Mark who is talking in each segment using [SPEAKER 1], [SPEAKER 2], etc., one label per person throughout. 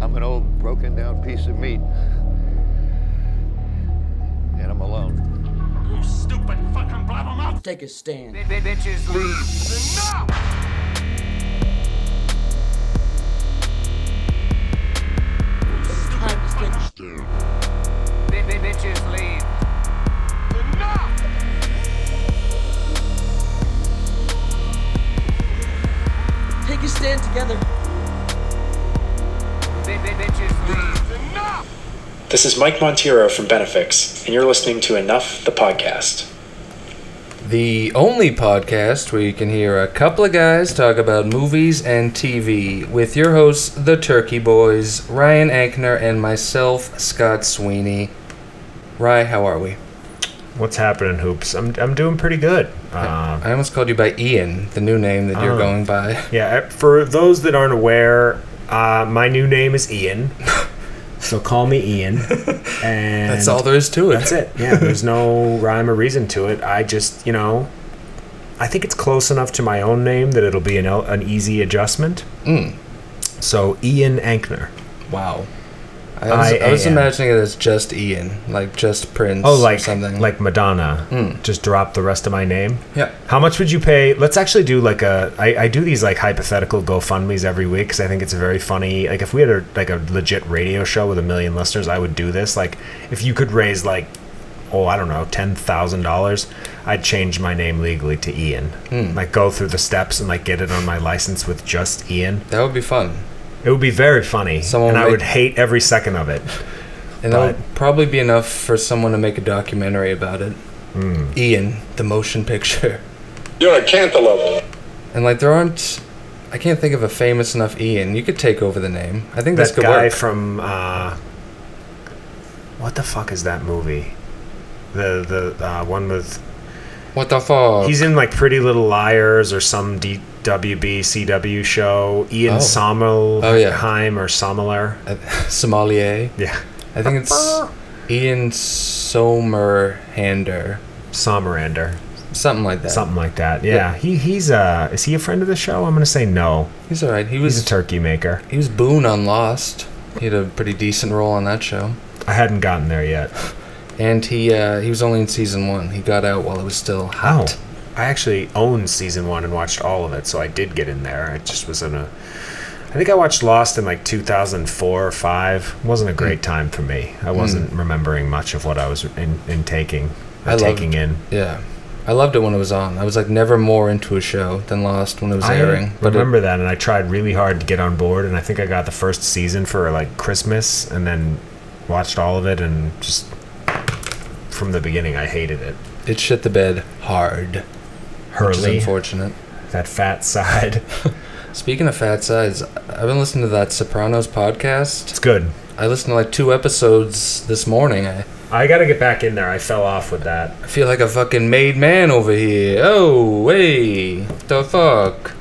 [SPEAKER 1] I'm an old, broken down piece of meat. And I'm alone.
[SPEAKER 2] You stupid fucking blabbermouth!
[SPEAKER 3] Take a stand.
[SPEAKER 4] Bitches leave.
[SPEAKER 2] Enough! You stupid fucking
[SPEAKER 4] Bitches leave.
[SPEAKER 2] enough!
[SPEAKER 3] Take a stand together.
[SPEAKER 4] Bitches leave.
[SPEAKER 2] Enough!
[SPEAKER 5] This is Mike Montero from Benefix, and you're listening to Enough the Podcast.
[SPEAKER 6] The only podcast where you can hear a couple of guys talk about movies and TV with your hosts, the Turkey Boys, Ryan Ankner, and myself, Scott Sweeney. Rye, how are we?
[SPEAKER 7] What's happening, hoops? I'm I'm doing pretty good. Um,
[SPEAKER 6] I almost called you by Ian, the new name that you're
[SPEAKER 7] Oh.
[SPEAKER 6] going by.
[SPEAKER 7] yeah. I- For those that aren't aware, uh, my new name is Ian, so call me Ian. And
[SPEAKER 6] That's all there is to it.
[SPEAKER 7] That's it. Yeah. There's no rhyme or reason to it. I just, you know, I think it's close enough to my own name that it'll be an el- an easy adjustment.
[SPEAKER 6] Hmm.
[SPEAKER 7] So Ian Ankner.
[SPEAKER 6] Wow. I was, I was
[SPEAKER 7] I am.
[SPEAKER 6] imagining it as just Ian, like just Prince
[SPEAKER 7] Oh, like
[SPEAKER 6] or something. Hmm.
[SPEAKER 7] like Madonna. Just drop the rest of my name.
[SPEAKER 6] yeah.
[SPEAKER 7] How much would you pay? Let's actually do like a. I, I do these like hypothetical GoFundmes every week because I think it's very funny. Like if we had a like a legit radio show with a million listeners, I would do this. Like if you could raise like, oh I don't know, ten thousand dollars, I'd change my name legally to Ian.
[SPEAKER 6] Hmm.
[SPEAKER 7] Like go through the steps and like get it on my license with just Ian.
[SPEAKER 6] That would be fun.
[SPEAKER 7] It would be very funny,
[SPEAKER 6] Someone
[SPEAKER 7] and I
[SPEAKER 6] would-
[SPEAKER 7] would hate every second of it.
[SPEAKER 6] And that would probably be enough for someone to make a documentary about it.
[SPEAKER 7] Hmm.
[SPEAKER 6] Ian, the motion picture.
[SPEAKER 8] You're a cantaloupe.
[SPEAKER 6] And like there aren't I can't think of a famous enough Ian. You could take over the name. I think this
[SPEAKER 7] that
[SPEAKER 6] could
[SPEAKER 7] guy
[SPEAKER 6] work.
[SPEAKER 7] from uh, what the fuck is that movie? The the uh, one with
[SPEAKER 6] what the fuck?
[SPEAKER 7] He's in like Pretty Little Liars or some DWB CW show. Ian
[SPEAKER 6] Oh.
[SPEAKER 7] oh. Sommelheim
[SPEAKER 6] Oh, yeah.
[SPEAKER 7] or Sommelier.
[SPEAKER 6] Uh, sommelier.
[SPEAKER 7] Yeah.
[SPEAKER 6] I think it's Ian Somerhander.
[SPEAKER 7] Sommerander.
[SPEAKER 6] Something like that.
[SPEAKER 7] Something like that. Yeah. He he's uh is he a friend of the show? I'm gonna say no.
[SPEAKER 6] He's alright. He
[SPEAKER 7] He's a
[SPEAKER 6] was
[SPEAKER 7] turkey maker.
[SPEAKER 6] he was Boone on Lost. He had a pretty decent role on that show.
[SPEAKER 7] I hadn't gotten there yet.
[SPEAKER 6] And he uh, he was only in season one. He got out while it was still
[SPEAKER 7] Oh.
[SPEAKER 6] hot.
[SPEAKER 7] I actually owned season one and watched all of it, so I did get in there. It just was in a I think I watched Lost in like 2004 or 5.
[SPEAKER 6] Hmm.
[SPEAKER 7] wasn't a great time for me. I wasn't remembering much of what I was in, in taking,
[SPEAKER 6] I loved-
[SPEAKER 7] taking in.
[SPEAKER 6] Yeah. I loved it when it was on. I was like never more into a show than Lost when it was
[SPEAKER 7] I
[SPEAKER 6] airing. But it-
[SPEAKER 7] remember that, and I tried really hard to get on board, and I think I got the first season for like Christmas, and then watched all of it, and just from the beginning, I hated it.
[SPEAKER 6] it shit the bed hard. Which is
[SPEAKER 7] Hurley,
[SPEAKER 6] unfortunate.
[SPEAKER 7] that fat side.
[SPEAKER 6] Speaking of fat sides, I've been listening to that Sopranos podcast.
[SPEAKER 7] It's good.
[SPEAKER 6] I listened to like two episodes this morning. I
[SPEAKER 7] I got to get back in there. I fell off with that.
[SPEAKER 6] I feel like a fucking made man over here. Oh, hey, the fuck.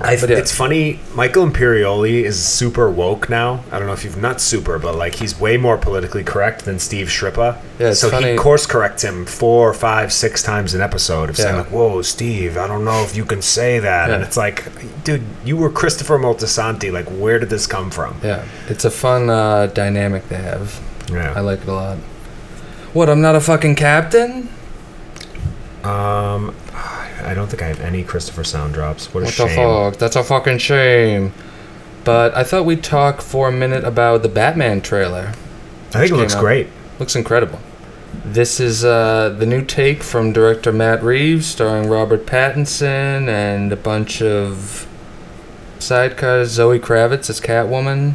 [SPEAKER 7] I,
[SPEAKER 6] But yeah.
[SPEAKER 7] It's funny. Michael Imperioli is super woke now. I don't know if you've not super, but like he's way more politically correct than Steve Shrippa.
[SPEAKER 6] Yeah, it's
[SPEAKER 7] so
[SPEAKER 6] funny.
[SPEAKER 7] he course corrects him four, five, six times an episode of saying
[SPEAKER 6] Yeah.
[SPEAKER 7] like, "Whoa, Steve, I don't know if you can say that." And
[SPEAKER 6] Yeah.
[SPEAKER 7] it's like, dude, you were Christopher Moltisanti. Like, where did this come from?
[SPEAKER 6] Yeah, it's a fun uh, dynamic they have.
[SPEAKER 7] Yeah.
[SPEAKER 6] I like it a lot. What? I'm not a fucking captain.
[SPEAKER 7] um, I don't think I have any Christopher sound drops. What a
[SPEAKER 6] What the
[SPEAKER 7] shame.
[SPEAKER 6] fuck? That's a fucking shame. But I thought we'd talk for a minute about the Batman trailer.
[SPEAKER 7] I think it
[SPEAKER 6] Came
[SPEAKER 7] looks
[SPEAKER 6] out.
[SPEAKER 7] great.
[SPEAKER 6] Looks incredible. This is uh, the new take from director Matt Reeves, starring Robert Pattinson and a bunch of sidecars. Zoe Kravitz as Catwoman.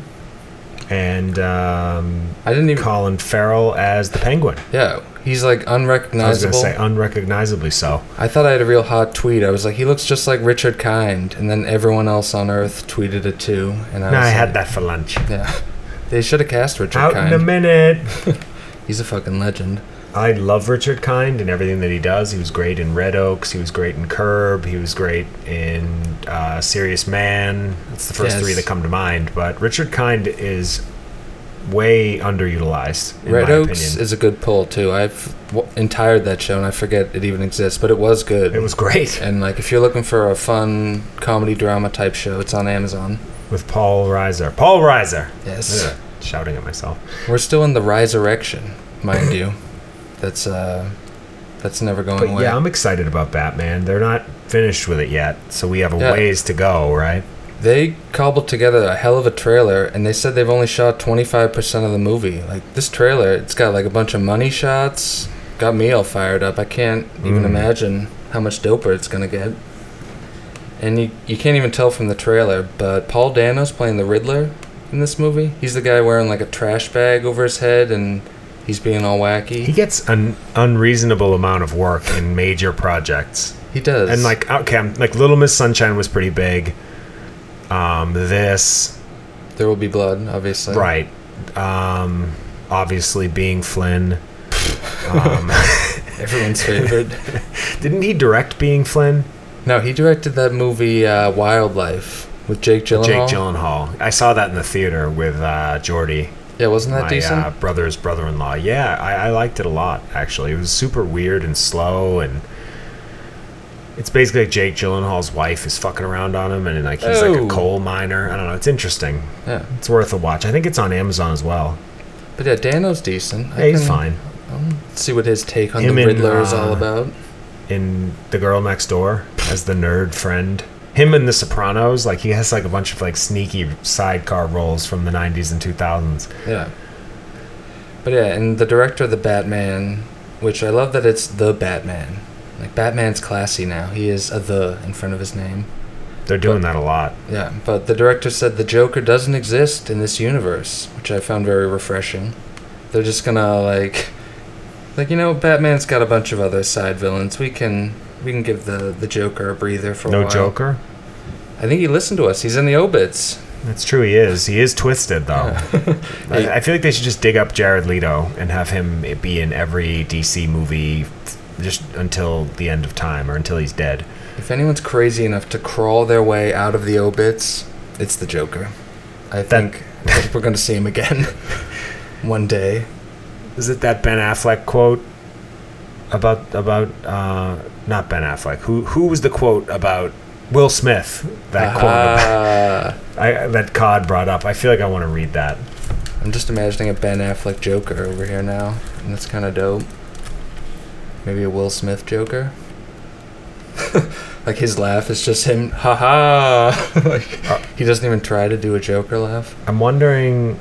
[SPEAKER 7] And um,
[SPEAKER 6] I didn't even.
[SPEAKER 7] Colin Farrell as the Penguin.
[SPEAKER 6] Yeah, he's like
[SPEAKER 7] I was gonna
[SPEAKER 6] unrecognizable.
[SPEAKER 7] say unrecognizably so.
[SPEAKER 6] I thought I had a real hot tweet. I was like, he looks just like Richard Kind, and then everyone else on Earth tweeted it too. And I,
[SPEAKER 7] No,
[SPEAKER 6] was
[SPEAKER 7] I
[SPEAKER 6] like,
[SPEAKER 7] had that for lunch.
[SPEAKER 6] Yeah, they should have cast Richard
[SPEAKER 7] Out
[SPEAKER 6] Kind.
[SPEAKER 7] in a minute.
[SPEAKER 6] he's a fucking legend.
[SPEAKER 7] I love Richard Kind and everything that he does. He was great in Red Oaks. He was great in Curb. He was great in uh, Serious Man. That's the first
[SPEAKER 6] Yes.
[SPEAKER 7] three that come to mind. But Richard Kind is way underutilized. In
[SPEAKER 6] Red
[SPEAKER 7] my
[SPEAKER 6] Oaks
[SPEAKER 7] opinion.
[SPEAKER 6] is a good pull too. I've w- entired that show and I forget it even exists, but it was good.
[SPEAKER 7] It was great.
[SPEAKER 6] And like, if you're looking for a fun comedy drama type show, it's on Amazon.
[SPEAKER 7] with Paul Reiser. Paul Reiser.
[SPEAKER 6] Yes.
[SPEAKER 7] Ugh, shouting at myself.
[SPEAKER 6] We're still in the resurrection, mind you. That's uh, that's never going
[SPEAKER 7] But
[SPEAKER 6] away.
[SPEAKER 7] yeah, I'm excited about Batman. They're not finished with it yet, so we have a
[SPEAKER 6] Yeah.
[SPEAKER 7] ways to go, right?
[SPEAKER 6] They cobbled together a hell of a trailer, and they said they've only shot 25% of the movie. Like, this trailer, it's got like a bunch of money shots. Got me all fired up. I can't
[SPEAKER 7] Mm.
[SPEAKER 6] even imagine how much doper it's gonna get. And you, you can't even tell from the trailer, but Paul Dano's playing the Riddler in this movie. He's the guy wearing like a trash bag over his head, and he's being all wacky.
[SPEAKER 7] He gets an unreasonable amount of work in major projects.
[SPEAKER 6] He does.
[SPEAKER 7] And like okay, I'm- like Little Miss Sunshine was pretty big. Um, this
[SPEAKER 6] there will be blood, obviously.
[SPEAKER 7] right, um, obviously being Flynn.
[SPEAKER 6] Everyone's favorite.
[SPEAKER 7] Didn't he direct Being Flynn?
[SPEAKER 6] no, he directed that movie uh, Wildlife with Jake Gyllenhaal.
[SPEAKER 7] Jake Gyllenhaal. I saw that in the theater with uh, Jordy,
[SPEAKER 6] Yeah, wasn't that
[SPEAKER 7] my
[SPEAKER 6] decent?
[SPEAKER 7] uh, brother's brother-in-law. Yeah, I, I liked it a lot. Actually, it was super weird and slow, and it's basically like Jake Gyllenhaal's wife is fucking around on him, and like he's like
[SPEAKER 6] Oh.
[SPEAKER 7] a coal miner. I don't know. It's interesting.
[SPEAKER 6] yeah,
[SPEAKER 7] It's worth a watch. I think it's on Amazon as well.
[SPEAKER 6] but yeah, Dano's decent. I
[SPEAKER 7] Yeah, he's
[SPEAKER 6] can
[SPEAKER 7] fine.
[SPEAKER 6] See what his take on
[SPEAKER 7] Him
[SPEAKER 6] the
[SPEAKER 7] and,
[SPEAKER 6] Riddler is
[SPEAKER 7] uh,
[SPEAKER 6] all about.
[SPEAKER 7] In The Girl Next Door as the nerd friend. Him and The Sopranos, like he has like a bunch of like sneaky sidecar roles from the '90s and 2000s.
[SPEAKER 6] Yeah. But yeah, and the director of the Batman, which I love that it's the Batman. Like Batman's classy now. He is a the in front of his name.
[SPEAKER 7] They're doing that a lot.
[SPEAKER 6] Yeah, but the director said the Joker doesn't exist in this universe, which I found very refreshing. They're just gonna like, like you know, Batman's got a bunch of other side villains. We can we can give the the Joker a breather for a
[SPEAKER 7] No
[SPEAKER 6] while.
[SPEAKER 7] Joker.
[SPEAKER 6] I think he listened to us. He's in the obits.
[SPEAKER 7] That's true. He is. He is twisted, though. I, I feel like they should just dig up Jared Leto and have him be in every DC movie, just until the end of time or until he's dead.
[SPEAKER 6] If anyone's crazy enough to crawl their way out of the obits, it's the Joker. I
[SPEAKER 7] Then-
[SPEAKER 6] think, I think we're gonna see him again one day.
[SPEAKER 7] Is it that Ben Affleck quote about about uh, not Ben Affleck? Who who was the quote about Will Smith?
[SPEAKER 6] Uh-huh.
[SPEAKER 7] That quote about,
[SPEAKER 6] Ah,
[SPEAKER 7] I, that Cod brought up. I feel like I want to read that.
[SPEAKER 6] I'm just imagining a Ben Affleck Joker over here now, and that's kind of dope. Maybe a Will Smith Joker. like his laugh is just him, haha. like
[SPEAKER 7] Uh.
[SPEAKER 6] he doesn't even try to do a Joker laugh.
[SPEAKER 7] I'm wondering.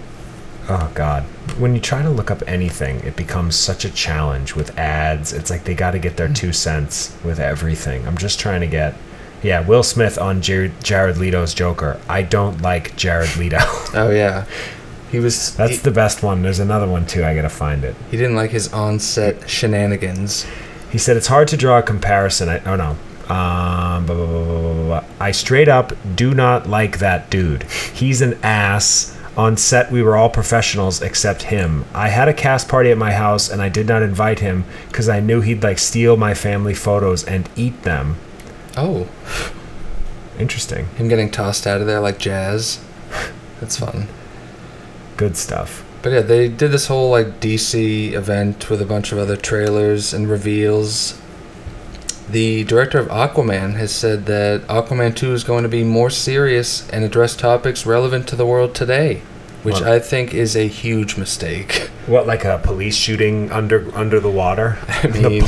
[SPEAKER 7] Oh God! When you try to look up anything, it becomes such a challenge with ads. It's like they got to get their two cents with everything. I'm just trying to get. Yeah, Will Smith on Jared, Jared Leto's Joker. I don't like Jared Leto.
[SPEAKER 6] Oh yeah, he was.
[SPEAKER 7] That's
[SPEAKER 6] he-
[SPEAKER 7] the best one. There's another one too. I gotta find it.
[SPEAKER 6] he didn't like his on-set shenanigans.
[SPEAKER 7] He said it's hard to draw a comparison. I, oh no. Um, blah, blah, blah, blah, blah, blah, blah. I straight up do not like that dude. He's an ass. On set, we were all professionals except him. I had a cast party at my house and I did not invite him because I knew he'd like steal my family photos and eat them.
[SPEAKER 6] Oh,
[SPEAKER 7] Interesting.
[SPEAKER 6] him getting tossed out of there like jazz. That's fun.
[SPEAKER 7] Good stuff.
[SPEAKER 6] But yeah, they did this whole like DC event with a bunch of other trailers and reveals. The director of Aquaman has said that Aquaman 2 is going to be more serious and address topics relevant to the world today, which
[SPEAKER 7] Wow.
[SPEAKER 6] I think is a huge mistake.
[SPEAKER 7] What, like a police shooting under under the water?
[SPEAKER 6] I mean,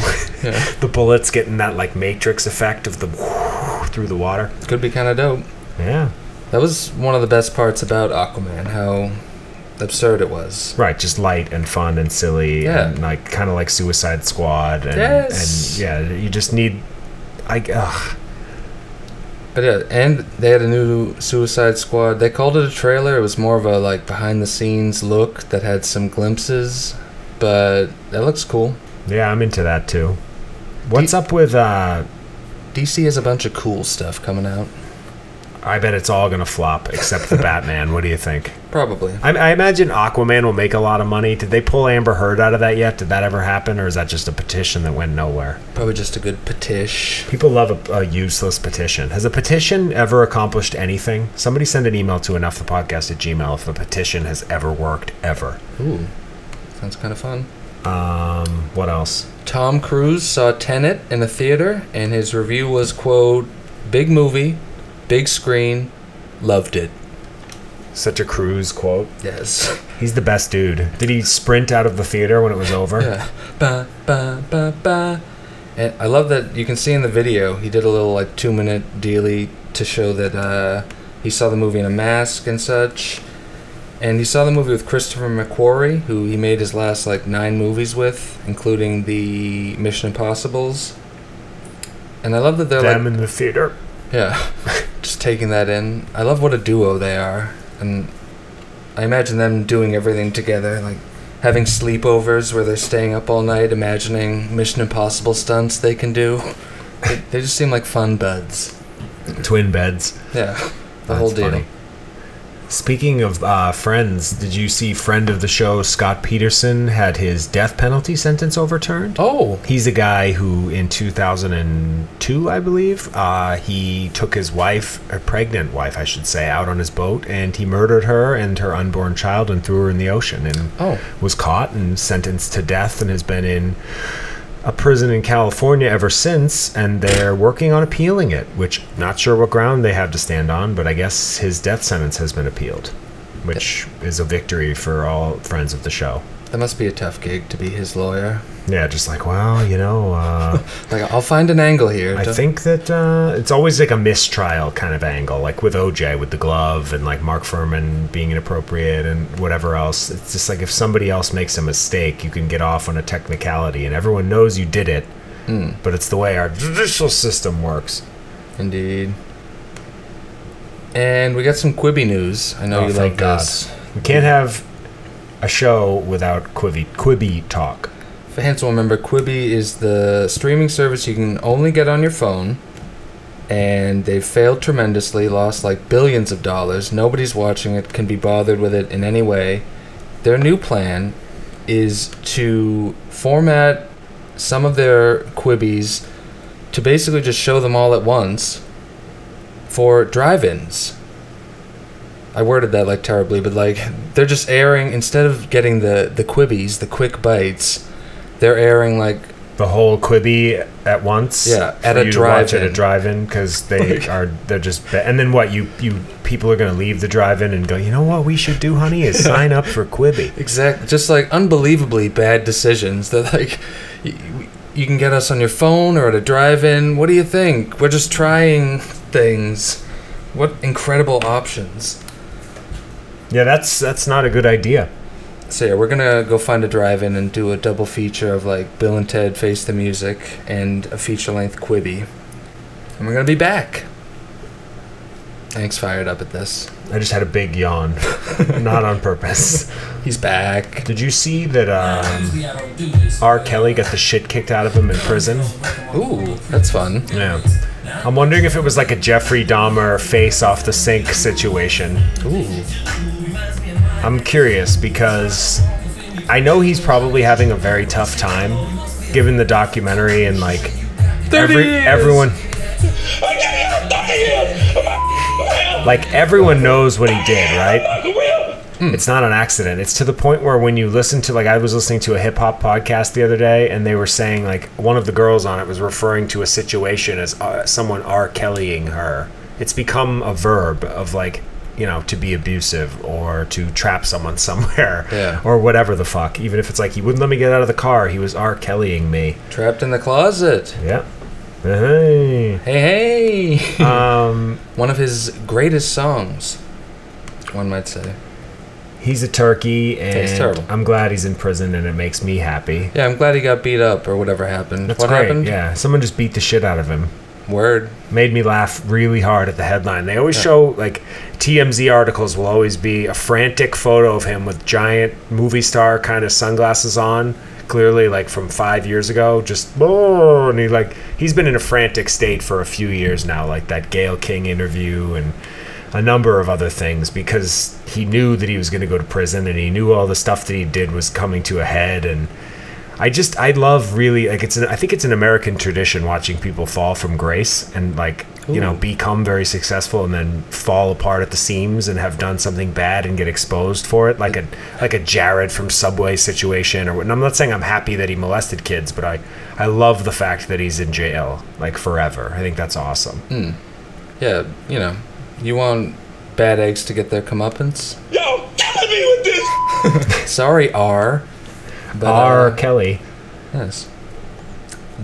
[SPEAKER 6] yeah,
[SPEAKER 7] the bullets getting that like matrix effect of the through the water.
[SPEAKER 6] could be kind of dope.
[SPEAKER 7] Yeah.
[SPEAKER 6] That was one of the best parts about Aquaman, how absurd it was.
[SPEAKER 7] Right, just light and fun and silly
[SPEAKER 6] Yeah.
[SPEAKER 7] and like kind of like Suicide Squad and,
[SPEAKER 6] Yes.
[SPEAKER 7] and yeah, you just need I ugh,
[SPEAKER 6] But yeah, and they had a new Suicide Squad. They called it a trailer. It was more of a like behind the scenes look that had some glimpses, but that looks cool.
[SPEAKER 7] yeah, I'm into that too. What's
[SPEAKER 6] Do you-
[SPEAKER 7] up with uh
[SPEAKER 6] DC has a bunch of cool stuff coming out.
[SPEAKER 7] I bet it's all gonna flop except the Batman. What do you think?
[SPEAKER 6] Probably.
[SPEAKER 7] I, I imagine Aquaman will make a lot of money. Did they pull Amber Heard out of that yet? Did that ever happen, or is that just a petition that went nowhere?
[SPEAKER 6] Probably just a good petition.
[SPEAKER 7] People love a, a useless petition. Has a petition ever accomplished anything? Somebody send an email to enoughthepodcast at gmail if a petition has ever worked ever.
[SPEAKER 6] Ooh, sounds kind of fun.
[SPEAKER 7] Um, what else?
[SPEAKER 6] Tom Cruise saw Tenet in a theater, and his review was quote, "Big movie, big screen, loved it."
[SPEAKER 7] Such a Cruise quote.
[SPEAKER 6] Yes.
[SPEAKER 7] He's the best dude. Did he sprint out of the theater when it was over?
[SPEAKER 6] Yeah. Ba, ba, ba, ba. And I love that you can see in the video he did a little like two minute dealy to show that uh, he saw the movie in a mask and such. And he saw the movie with Christopher McQuarrie, who he made his last like nine movies with, including the Mission Impossibles. And I love that they're
[SPEAKER 7] Them
[SPEAKER 6] like
[SPEAKER 7] in the theater.
[SPEAKER 6] yeah, just taking that in. I love what a duo they are, and I imagine them doing everything together, like having sleepovers where they're staying up all night, imagining Mission Impossible stunts they can do. They, they just seem like fun buds.
[SPEAKER 7] Twin beds.
[SPEAKER 6] Yeah, the
[SPEAKER 7] That's
[SPEAKER 6] whole deal.
[SPEAKER 7] funny. Speaking of uh, friends, did you see friend of the show Scott Peterson had his death penalty sentence overturned?
[SPEAKER 6] Oh,
[SPEAKER 7] He's a guy who, in 2002, I believe, uh, he took his wife, a pregnant wife, I should say, out on his boat, and he murdered her and her unborn child and threw her in the ocean, and
[SPEAKER 6] Oh.
[SPEAKER 7] was caught and sentenced to death, and has been in a prison in California ever since, and they're working on appealing it, which not sure what ground they have to stand on, but I guess his death sentence has been appealed, which is a victory for all friends of the show.
[SPEAKER 6] that must be a tough gig to be his lawyer.
[SPEAKER 7] Yeah, just like, well, you know, uh,
[SPEAKER 6] Like, I'll find an angle here.
[SPEAKER 7] I
[SPEAKER 6] Don't-
[SPEAKER 7] think that uh, it's always like a mistrial kind of angle, like with OJ with the glove and like Mark Furman being inappropriate and whatever else. It's just like if somebody else makes a mistake, you can get off on a technicality, and everyone knows you did it. But it's the way our judicial system works.
[SPEAKER 6] Indeed. And we got some Quibi news. I know
[SPEAKER 7] Oh,
[SPEAKER 6] you
[SPEAKER 7] thank
[SPEAKER 6] like
[SPEAKER 7] God.
[SPEAKER 6] this.
[SPEAKER 7] We can't have a show without Quibi Quibi talk.
[SPEAKER 6] Fans will remember Quibi is the streaming service you can only get on your phone, and they've failed tremendously, lost like billions of dollars. Nobody's watching it, can be bothered with it in any way. Their new plan is to format some of their Quibbies to basically just show them all at once for drive ins. I worded that like terribly, but like they're just airing instead of getting the the quibbies, the quick bites, they're airing like
[SPEAKER 7] The whole Quibi at once.
[SPEAKER 6] Yeah,
[SPEAKER 7] for
[SPEAKER 6] at a
[SPEAKER 7] you to watch at a
[SPEAKER 6] drive-in.
[SPEAKER 7] drive-in because they are they're just. Be- and then what you you people are going to leave the drive-in and go. You know what we should do, honey, is sign up for Quibi.
[SPEAKER 6] exact just like unbelievably bad decisions that like you, you can get us on your phone or at a drive-in. What do you think? We're just trying things. What incredible options.
[SPEAKER 7] Yeah, that's that's not a good idea.
[SPEAKER 6] So yeah, we're gonna go find a drive-in and do a double feature of like Bill and Ted Face the Music and a feature-length Quibi, and we're gonna be back. Hank's fired up at this.
[SPEAKER 7] I just had a big yawn, not on purpose.
[SPEAKER 6] He's back.
[SPEAKER 7] Did you see that um,
[SPEAKER 9] Usually I don't do this.
[SPEAKER 7] R. Kelly got the shit kicked out of him in prison?
[SPEAKER 6] Ooh, that's fun.
[SPEAKER 7] Yeah. I'm wondering if it was like a Jeffrey Dahmer face off the sink situation.
[SPEAKER 6] Ooh,
[SPEAKER 7] I'm curious because I know he's probably having a very tough time given the documentary and like every, everyone
[SPEAKER 8] I can't die here.
[SPEAKER 7] like everyone knows what he did, right?
[SPEAKER 8] Will.
[SPEAKER 7] It's not an accident. It's to the point where when you listen to like I was listening to a hip hop podcast the other day, and they were saying like one of the girls on it was referring to a situation as uh, someone R. Kellying her. It's become a verb of like you know to be abusive or to trap someone somewhere
[SPEAKER 6] Yeah.
[SPEAKER 7] or whatever the fuck. Even if it's like he wouldn't let me get out of the car, he was R. Kellying me.
[SPEAKER 6] trapped in the closet.
[SPEAKER 7] Yeah. Hey.
[SPEAKER 6] Hey, hey.
[SPEAKER 7] Um.
[SPEAKER 6] One of his greatest songs, one might say.
[SPEAKER 7] He's a turkey, and
[SPEAKER 6] terrible.
[SPEAKER 7] I'm glad he's in prison, and it makes me happy.
[SPEAKER 6] Yeah, I'm glad he got beat up or whatever happened.
[SPEAKER 7] That's
[SPEAKER 6] what
[SPEAKER 7] great.
[SPEAKER 6] happened?
[SPEAKER 7] Yeah, someone just beat the shit out of him.
[SPEAKER 6] Word.
[SPEAKER 7] Made me laugh really hard at the headline. They always show like TMZ articles will always be a frantic photo of him with giant movie star kind of sunglasses on, clearly like from five years ago. Just oh, and he like he's been in a frantic state for a few years now, like that Gail King interview and a number of other things because he knew that he was going to go to prison and he knew all the stuff that he did was coming to a head and. I just I love really like it's an, I think it's an American tradition watching people fall from grace and like you know become very successful and then fall apart at the seams and have done something bad and get exposed for it like a like a Jared from Subway situation or what- and I'm not saying I'm happy that he molested kids but I I love the fact that he's in jail like forever I think that's awesome
[SPEAKER 6] Yeah, you know, you want bad eggs to get their comeuppance.
[SPEAKER 8] Yo, killing me with this.
[SPEAKER 6] Sorry, R. But, uh,
[SPEAKER 7] R. Kelly.
[SPEAKER 6] yes.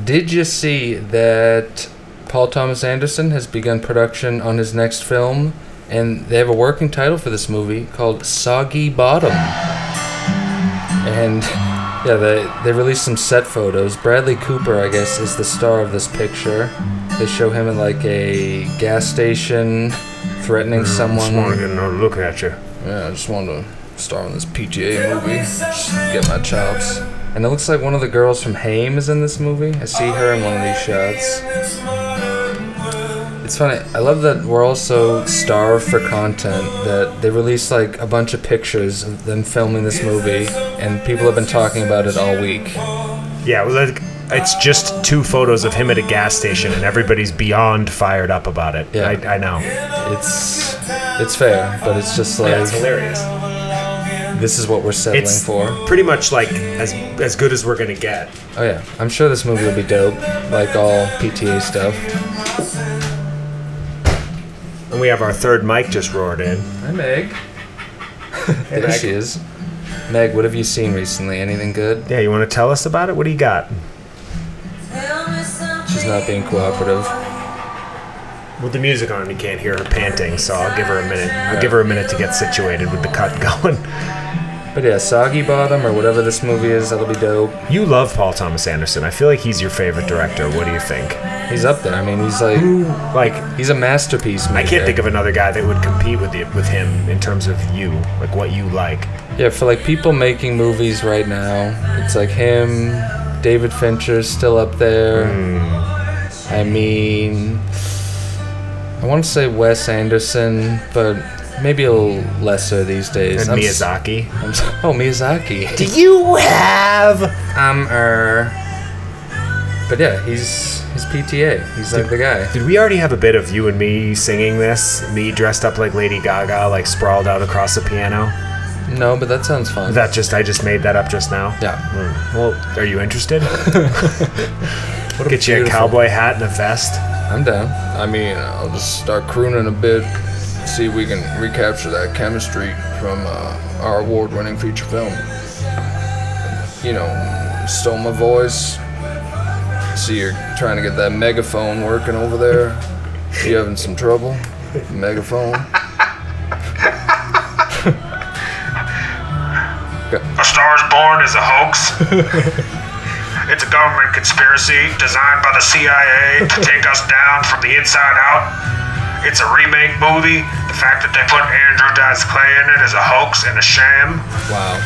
[SPEAKER 6] Did you see that Paul Thomas Anderson has begun production on his next film? And they have a working title for this movie called Soggy Bottom. And yeah, they, they released some set photos. Bradley Cooper, I guess, is the star of this picture. They show him in like a gas station threatening someone.
[SPEAKER 7] get another look at you.
[SPEAKER 6] Yeah, I just wanted to star in this PGA movie. Just get my chops. And it looks like one of the girls from Haim is in this movie. I see her in one of these shots. It's funny. I love that we're all so starved for content that they released like a bunch of pictures of them filming this movie, and people have been talking about it all week.
[SPEAKER 7] Yeah, well, like, it's just two photos of him at a gas station, and everybody's beyond fired up about it.
[SPEAKER 6] Yeah.
[SPEAKER 7] I, I know.
[SPEAKER 6] It's it's fair, but it's just like
[SPEAKER 7] Yeah, it's hilarious.
[SPEAKER 6] this is what we're settling
[SPEAKER 7] It's
[SPEAKER 6] for.
[SPEAKER 7] pretty much like as as good as we're gonna get.
[SPEAKER 6] Oh yeah, I'm sure this movie will be dope, like all PTA stuff.
[SPEAKER 7] And we have our third mic just roared in.
[SPEAKER 6] Hi Meg. there
[SPEAKER 7] Meg.
[SPEAKER 6] she is. Meg, what have you seen recently? Anything good?
[SPEAKER 7] Yeah, you want to tell us about it? What do you got?
[SPEAKER 6] She's not being cooperative.
[SPEAKER 7] With the music on, you can't hear her panting, so I'll give her a minute. I'll give her a minute to get situated with the cut going.
[SPEAKER 6] But yeah, Soggy Bottom or whatever this movie is, that'll be dope.
[SPEAKER 7] You love Paul Thomas Anderson. I feel like he's your favorite director. What do you think?
[SPEAKER 6] He's up there. I mean, he's like
[SPEAKER 7] Like,
[SPEAKER 6] he's a masterpiece.
[SPEAKER 7] I can't think of another guy that would compete with you, with him in terms of you, like what you like.
[SPEAKER 6] Yeah, for like people making movies right now, it's like him, David Fincher's still up there.
[SPEAKER 7] Hmm.
[SPEAKER 6] I mean, I want to say Wes Anderson, but maybe a little lesser these days.
[SPEAKER 7] And
[SPEAKER 6] I'm s-
[SPEAKER 7] Miyazaki.
[SPEAKER 6] I'm s- oh, Miyazaki.
[SPEAKER 7] Do you have?
[SPEAKER 6] um, er. But yeah, he's he's PTA. He's like the guy.
[SPEAKER 7] Did we already have a bit of you and me singing this? Me dressed up like Lady Gaga, like sprawled out across a piano.
[SPEAKER 6] No, but that sounds fun.
[SPEAKER 7] That just I just made that up just now.
[SPEAKER 6] yeah.
[SPEAKER 7] Hmm. Well, are you interested?
[SPEAKER 6] What
[SPEAKER 7] Get you a
[SPEAKER 6] beautiful-
[SPEAKER 7] cowboy hat and a vest.
[SPEAKER 6] I'm down. I mean, I'll just start crooning a bit, see if we can recapture that chemistry from uh, our award winning feature film. You know, stole my voice. See, you're trying to get that megaphone working over there. You having some trouble? Megaphone?
[SPEAKER 9] A Star is Born is a hoax. it's a government conspiracy designed by the CIA to take us down from the inside out. It's a remake movie. The fact that they put Andrew Dice Clay in it is a hoax and a sham.
[SPEAKER 6] Wow.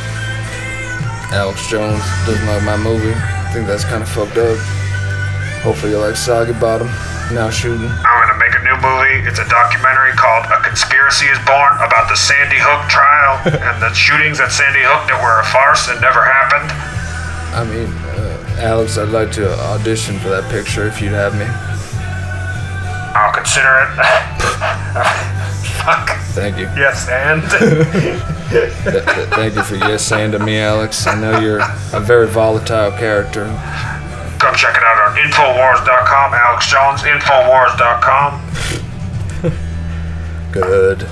[SPEAKER 6] Alex Jones doesn't like my movie. I think that's kind of fucked up. Hopefully, you like Soggy Bottom. Now shooting.
[SPEAKER 9] I'm gonna make a new movie. It's a documentary called A Conspiracy is Born about the Sandy Hook trial and the shootings at Sandy Hook that were a farce and never happened.
[SPEAKER 6] I mean, uh, Alex, I'd like to audition for that picture if you'd have me.
[SPEAKER 9] I'll consider it. Fuck.
[SPEAKER 6] Thank you.
[SPEAKER 9] Yes, and.
[SPEAKER 6] Th- th- thank you for yes and to me, Alex. I know you're a very volatile character.
[SPEAKER 9] Come check it out on Infowars.com, Alex Jones, Infowars.com.
[SPEAKER 6] Good.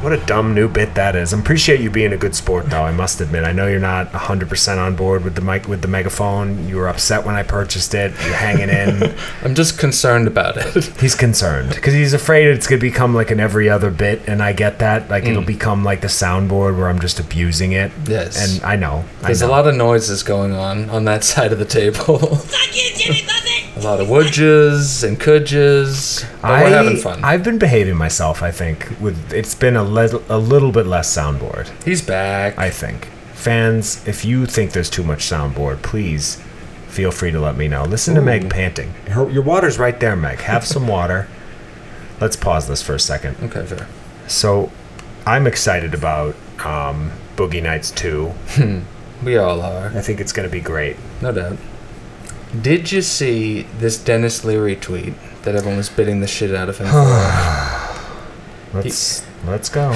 [SPEAKER 7] What a dumb new bit that is. I appreciate you being a good sport, though. I must admit. I know you're not 100% on board with the mic with the megaphone. You were upset when I purchased it. You're hanging in.
[SPEAKER 6] I'm just concerned about it.
[SPEAKER 7] he's concerned because he's afraid it's gonna become like an every other bit, and I get that. Like it'll become like the soundboard where I'm just abusing it.
[SPEAKER 6] Mm. Yes.
[SPEAKER 7] And I know. I
[SPEAKER 6] There's
[SPEAKER 7] know.
[SPEAKER 6] a lot of noises going on on that side of the table. a lot of woodges and coulds, but we're having fun.
[SPEAKER 7] I've been behaving myself. I think with it's been a little a little bit less soundboard.
[SPEAKER 6] He's back.
[SPEAKER 7] I think. Fans, if you think there's too much soundboard, please feel free to let me know. Listen to Meg panting. Her, your water's right there, Meg. Have some water. Let's pause this for a second.
[SPEAKER 6] okay, fair.
[SPEAKER 7] So, I'm excited about um, Boogie Nights 2.
[SPEAKER 6] We all are.
[SPEAKER 7] I think it's going to be great.
[SPEAKER 6] No doubt. Did you see this Dennis Leary tweet that everyone was bidding the shit out of him for?
[SPEAKER 7] Let's let's go.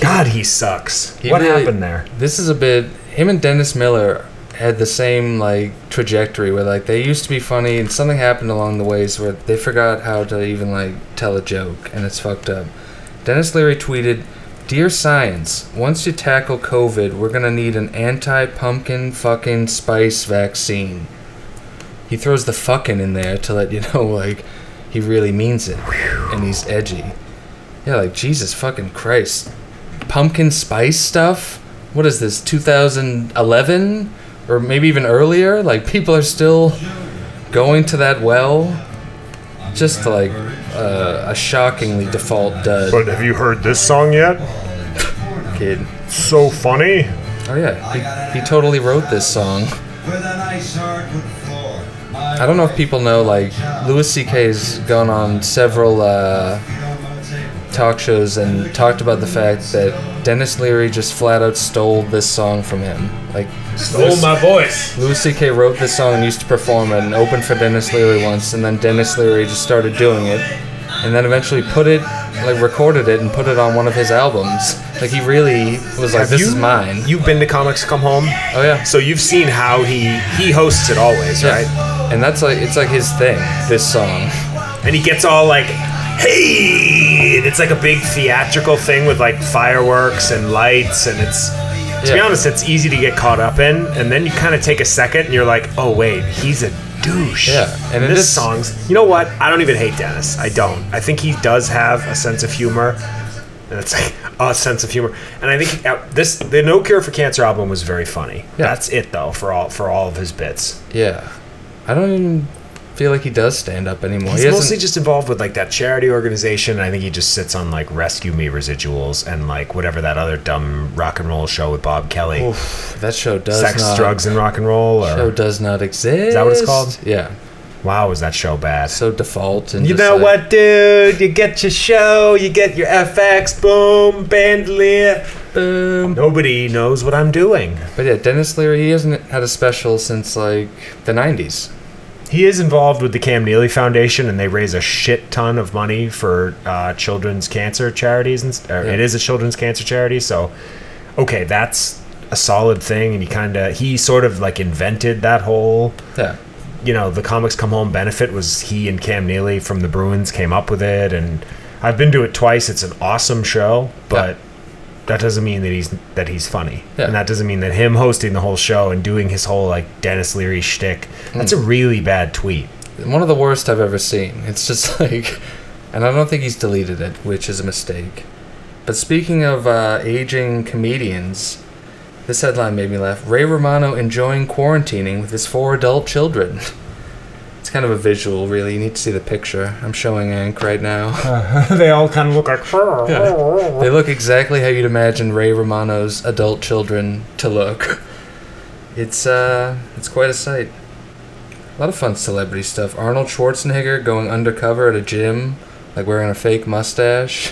[SPEAKER 7] God, he sucks.
[SPEAKER 6] He
[SPEAKER 7] what
[SPEAKER 6] really-
[SPEAKER 7] happened there?
[SPEAKER 6] This is a bit. Him and Dennis Miller had the same like trajectory where like they used to be funny and something happened along the ways where they forgot how to even like tell a joke and it's fucked up. Dennis Leary tweeted, Dear Science, once you tackle COVID, we're going to need an anti pumpkin fucking spice vaccine. He throws the fucking in there to let you know, like, he really means it. And he's edgy. Yeah, like, Jesus fucking Christ. Pumpkin spice stuff? What is this, 2011? Or maybe even earlier? Like, people are still going to that well? Just to, like, uh, a shockingly default dud
[SPEAKER 7] But have you heard this song yet?
[SPEAKER 6] kid.
[SPEAKER 7] So funny.
[SPEAKER 6] Oh yeah, he, he totally wrote this song. I don't know if people know, like Louis C.K.'s gone on several uh, talk shows and talked about the fact that Dennis Leary just flat out stole this song from him. Like
[SPEAKER 8] Stole my voice.
[SPEAKER 6] Louis C.K. wrote this song and used to perform it and opened for Dennis Leary once, and then Dennis Leary just started doing it, and then eventually put it, like recorded it and put it on one of his albums. Like he really was like,
[SPEAKER 7] Have
[SPEAKER 6] "This
[SPEAKER 7] you-
[SPEAKER 6] is mine."
[SPEAKER 7] You've been to Comics Come Home,
[SPEAKER 6] oh yeah.
[SPEAKER 7] so you've seen how he he hosts it always, right?
[SPEAKER 6] Yeah. And that's like it's like his thing. This song.
[SPEAKER 7] and he gets all like hey and it's like a big theatrical thing with like fireworks and lights and it's to be
[SPEAKER 6] Yeah.
[SPEAKER 7] honest it's easy to get caught up in and then you kind of take a second and you're like oh wait he's a douche
[SPEAKER 6] Yeah,
[SPEAKER 7] and
[SPEAKER 6] and it
[SPEAKER 7] this
[SPEAKER 6] is-
[SPEAKER 7] song's you know what i don't even hate dennis i don't i think he does have a sense of humor and it's like a sense of humor and i think uh, this the no cure for cancer album was very funny
[SPEAKER 6] Yeah.
[SPEAKER 7] that's it though for all for all of his bits
[SPEAKER 6] Yeah. I don't even feel like he does stand up anymore.
[SPEAKER 7] He's
[SPEAKER 6] he hasn't-
[SPEAKER 7] mostly just involved with like that charity organization. And I think he just sits on like Rescue Me residuals and like whatever that other dumb rock and roll show with Bob Kelly,
[SPEAKER 6] Oof, that show does
[SPEAKER 7] Sex,
[SPEAKER 6] not,
[SPEAKER 7] Drugs, and Rock and Roll. Or
[SPEAKER 6] Show does not exist.
[SPEAKER 7] that what it's called?
[SPEAKER 6] Yeah.
[SPEAKER 7] wow, was that show bad?
[SPEAKER 6] So default and
[SPEAKER 7] you
[SPEAKER 6] just
[SPEAKER 7] know
[SPEAKER 6] like-
[SPEAKER 7] what, dude? You get your show, you get your FX, boom, bandolier.
[SPEAKER 6] Boom.
[SPEAKER 7] Nobody knows what I'm doing.
[SPEAKER 6] But yeah, Dennis Leary he hasn't had a special since like the '90s.
[SPEAKER 7] He is involved with the Cam Neely Foundation, and they raise a shit ton of money for uh, children's cancer charities. And s- or
[SPEAKER 6] Yeah.
[SPEAKER 7] it is a children's cancer charity, so okay, that's a solid thing. And he kind of he sort of like invented that whole
[SPEAKER 6] Yeah.
[SPEAKER 7] you know the comics come home benefit was he and Cam Neely from the Bruins came up with it, and I've been to it twice. It's an awesome show, but.
[SPEAKER 6] Yeah.
[SPEAKER 7] That doesn't mean that he's that he's funny,
[SPEAKER 6] Yeah.
[SPEAKER 7] and that doesn't mean that him hosting the whole show and doing his whole like Dennis Leary shtick. That's
[SPEAKER 6] Hmm.
[SPEAKER 7] a really bad tweet.
[SPEAKER 6] One of the worst I've ever seen. It's just like, and I don't think he's deleted it, which is a mistake. But speaking of uh, aging comedians, this headline made me laugh. Ray Romano enjoying quarantining with his four adult children. It's kind of a visual, really. You need to see the picture. I'm showing Ank right now.
[SPEAKER 7] they all kind of look like.
[SPEAKER 6] they look exactly how you'd imagine Ray Romano's adult children to look. It's uh, it's quite a sight. A lot of fun celebrity stuff. Arnold Schwarzenegger going undercover at a gym, like wearing a fake mustache.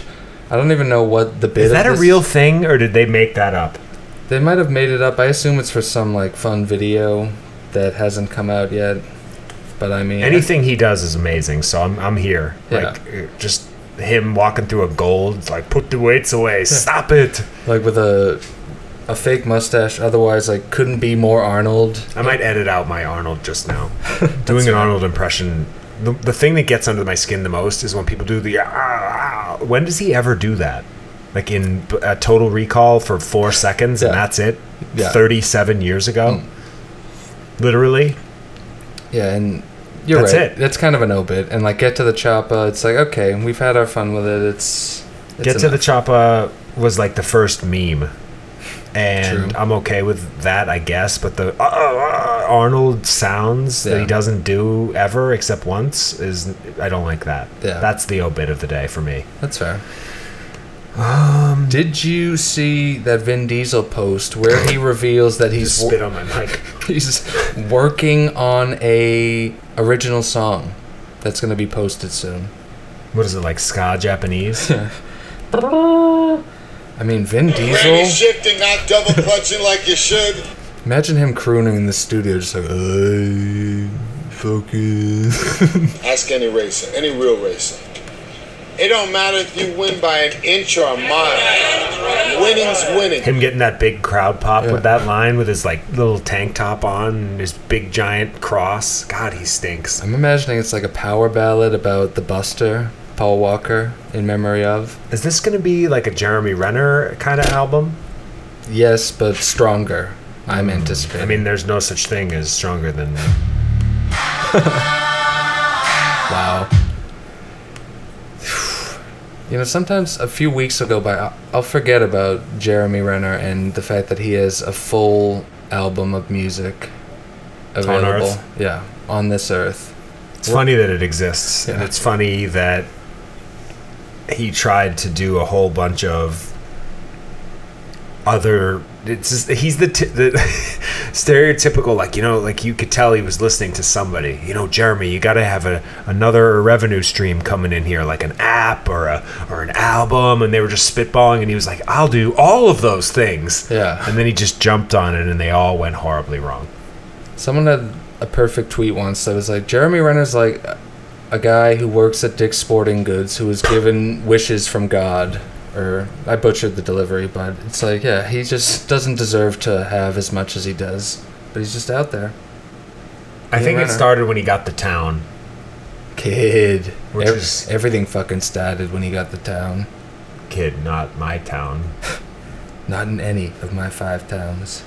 [SPEAKER 6] I don't even know what the bit
[SPEAKER 7] Is
[SPEAKER 6] of
[SPEAKER 7] that a
[SPEAKER 6] this-
[SPEAKER 7] real thing, or did they make that up?
[SPEAKER 6] They might have made it up. I assume it's for some like fun video that hasn't come out yet. But I mean,
[SPEAKER 7] Anything he does is amazing, so I'm I'm here.
[SPEAKER 6] Yeah.
[SPEAKER 7] Like uh, just him walking through a gold, it's like put the weights away, stop it.
[SPEAKER 6] like with a a fake mustache. Otherwise, like couldn't be more Arnold.
[SPEAKER 7] I might edit out my Arnold just now. Doing an Arnold impression. The, the thing that gets under my skin the most is when people do the. "Ah, ah." when does he ever do that? Like in uh, Total Recall for four seconds and
[SPEAKER 6] Yeah.
[SPEAKER 7] that's it?
[SPEAKER 6] Yeah. Mm.
[SPEAKER 7] 37 years ago? Literally?
[SPEAKER 6] Yeah, and you're
[SPEAKER 7] That's
[SPEAKER 6] right.
[SPEAKER 7] it.
[SPEAKER 6] That's kind of an obit. And like get to the choppa. It's like okay, we've had our fun with it. It's, it's
[SPEAKER 7] Get to the
[SPEAKER 6] enough.
[SPEAKER 7] Choppa was like the first meme. And
[SPEAKER 6] True.
[SPEAKER 7] I'm okay with that, I guess. But the uh, uh, uh, Arnold sounds that he
[SPEAKER 6] Yeah.
[SPEAKER 7] doesn't do ever except once is I don't like that.
[SPEAKER 6] Yeah.
[SPEAKER 7] That's the obit of the day for me.
[SPEAKER 6] That's fair. Um, Did you see that Vin Diesel post where he reveals that he's
[SPEAKER 7] Spit on my mic.
[SPEAKER 6] he's working on a original song that's going to be posted soon.
[SPEAKER 7] What is it like ska Japanese?
[SPEAKER 6] I mean, Vin
[SPEAKER 8] Randy
[SPEAKER 6] Diesel.
[SPEAKER 8] shifting, not double clutching like you should.
[SPEAKER 6] Imagine him crooning in the studio, just like, "Hey, fucking.
[SPEAKER 8] Ask any racer, any real racer. It don't matter if you win by an inch or a mile. Winning's winning.
[SPEAKER 7] Him getting that big crowd pop
[SPEAKER 6] Yeah.
[SPEAKER 7] with that line with his like little tank top on, and his big giant cross. God, he stinks.
[SPEAKER 6] I'm imagining it's like a power ballad about the Buster, Paul Walker in memory of.
[SPEAKER 7] Is this going to be like a Jeremy Renner kind of album?
[SPEAKER 6] Yes, but stronger. I'm anticipating.
[SPEAKER 7] Mm. I mean, there's no such thing as stronger than.
[SPEAKER 6] wow. You know, sometimes a few weeks will go by. I'll- I'll forget about Jeremy Renner and the fact that he has a full album of music available.
[SPEAKER 7] Earth?
[SPEAKER 6] Yeah, on this earth.
[SPEAKER 7] It's funny that it exists, and
[SPEAKER 6] Yeah.
[SPEAKER 7] it's funny that he tried to do a whole bunch of other. It's just, he's the, t- the stereotypical like you know like you could tell he was listening to somebody you know Jeremy you got to have a another revenue stream coming in here like an app or a or an album and they were just spitballing and he was like I'll do all of those things
[SPEAKER 6] Yeah.
[SPEAKER 7] and then he just jumped on it and they all went horribly wrong
[SPEAKER 6] Someone had a perfect tweet once that was like Jeremy Renner's like a- a guy who works at Dick's Sporting Goods who was given wishes from God. Or I butchered the delivery, but it's like, yeah, he just doesn't deserve to have as much as he does. But he's just out there.
[SPEAKER 7] I think it
[SPEAKER 6] Renner.
[SPEAKER 7] started when he got to town
[SPEAKER 6] Kid.
[SPEAKER 7] Which
[SPEAKER 6] Ev-
[SPEAKER 7] is-
[SPEAKER 6] Everything fucking started when he got to town.
[SPEAKER 7] kid, not my town.
[SPEAKER 6] Not in any of my five towns.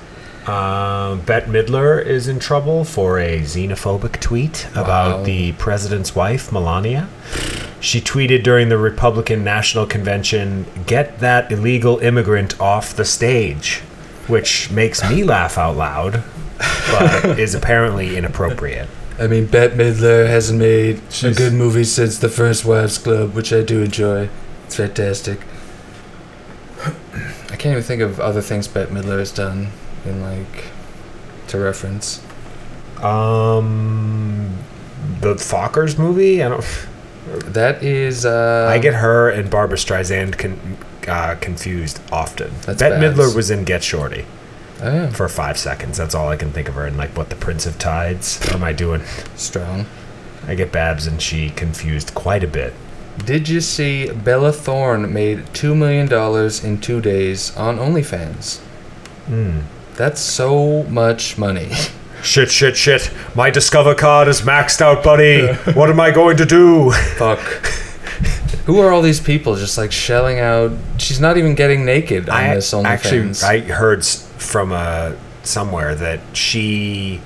[SPEAKER 7] Um, Bette Midler is in trouble for a xenophobic tweet about
[SPEAKER 6] Wow.
[SPEAKER 7] the president's wife, Melania. She tweeted during the Republican National Convention, Get that illegal immigrant off the stage, which makes me laugh out loud, but is apparently inappropriate.
[SPEAKER 6] I mean, Bette Midler hasn't made a
[SPEAKER 7] She's-
[SPEAKER 6] good movie since The First Wives Club, which I do enjoy. It's fantastic. I can't even think of other things Bette Midler has done in like to reference.
[SPEAKER 7] Um, the Fockers movie? I don't.
[SPEAKER 6] That is uh
[SPEAKER 7] I get her and Barbara Streisand con- uh, confused often.
[SPEAKER 6] That's
[SPEAKER 7] Bette
[SPEAKER 6] bad.
[SPEAKER 7] Midler was in Get Shorty
[SPEAKER 6] oh, yeah,
[SPEAKER 7] for five seconds. That's all I can think of her. And like, what the Prince of Tides? What am I doing?
[SPEAKER 6] strong.
[SPEAKER 7] I get Babs and she confused quite a bit.
[SPEAKER 6] Did you see Bella Thorne made two million dollars in two days on OnlyFans?
[SPEAKER 7] Hmm.
[SPEAKER 6] That's so much money.
[SPEAKER 7] Shit, shit, shit. My Discover card is maxed out, buddy. what am I going to do?
[SPEAKER 6] Fuck. Who are all these people just like shelling out? She's not even getting naked on
[SPEAKER 7] I
[SPEAKER 6] this OnlyFans.
[SPEAKER 7] actually I heard s- from uh, somewhere that she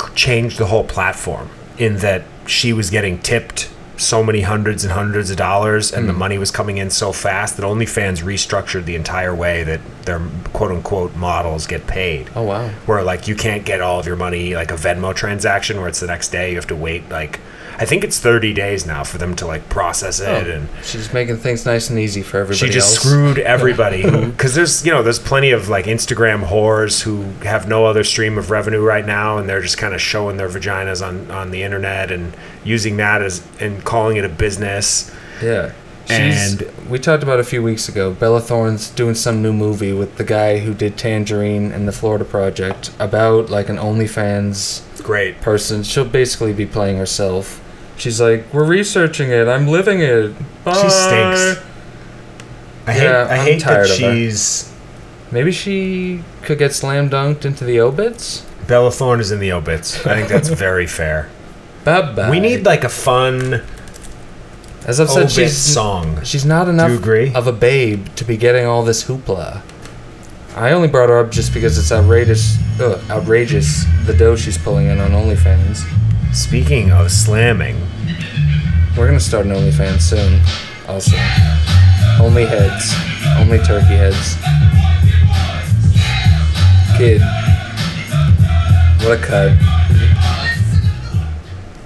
[SPEAKER 7] c- changed the whole platform in that she was getting tipped so many hundreds and hundreds of dollars and the
[SPEAKER 6] Hmm.
[SPEAKER 7] money was coming in so fast that OnlyFans restructured the entire way that their quote unquote models get paid.
[SPEAKER 6] Oh wow.
[SPEAKER 7] Where like you can't get all of your money like a Venmo transaction where it's the next day you have to wait like I think it's 30 days now for them to like process it
[SPEAKER 6] Oh.
[SPEAKER 7] and
[SPEAKER 6] She's making things nice and easy for everybody
[SPEAKER 7] she just
[SPEAKER 6] else.
[SPEAKER 7] screwed everybody because there's you know there's plenty of like Instagram whores who have no other stream of revenue right now and they're just kind of showing their vaginas on on the internet and using that as and calling it a business.
[SPEAKER 6] Yeah. She's,
[SPEAKER 7] And-
[SPEAKER 6] we talked about a few weeks ago. Bella Thorne's doing some new movie with the guy who did Tangerine and the Florida Project about like an OnlyFans
[SPEAKER 7] Great.
[SPEAKER 6] person. She'll basically be playing herself. She's like, we're researching it. I'm living it. Bye.
[SPEAKER 7] She stinks. I hate
[SPEAKER 6] Yeah,
[SPEAKER 7] I
[SPEAKER 6] I'm
[SPEAKER 7] hate
[SPEAKER 6] tired
[SPEAKER 7] that
[SPEAKER 6] of her.
[SPEAKER 7] she's
[SPEAKER 6] Maybe she could get slam dunked into the obits.
[SPEAKER 7] Bella Thorne is in the obits. I think that's very fair.
[SPEAKER 6] Bye bye.
[SPEAKER 7] We need like a fun
[SPEAKER 6] as I've said,
[SPEAKER 7] obit
[SPEAKER 6] she's
[SPEAKER 7] song.
[SPEAKER 6] She's not enough
[SPEAKER 7] you agree?
[SPEAKER 6] of a babe to be getting all this hoopla. I only brought her up just because it's outrageous, ugh, outrageous the dough she's pulling in on OnlyFans.
[SPEAKER 7] Speaking of slamming,
[SPEAKER 6] We're gonna start an OnlyFans soon, also. Only heads, only turkey heads. Kid, what a cut!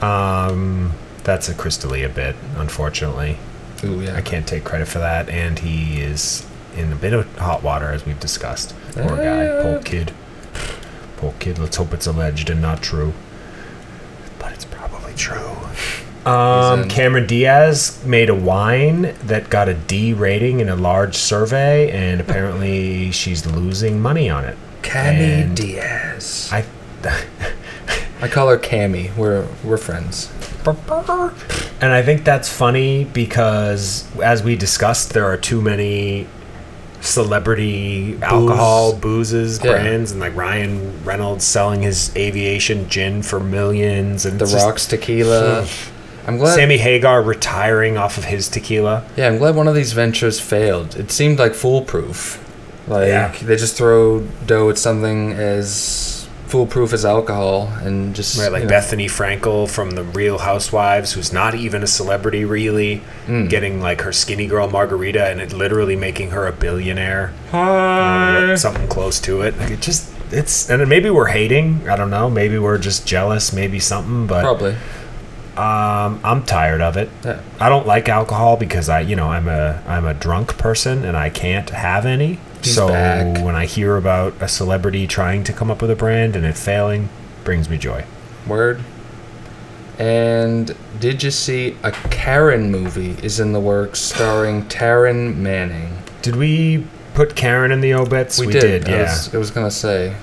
[SPEAKER 7] um, that's a Crystalia bit, unfortunately.
[SPEAKER 6] Ooh yeah,
[SPEAKER 7] I can't take credit for that, and he is in a bit of hot water, as we've discussed. Poor guy, poor kid. Poor kid, let's hope it's alleged and not true. But it's probably true. Um,
[SPEAKER 6] in.
[SPEAKER 7] Cameron Diaz made a wine that got a D rating in a large survey, and apparently she's losing money on it.
[SPEAKER 6] Cammy
[SPEAKER 7] And
[SPEAKER 6] Diaz.
[SPEAKER 7] I.
[SPEAKER 6] I call her Cammy. We're we're friends.
[SPEAKER 7] And I think that's funny because, as we discussed, there are too many celebrity alcohol boozes
[SPEAKER 6] Yeah.
[SPEAKER 7] brands, and like Ryan Reynolds selling his aviation gin for millions, and
[SPEAKER 6] The
[SPEAKER 7] it's just-
[SPEAKER 6] Rock's tequila. I'm glad.
[SPEAKER 7] Sammy Hagar retiring off of his tequila.
[SPEAKER 6] Yeah, I'm glad one of these ventures failed. It seemed like foolproof. Like
[SPEAKER 7] Yeah.
[SPEAKER 6] they just throw dough at something as foolproof as alcohol and just
[SPEAKER 7] Right, like
[SPEAKER 6] you know,
[SPEAKER 7] Bethany Frankel from The Real Housewives, who's not even a celebrity really,
[SPEAKER 6] Mm.
[SPEAKER 7] getting like her skinny girl margarita and it literally making her a billionaire. Hi. something close to it. Like it just, it's, and maybe we're hating. I don't know. Maybe we're just jealous. Maybe something. But
[SPEAKER 6] Probably.
[SPEAKER 7] um, I'm tired of it.
[SPEAKER 6] Yeah.
[SPEAKER 7] I don't like alcohol because I, you know, I'm a I'm a drunk person and I can't have any.
[SPEAKER 6] He's
[SPEAKER 7] so
[SPEAKER 6] back.
[SPEAKER 7] when I hear about a celebrity trying to come up with a brand and it failing, brings me joy.
[SPEAKER 6] Word. And did you see a Karen movie is in the works starring Taryn Manning?
[SPEAKER 7] Did we put Karen in the obits?
[SPEAKER 6] I
[SPEAKER 7] yeah.
[SPEAKER 6] was, I was gonna say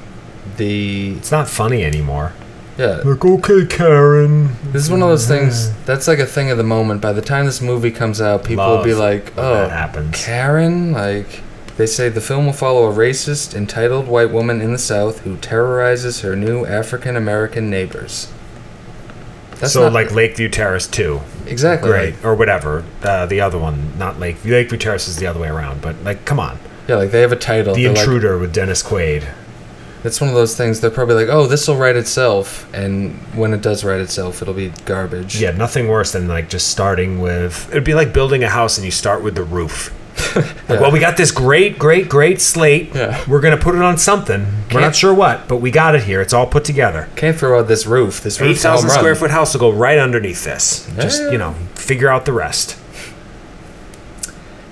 [SPEAKER 6] the
[SPEAKER 7] it's not funny anymore.
[SPEAKER 6] yeah.
[SPEAKER 7] Like, okay, Karen.
[SPEAKER 6] This is one of those things that's like a thing of the moment. By the time this movie comes out, people will be
[SPEAKER 7] Love
[SPEAKER 6] like,
[SPEAKER 7] when
[SPEAKER 6] "Oh,
[SPEAKER 7] that happens."
[SPEAKER 6] Karen." Like they say, the film will follow a racist, entitled white woman in the South who terrorizes her new African American neighbors. That's
[SPEAKER 7] so
[SPEAKER 6] not-
[SPEAKER 7] like Lakeview Terrace too.
[SPEAKER 6] exactly
[SPEAKER 7] Great.
[SPEAKER 6] like-
[SPEAKER 7] Or whatever. Uh, the other one, not Lakeview. Lakeview Terrace is the other way around, but like, come on.
[SPEAKER 6] yeah, like they have a title.
[SPEAKER 7] The
[SPEAKER 6] They're like-
[SPEAKER 7] Intruder with Dennis Quaid.
[SPEAKER 6] It's one of those things. They're probably like, "Oh, this will write itself," and when it does write itself, it'll be garbage.
[SPEAKER 7] Yeah, nothing worse than like just starting with. It'd be like building a house and you start with the roof. Like, well, we got this great, great, great slate.
[SPEAKER 6] Yeah.
[SPEAKER 7] We're gonna put it on something. We're
[SPEAKER 6] Can't-
[SPEAKER 7] not sure what, but we got it here. It's all put together.
[SPEAKER 6] Can't throw out this roof. This
[SPEAKER 7] Eight
[SPEAKER 6] roof's a home
[SPEAKER 7] thousand
[SPEAKER 6] run.
[SPEAKER 7] square foot house will go right underneath this. Just
[SPEAKER 6] Yeah.
[SPEAKER 7] you know, figure out the rest.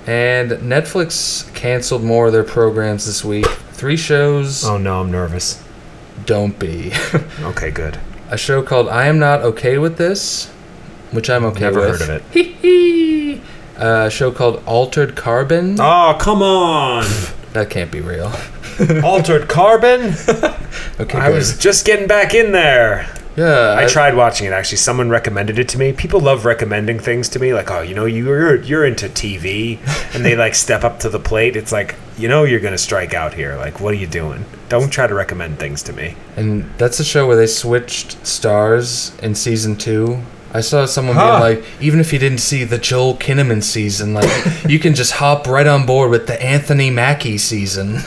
[SPEAKER 6] And Netflix canceled more of their programs this week. Three shows.
[SPEAKER 7] Oh no, I'm nervous.
[SPEAKER 6] Don't be.
[SPEAKER 7] Okay, good.
[SPEAKER 6] a show called I Am Not Okay With This, which I'm okay
[SPEAKER 7] Never
[SPEAKER 6] with.
[SPEAKER 7] heard of
[SPEAKER 6] it. Hee Uh, a show called Altered Carbon.
[SPEAKER 7] Oh come on,
[SPEAKER 6] That can't be real.
[SPEAKER 7] altered carbon.
[SPEAKER 6] Okay,
[SPEAKER 7] I
[SPEAKER 6] good.
[SPEAKER 7] was just getting back in there.
[SPEAKER 6] yeah.
[SPEAKER 7] I tried watching it actually. Someone recommended it to me. People love recommending things to me, like, oh, you know, you're you're into TV, and they like step up to the plate. It's like, you know, you're gonna strike out here. Like, what are you doing? Don't try to recommend things to me.
[SPEAKER 6] And that's a show where they switched stars in season two. I saw someone
[SPEAKER 7] Huh.
[SPEAKER 6] being like, even if you didn't see the Joel Kinnaman season, like you can just hop right on board with the Anthony Mackie season.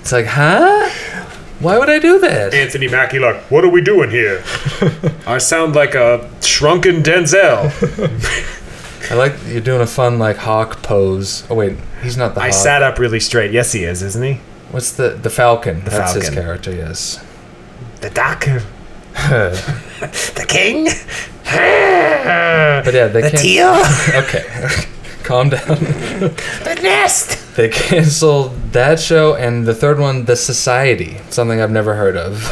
[SPEAKER 6] it's like, huh? Why would I do that?
[SPEAKER 7] Anthony Mackie, like, what are we doing here? I sound like a shrunken Denzel.
[SPEAKER 6] I like that you're doing a fun like hawk pose. Oh wait, he's not the
[SPEAKER 7] I
[SPEAKER 6] hawk.
[SPEAKER 7] sat up really straight. Yes, he is, isn't he?
[SPEAKER 6] What's the the Falcon? That's his
[SPEAKER 7] Falcon.
[SPEAKER 6] character. Yes.
[SPEAKER 7] The doctor, the king,
[SPEAKER 6] But yeah, they
[SPEAKER 7] the
[SPEAKER 6] can't.
[SPEAKER 7] teal,
[SPEAKER 6] Okay, calm down.
[SPEAKER 7] the nest.
[SPEAKER 6] They canceled that show and the third one, The Society, something I've never heard of.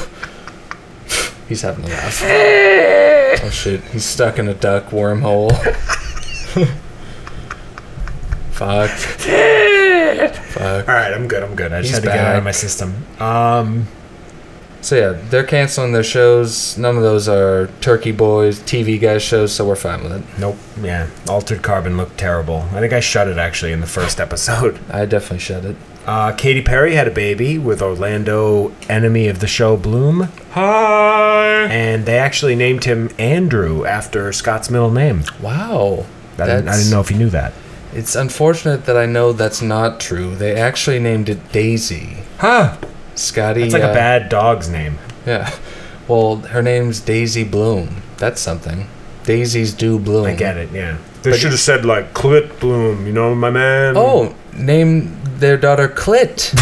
[SPEAKER 6] He's having a laugh. Oh shit, he's stuck in a duck wormhole. Fuck. Fuck.
[SPEAKER 7] All right, I'm good. I'm good. I just
[SPEAKER 6] He's
[SPEAKER 7] had to get it out
[SPEAKER 6] back.
[SPEAKER 7] of my system. Um,
[SPEAKER 6] So yeah, they're canceling their shows. None of those are Turkey Boys, TV guys shows, so we're fine with it.
[SPEAKER 7] Nope. Yeah. Altered Carbon looked terrible. I think I shut it actually in the first episode.
[SPEAKER 6] I definitely shut it.
[SPEAKER 7] Uh, Katy Perry had a baby with Orlando enemy of the show Bloom,
[SPEAKER 9] Hi.
[SPEAKER 7] and they actually named him Andrew after Scott's middle name.
[SPEAKER 6] Wow.
[SPEAKER 7] I didn't, I
[SPEAKER 6] That's-
[SPEAKER 7] didn't know if you knew that.
[SPEAKER 6] It's unfortunate that I know that's not true. They actually named it Daisy.
[SPEAKER 7] Huh?
[SPEAKER 6] Scotty.
[SPEAKER 7] It's like
[SPEAKER 6] uh,
[SPEAKER 7] a bad dog's name.
[SPEAKER 6] Yeah. Well, her name's Daisy Bloom. That's something. Daisies do bloom.
[SPEAKER 7] I get it. Yeah. They
[SPEAKER 6] Mm-hmm. But- should've
[SPEAKER 7] said like Clit Bloom. You know, my man.
[SPEAKER 6] Oh, name their daughter Clit.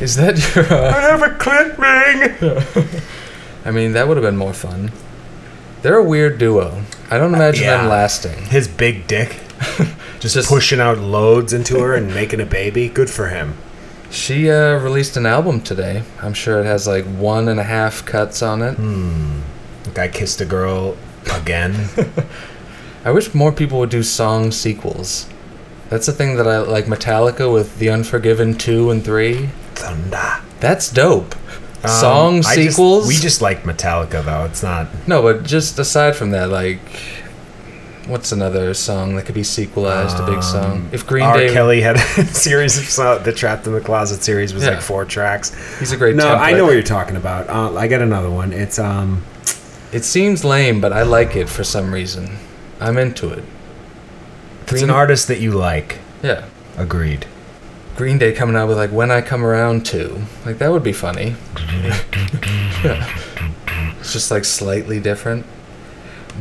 [SPEAKER 6] Is that your? Uh,
[SPEAKER 7] have a clit ring.
[SPEAKER 6] I mean, that would have been more fun. They're a weird duo. I don't imagine
[SPEAKER 7] Uh, yeah.
[SPEAKER 6] them lasting.
[SPEAKER 7] His big dick,
[SPEAKER 6] Just,
[SPEAKER 7] pushing out loads into her and making a baby. Good for him.
[SPEAKER 6] She uh, released an album today. I'm sure it has like one and a half cuts on it.
[SPEAKER 7] Hmm. Guy kissed a girl again.
[SPEAKER 6] I wish more people would do song sequels. That's the thing that I like Metallica with The Unforgiven 2 and 3.
[SPEAKER 7] Thunder.
[SPEAKER 6] That's dope.
[SPEAKER 7] Um,
[SPEAKER 6] song
[SPEAKER 7] I just-
[SPEAKER 6] sequels?
[SPEAKER 7] we just like Metallica though. It's not.
[SPEAKER 6] No, but just aside from that, like, what's another song that could be sequelized? a big song. If Green
[SPEAKER 7] Um, R.
[SPEAKER 6] Day,
[SPEAKER 7] Kelly had a series of songs. The Trapped in the Closet series was
[SPEAKER 6] Yeah.
[SPEAKER 7] like four tracks.
[SPEAKER 6] he's a great.
[SPEAKER 7] No, I
[SPEAKER 6] template.
[SPEAKER 7] know what you're talking about. Uh, I got another one. It's um.
[SPEAKER 6] It seems lame, but I like it for some reason. I'm into it.
[SPEAKER 7] It's an artist that you like.
[SPEAKER 6] Yeah.
[SPEAKER 7] Agreed.
[SPEAKER 6] Green Day coming out with like "When I Come Around" too. Like that would be funny. it's just like slightly different.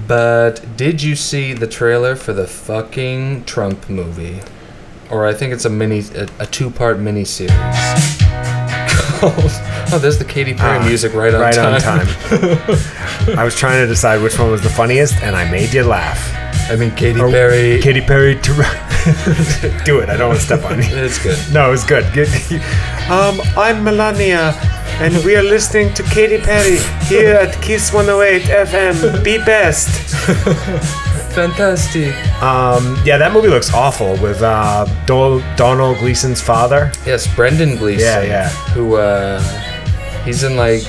[SPEAKER 6] But did you see the trailer for the fucking Trump movie? Or I think it's a mini, a, a two-part mini series. oh, there's the Katy Perry
[SPEAKER 7] Ah,
[SPEAKER 6] music right on
[SPEAKER 7] right
[SPEAKER 6] time.
[SPEAKER 7] on time. I was trying to decide which one was the funniest, and I made you laugh.
[SPEAKER 6] I mean, Katy
[SPEAKER 7] Or-
[SPEAKER 6] Perry.
[SPEAKER 7] Oh, Katy Perry. To... Do it. I don't want to step on you.
[SPEAKER 6] it's good.
[SPEAKER 7] No, it was good. Good. um, I'm Melania, and we are listening to Katy Perry here at Kiss 108 FM. Be best.
[SPEAKER 6] Fantastic.
[SPEAKER 7] Um, Yeah, that movie looks awful with uh, Dol- Donald Gleason's father.
[SPEAKER 6] Yes, Brendan Gleeson.
[SPEAKER 7] Yeah, yeah.
[SPEAKER 6] Who uh he's in like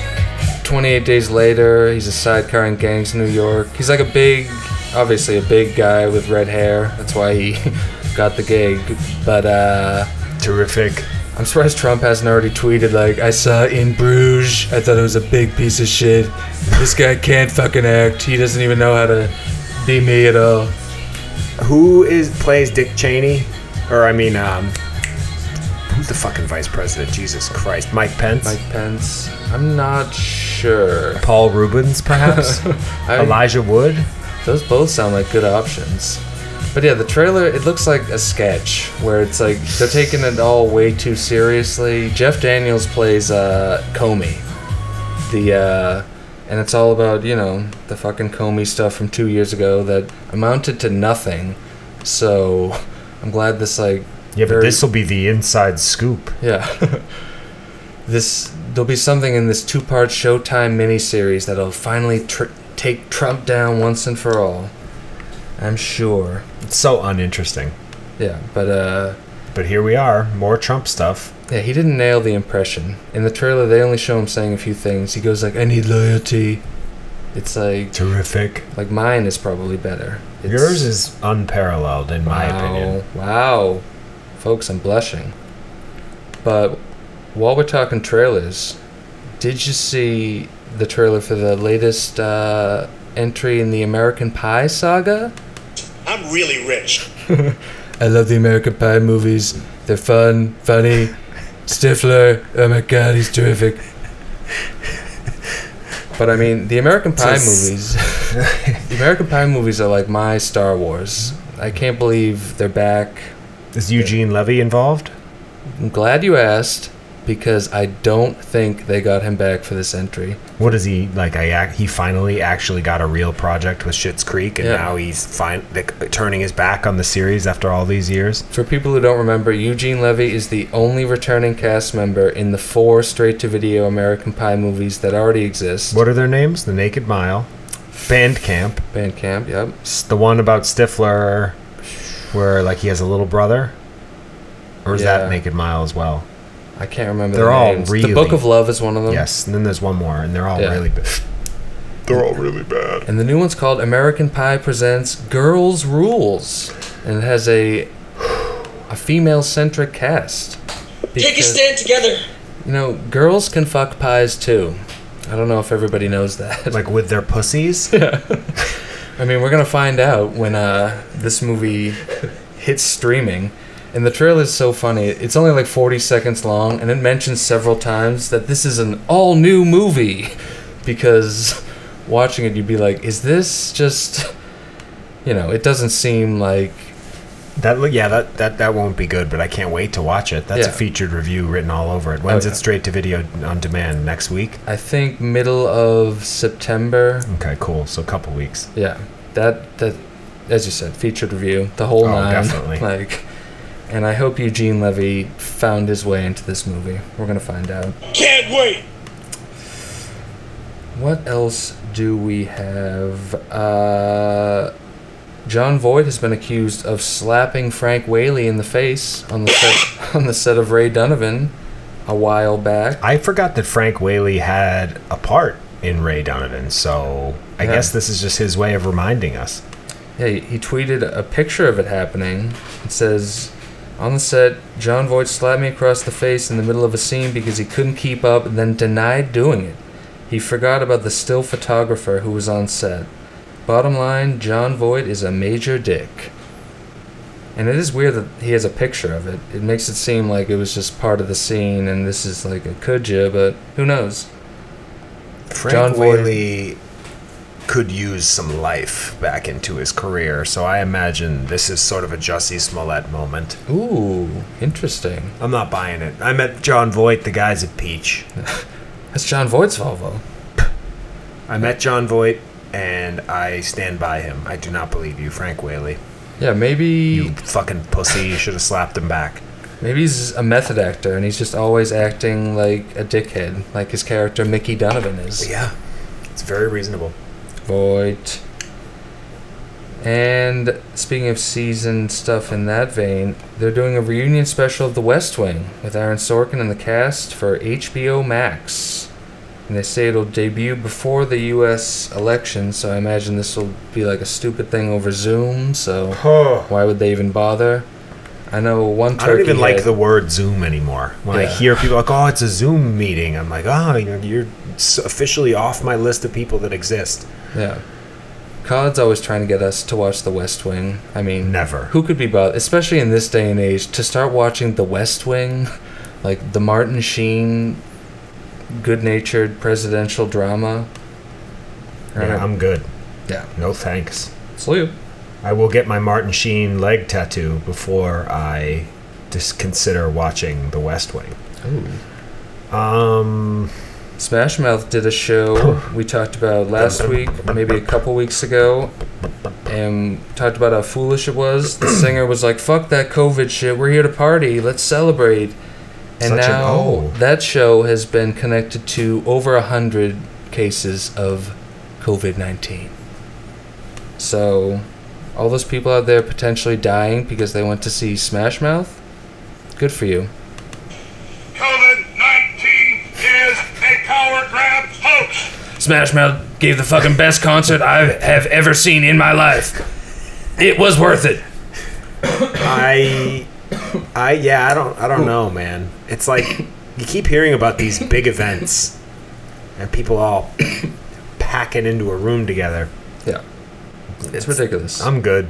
[SPEAKER 6] 28 Days Later, he's a sidecar in Gangs of New York. He's like a big obviously a big guy with red hair. That's why he got the gig. But uh
[SPEAKER 7] Terrific.
[SPEAKER 6] I'm surprised Trump hasn't already tweeted like I saw in Bruges. I thought it was a big piece of shit. This guy can't fucking act. He doesn't even know how to be me at all.
[SPEAKER 7] Who is plays Dick Cheney? Or I mean, um, who's the fucking vice president? Jesus Christ, Mike Pence,
[SPEAKER 6] Mike Pence. I'm not sure.
[SPEAKER 7] Paul Rubens, perhaps
[SPEAKER 6] I-
[SPEAKER 7] Elijah Wood.
[SPEAKER 6] Those both sound like good options. But yeah, the trailer, it looks like a sketch where it's like they're taking it all way too seriously. Jeff Daniels plays uh, Comey. The, uh, and it's all about, you know, the fucking Comey stuff from two years ago that amounted to nothing. So I'm glad this, like,
[SPEAKER 7] Yeah, but
[SPEAKER 6] very-
[SPEAKER 7] this will be the inside scoop.
[SPEAKER 6] yeah. this there'll be something in this two-part Showtime miniseries that'll finally tr- take Trump down once and for all. I'm sure.
[SPEAKER 7] It's so uninteresting.
[SPEAKER 6] Yeah, but uh
[SPEAKER 7] But here we are, more Trump stuff.
[SPEAKER 6] yeah, he didn't nail the impression. In the trailer they only show him saying a few things. He goes like, "I need loyalty." It's like
[SPEAKER 7] Terrific.
[SPEAKER 6] like mine is probably better. It's,
[SPEAKER 7] Yours is unparalleled, in my opinion.
[SPEAKER 6] Wow. Folks, I'm blushing. But while we're talking trailers, did you see the trailer for the latest uh, entry in the American Pie saga?
[SPEAKER 8] I'm really rich.
[SPEAKER 6] I love the American Pie movies. They're fun, funny. Stifler, oh my god, he's terrific. But I mean, the American Pie
[SPEAKER 7] Just-
[SPEAKER 6] movies. the American Pie movies are like my Star Wars. I can't believe they're back.
[SPEAKER 7] Is Eugene Levy involved?
[SPEAKER 6] I'm glad you asked because I don't think they got him back for this entry.
[SPEAKER 7] What is he like? I ac- he finally actually got a real project with Schitt's Creek, and
[SPEAKER 6] Yeah.
[SPEAKER 7] now he's fin- like, turning his back on the series after all these years.
[SPEAKER 6] For people who don't remember, Eugene Levy is the only returning cast member in the four straight to video American Pie movies that already exist.
[SPEAKER 7] What are their names? The Naked Mile, Bandcamp,
[SPEAKER 6] Bandcamp, yep.
[SPEAKER 7] s- the one about Stifler, where like he has a little brother, or is
[SPEAKER 6] Yeah.
[SPEAKER 7] that Naked Mile as well?
[SPEAKER 6] I can't remember
[SPEAKER 7] They're
[SPEAKER 6] their
[SPEAKER 7] all
[SPEAKER 6] names. The
[SPEAKER 7] really-
[SPEAKER 6] Book of Love is one of them.
[SPEAKER 7] Yes, and then there's one more, and they're all
[SPEAKER 6] Um, Yeah.
[SPEAKER 7] really. b- They're all really bad.
[SPEAKER 6] And the new one's called American Pie Presents Girls Rules. And it has a a female centric cast.
[SPEAKER 3] Take a
[SPEAKER 6] Because-
[SPEAKER 3] stand together.
[SPEAKER 6] You know, girls can fuck pies too. I don't know if everybody knows that.
[SPEAKER 7] Like with their pussies.
[SPEAKER 6] I mean, we're gonna find out when uh, this movie hits streaming. And the trailer is so funny. It's only like 40 seconds long, and it mentions several times that this is an all new movie. Because watching it, you'd be like, is this just. You know, it doesn't seem like.
[SPEAKER 7] That lo- yeah, that, that that won't be good, but I can't wait to watch it. That's
[SPEAKER 6] Yeah.
[SPEAKER 7] a featured review written all over it. When's
[SPEAKER 6] Oh, yeah.
[SPEAKER 7] it straight to video on demand next week?
[SPEAKER 6] I think middle of September.
[SPEAKER 7] Okay, cool. So a couple weeks.
[SPEAKER 6] Yeah, that that as you said, featured review, the whole
[SPEAKER 7] Oh,
[SPEAKER 6] nine.
[SPEAKER 7] definitely.
[SPEAKER 6] Like, and I hope Eugene Levy found his way into this movie. We're gonna find out.
[SPEAKER 8] Can't wait.
[SPEAKER 6] What else do we have? Uh, John Voight has been accused of slapping Frank Whaley in the face on the set, on the set of Ray Donovan a while back.
[SPEAKER 7] I forgot that Frank Whaley had a part in Ray Donovan, so I
[SPEAKER 6] Yeah.
[SPEAKER 7] guess this is just his way of reminding us.
[SPEAKER 6] Yeah, he- he tweeted a picture of it happening. It says, on the set, John Voight slapped me across the face in the middle of a scene because he couldn't keep up and then denied doing it. He forgot about the still photographer who was on set. Bottom line, John Voight is a major dick. And it is weird that he has a picture of it. It makes it seem like it was just part of the scene and this is like a kudja, but who knows?
[SPEAKER 7] Frank
[SPEAKER 6] John Voight-
[SPEAKER 7] Whaley could use some life back into his career, so I imagine this is sort of a Jussie Smollett moment.
[SPEAKER 6] Ooh, interesting.
[SPEAKER 7] I'm not buying it. I met John Voight, the guys at Peach.
[SPEAKER 6] That's John Voight's Volvo.
[SPEAKER 7] I met John Voight, and I stand by him. I do not believe you, Frank Whaley.
[SPEAKER 6] Yeah, maybe
[SPEAKER 7] You fucking pussy. You should have slapped him back.
[SPEAKER 6] maybe he's a method actor and he's just always acting like a dickhead, like his character Mickey Donovan is.
[SPEAKER 7] Yeah, it's very reasonable.
[SPEAKER 6] Voight. And speaking of season stuff in that vein, they're doing a reunion special of The West Wing with Aaron Sorkin and the cast for HBO Max. And they say it'll debut before the US election, so I imagine this will be like a stupid thing over Zoom, so why would they even bother? I know one
[SPEAKER 7] I
[SPEAKER 6] turkey
[SPEAKER 7] don't even like
[SPEAKER 6] head-
[SPEAKER 7] the word Zoom anymore. When I
[SPEAKER 6] Yeah.
[SPEAKER 7] hear people like, "Oh, it's a Zoom meeting," I'm like, "Oh, you're, you're s- officially off my list of people that exist."
[SPEAKER 6] Yeah. COD's always trying to get us to watch The West Wing. I mean,
[SPEAKER 7] Never.
[SPEAKER 6] Who could be bothered, especially in this day and age, to start watching The West Wing, like the Martin Sheen, good-natured presidential drama?
[SPEAKER 7] Yeah, I'm good.
[SPEAKER 6] Yeah.
[SPEAKER 7] No thanks.
[SPEAKER 6] Salute.
[SPEAKER 7] I will get my Martin Sheen leg tattoo before I just consider watching The West Wing. Um,
[SPEAKER 6] Smash Mouth did a show we talked about last week, maybe a couple weeks ago, and talked about how foolish it was. The singer was like, "Fuck that COVID shit. We're here to party. Let's celebrate." And
[SPEAKER 7] Such an
[SPEAKER 6] now
[SPEAKER 7] O.
[SPEAKER 6] that show has been connected to over a hundred cases of COVID nineteen. So, all those people out there potentially dying because they went to see Smash Mouth. Good for you.
[SPEAKER 2] COVID 19 is a power grab hoax.
[SPEAKER 6] Smash Mouth gave the fucking best concert I have ever seen in my life. It was worth it.
[SPEAKER 7] I, I yeah, I don't, I don't know, man. It's like you keep hearing about these big events, and people all packing into a room together.
[SPEAKER 6] Yeah, it's ridiculous.
[SPEAKER 7] I'm good.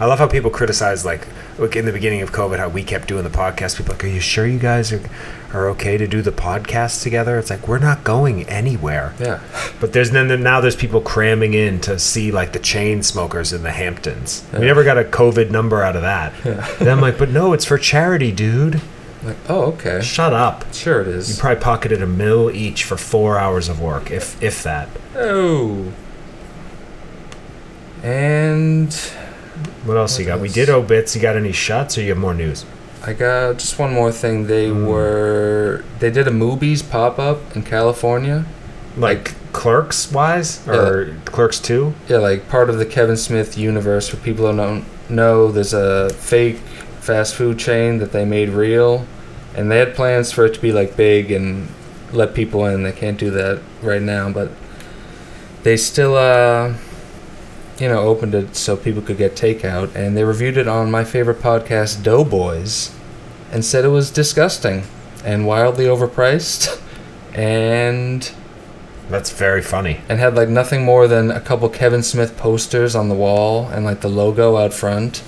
[SPEAKER 7] I love how people criticize like look in the beginning of COVID how we kept doing the podcast. People are like, are you sure you guys are are okay to do the podcast together? It's like we're not going anywhere.
[SPEAKER 6] yeah,
[SPEAKER 7] But there's then there- now there's people cramming in to see like the chain smokers in the Hamptons. We never got a COVID number out of that. Then I'm like, but no, it's for charity, dude.
[SPEAKER 6] like oh okay,
[SPEAKER 7] Shut up.
[SPEAKER 6] sure it
[SPEAKER 7] You
[SPEAKER 6] is.
[SPEAKER 7] probably pocketed a mill each for four hours of work, if if that.
[SPEAKER 6] Oh, and
[SPEAKER 7] What else you got? We did obits. You got any shots, or you have more news?
[SPEAKER 6] I got just one more thing. They were they did a movies pop up in California.
[SPEAKER 7] like clerks wise or clerks 2
[SPEAKER 6] Yeah, like part of the Kevin Smith universe for people who don't know, there's a fake fast food chain that they made real, and they had plans for it to be like big and let people in. They can't do that right now, but they still, uh, you know, opened it so people could get takeout, and they reviewed it on my favorite podcast, Doughboys, and said it was disgusting and wildly overpriced, and
[SPEAKER 7] that's very funny
[SPEAKER 6] and had like nothing more than a couple Kevin Smith posters on the wall and like the logo out front.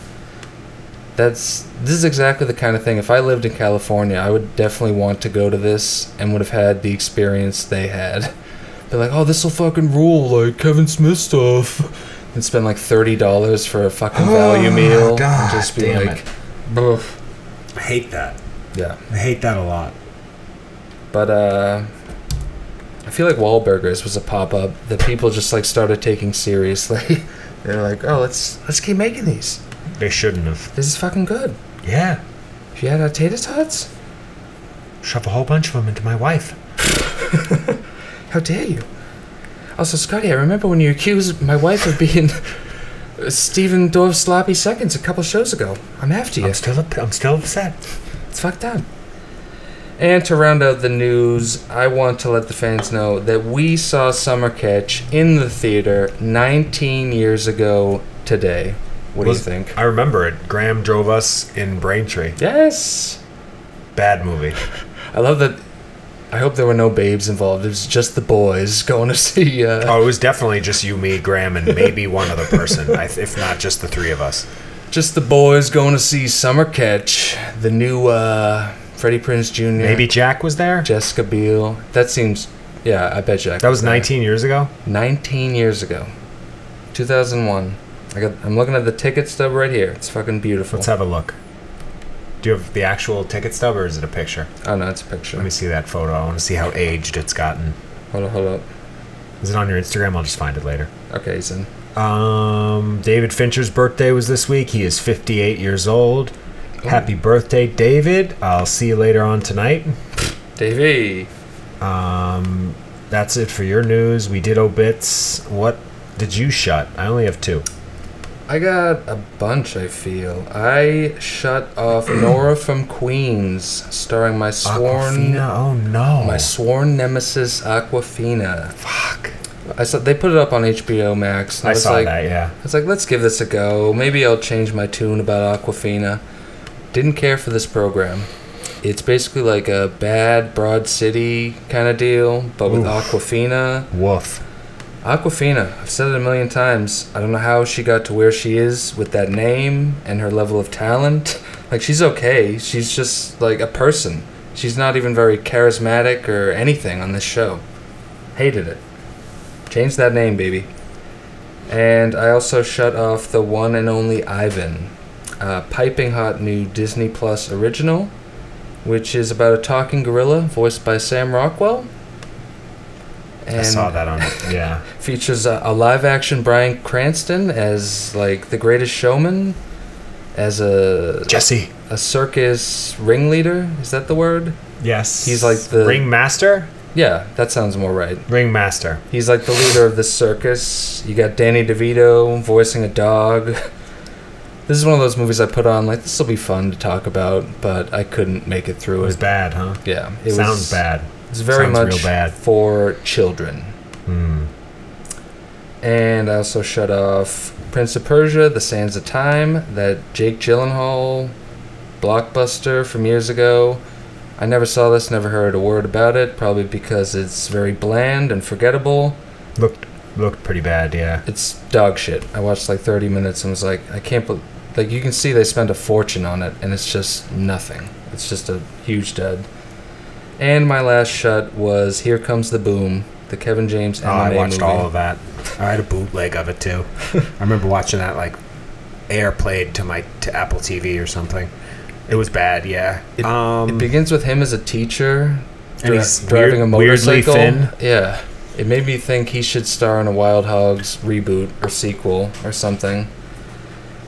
[SPEAKER 6] That's this is exactly the kind of thing. If I lived in California, I would definitely want to go to this and would have had the experience they had. Be like, oh, this will fucking rule, like Kevin Smith stuff, and spend like thirty dollars for a fucking value meal. and
[SPEAKER 7] God
[SPEAKER 6] just be
[SPEAKER 7] damn
[SPEAKER 6] like,
[SPEAKER 7] it.
[SPEAKER 6] "Boof."
[SPEAKER 7] i hate that
[SPEAKER 6] yeah.
[SPEAKER 7] i hate that a lot
[SPEAKER 6] But uh I feel like Wahlburgers was a pop up that people just like started taking seriously. They're like, oh, let's let's keep making these.
[SPEAKER 7] they shouldn't have
[SPEAKER 6] This is fucking good.
[SPEAKER 7] yeah
[SPEAKER 6] If you had uh, tater tots,
[SPEAKER 7] shove a whole bunch of them into my wife
[SPEAKER 6] how dare you? Also, Scotty, I remember when you accused my wife of being Steven Dorff sloppy seconds a couple shows ago. I'm after you.
[SPEAKER 7] i'm still up, i'm still upset
[SPEAKER 6] It's fucked up. And to round out the news, I want to let the fans know that we saw Summer Catch in the theater 19 years ago today. What
[SPEAKER 7] Was-
[SPEAKER 6] do you think?
[SPEAKER 7] i remember it graham drove us in braintree
[SPEAKER 6] Yes!
[SPEAKER 7] bad movie
[SPEAKER 6] I love that. I I hope there were no babes involved. It was just the boys going to see. Uh,
[SPEAKER 7] Oh, it was definitely just you, me, Graham, and maybe one other person, I- if not just the three of us.
[SPEAKER 6] Just the boys going to see Summer Catch, the new uh, Freddie Prince Jr.
[SPEAKER 7] Maybe Jack was there.
[SPEAKER 6] Jessica Biel. That seems. Yeah, I bet Jack.
[SPEAKER 7] That was
[SPEAKER 6] there.
[SPEAKER 7] 19 years ago.
[SPEAKER 6] 19 years ago, 2001. I got. I'm looking at the ticket stub right here. It's fucking beautiful.
[SPEAKER 7] Let's have a look. Do you have the actual ticket stub or is it a picture?
[SPEAKER 6] Oh no, it's a
[SPEAKER 7] Let
[SPEAKER 6] picture.
[SPEAKER 7] me see that photo. I want to see how aged it's gotten.
[SPEAKER 6] Hold up, hold up.
[SPEAKER 7] Is it on your Instagram? I'll just find it later.
[SPEAKER 6] Okay, he's in.
[SPEAKER 7] Um, David Fincher's birthday was this week. He is 58 years old. Happy birthday, David. I'll see you later on tonight.
[SPEAKER 6] Davey.
[SPEAKER 7] Um, that's it for your news. We did obits. What did you shut? I only have two.
[SPEAKER 6] I got a bunch. I feel I shut off Nora from Queens, starring my sworn
[SPEAKER 7] Aquafina? Oh no.
[SPEAKER 6] my sworn nemesis Aquafina.
[SPEAKER 7] Fuck.
[SPEAKER 6] I saw they put it up on HBO Max. and
[SPEAKER 7] I
[SPEAKER 6] was
[SPEAKER 7] saw
[SPEAKER 6] like,
[SPEAKER 7] that. Yeah.
[SPEAKER 6] I was like, let's give this a go. Maybe I'll change my tune about Aquafina. Didn't care for this program. It's basically like a bad Broad City kind of deal, but with
[SPEAKER 7] Oof.
[SPEAKER 6] Aquafina.
[SPEAKER 7] Woof.
[SPEAKER 6] Aquafina, I've said it a million times. I don't know how she got to where she is with that name and her level of talent. Like, she's okay. She's just like a person. She's not even very charismatic or anything on this show. Hated it. Change that name, baby. And I also shut off the one and only Ivan, a piping hot new Disney Plus original, which is about a talking gorilla voiced by Sam Rockwell. And
[SPEAKER 7] I saw that on. Yeah.
[SPEAKER 6] features a, a live action Brian Cranston as like the greatest showman, as a
[SPEAKER 7] Jesse.
[SPEAKER 6] a circus ringleader. Is that the word?
[SPEAKER 7] Yes.
[SPEAKER 6] He's like the-
[SPEAKER 7] ringmaster.
[SPEAKER 6] Yeah, that sounds more right.
[SPEAKER 7] Ringmaster.
[SPEAKER 6] He's like the leader of the circus. You got Danny DeVito voicing a dog. This is one of those movies I put on like this will be fun to talk about, but I couldn't make it through
[SPEAKER 7] It
[SPEAKER 6] it.
[SPEAKER 7] was bad, huh?
[SPEAKER 6] yeah, it was-
[SPEAKER 7] Sounds bad.
[SPEAKER 6] It's very
[SPEAKER 7] Sounds
[SPEAKER 6] much
[SPEAKER 7] real bad. Hmm.
[SPEAKER 6] for children. And I also shut off Prince of Persia, The Sands of Time, that Jake Gyllenhaal blockbuster from years ago. I never saw this, never heard a word about it, probably because it's very bland and forgettable.
[SPEAKER 7] Looked looked pretty bad. Yeah.
[SPEAKER 6] It's dog shit. I watched like 30 minutes and was like, I can't believe. Like, you can see they spent a fortune on it, and it's just nothing. It's just a huge dud. And my last shut was Here Comes the Boom, the Kevin James
[SPEAKER 7] Oh,
[SPEAKER 6] anime
[SPEAKER 7] I watched
[SPEAKER 6] movie.
[SPEAKER 7] all of that. I had a bootleg of it too. I remember watching that like airplayed to my to Apple TV or something. It was bad. Yeah.
[SPEAKER 6] It,
[SPEAKER 7] um.
[SPEAKER 6] it begins with him as a teacher,
[SPEAKER 7] and
[SPEAKER 6] dri-
[SPEAKER 7] he's weird, weirdly thin.
[SPEAKER 6] Yeah, it made me think he should star in a Wild Hogs reboot or sequel or something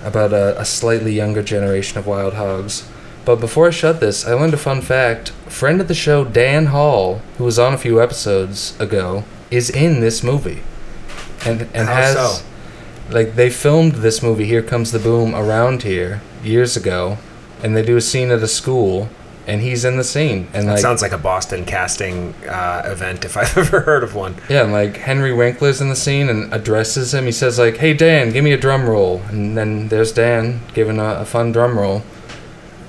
[SPEAKER 6] about a, a slightly younger generation of Wild Hogs. But before I shut this, I learned a fun fact. Friend of the show Dan Hall, who was on a few episodes ago, is in this movie, and and
[SPEAKER 7] How
[SPEAKER 6] has
[SPEAKER 7] so?
[SPEAKER 6] like they filmed this movie here comes the boom around here years ago and they do a scene at a school and he's in the scene and
[SPEAKER 7] That
[SPEAKER 6] like
[SPEAKER 7] sounds like a Boston casting uh, event if I've ever heard of one.
[SPEAKER 6] yeah and like henry winkler's in the scene and addresses him he says like hey dan give me a drum roll and then there's dan giving a, a fun drum roll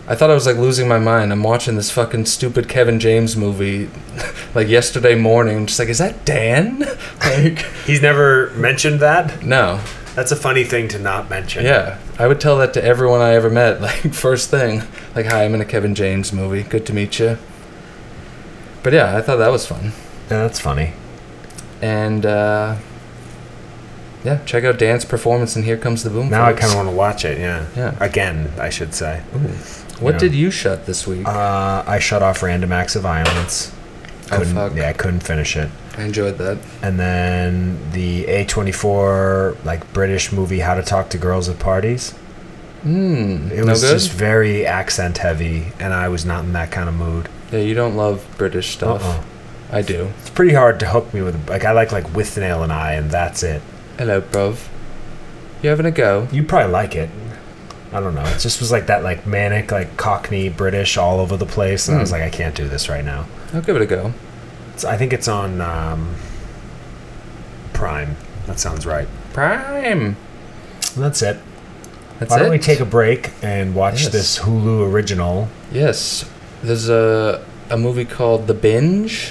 [SPEAKER 6] i thought i was like losing my mind i'm watching this fucking stupid kevin james movie like yesterday morning i'm just like is that dan like
[SPEAKER 7] He's never mentioned that.
[SPEAKER 6] no
[SPEAKER 7] That's a funny thing to not mention.
[SPEAKER 6] Yeah, I would tell that to everyone I ever met. Like first thing, like hi, I'm in a Kevin James movie. Good to meet you. But yeah, I thought that was fun.
[SPEAKER 7] Yeah, that's funny.
[SPEAKER 6] And uh, yeah, check out Dan's performance in Here Comes the Boom.
[SPEAKER 7] Now I
[SPEAKER 6] folks.
[SPEAKER 7] kind of want to watch it. Yeah.
[SPEAKER 6] Yeah.
[SPEAKER 7] Again, I should say.
[SPEAKER 6] What
[SPEAKER 7] yeah.
[SPEAKER 6] did you shut this week?
[SPEAKER 7] Uh, I shut off random acts of violence.
[SPEAKER 6] Oh,
[SPEAKER 7] Couldn't,
[SPEAKER 6] fuck.
[SPEAKER 7] Yeah, I couldn't finish it.
[SPEAKER 6] I enjoyed that.
[SPEAKER 7] And then the A24 like British movie How to Talk to Girls at Parties.
[SPEAKER 6] Hmm.
[SPEAKER 7] It
[SPEAKER 6] no
[SPEAKER 7] was
[SPEAKER 6] good.
[SPEAKER 7] just very accent heavy, and I was not in that kind of mood.
[SPEAKER 6] yeah, you don't love British stuff.
[SPEAKER 7] Uh-uh.
[SPEAKER 6] I do.
[SPEAKER 7] It's pretty hard to hook me with like I like like with nail and eye, and that's it.
[SPEAKER 6] Hello, bruv. You having a go?
[SPEAKER 7] You probably like it. I don't know. It just was like that, like manic, like Cockney British all over the place, and I
[SPEAKER 6] Hmm.
[SPEAKER 7] was like, I can't do this right now.
[SPEAKER 6] I'll give it a go.
[SPEAKER 7] It's, I think it's on um, Prime. That sounds right.
[SPEAKER 6] Prime.
[SPEAKER 7] And that's it.
[SPEAKER 6] That's
[SPEAKER 7] Why don't
[SPEAKER 6] it.
[SPEAKER 7] we take a break and watch
[SPEAKER 6] Yes.
[SPEAKER 7] this Hulu original?
[SPEAKER 6] Yes, there's a a movie called The Binge,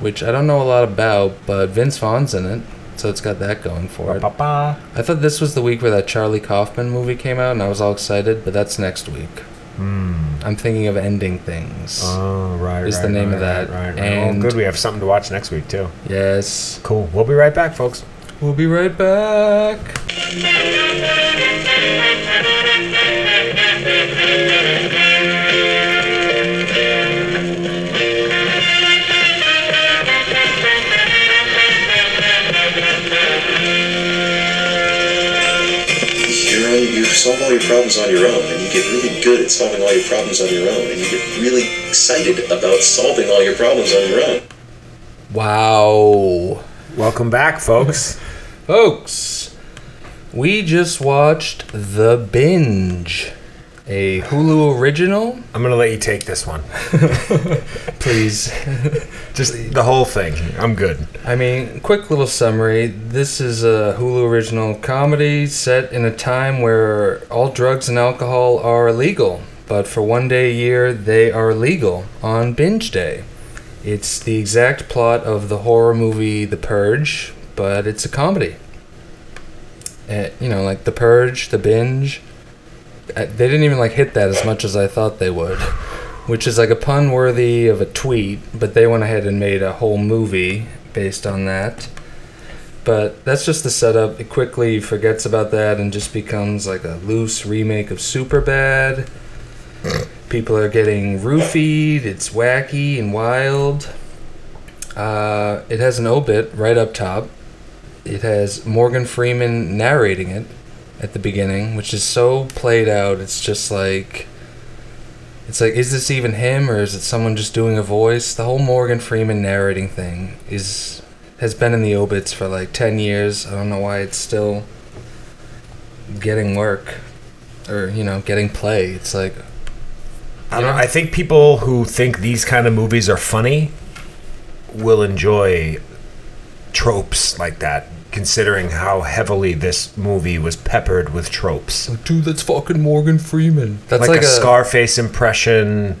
[SPEAKER 6] which I don't know a lot about, but Vince Vaughn's in it, so it's got that going for it.
[SPEAKER 7] Papa.
[SPEAKER 6] I thought this was the week where that Charlie Kaufman movie came out, and I was all excited, but that's next week. I'm thinking of ending things.
[SPEAKER 7] Oh, right.
[SPEAKER 6] Is
[SPEAKER 7] right,
[SPEAKER 6] the name
[SPEAKER 7] right,
[SPEAKER 6] of that.
[SPEAKER 7] Right, right, right.
[SPEAKER 6] And-
[SPEAKER 7] oh, good. We have something to watch next week, too.
[SPEAKER 6] yes.
[SPEAKER 7] Cool. We'll be right back, folks.
[SPEAKER 6] We'll be right back.
[SPEAKER 10] You're on, you solve all your problems on your own, and you get really good at solving all your problems on your own, and you get really excited about solving all your problems on your own.
[SPEAKER 6] Wow.
[SPEAKER 7] Welcome back, folks.
[SPEAKER 6] Folks, we just watched The Binge, a Hulu original.
[SPEAKER 7] I'm going to let you take this one.
[SPEAKER 6] Please.
[SPEAKER 7] Just the whole thing. I'm good.
[SPEAKER 6] I mean, quick little summary. This is a Hulu original comedy set in a time where all drugs and alcohol are illegal, but for one day a year, they are legal on binge day. It's the exact plot of the horror movie The Purge, but it's a comedy. Eh, you know, like The Purge, The Binge. Eh, They didn't even like hit that as much as I thought they would, which is like a pun worthy of a tweet, but they went ahead and made a whole movie based on that. But that's just the setup. It quickly forgets about that and just becomes like a loose remake of Superbad. People are getting roofied. It's wacky and wild. Uh, it has an obit right up top. It has Morgan Freeman narrating it at the beginning, which is so played out. It's just like. It's like, is this even him or is it someone just doing a voice? The whole Morgan Freeman narrating thing is has been in the obits for like 10 years. I don't know why it's still getting work or, you know, getting play. It's like
[SPEAKER 7] I don't. I think people who think these kind of movies are funny will enjoy tropes like that, considering how heavily this movie was peppered with tropes, like,
[SPEAKER 6] dude, that's fucking Morgan Freeman. That's like,
[SPEAKER 7] a, Scarface impression.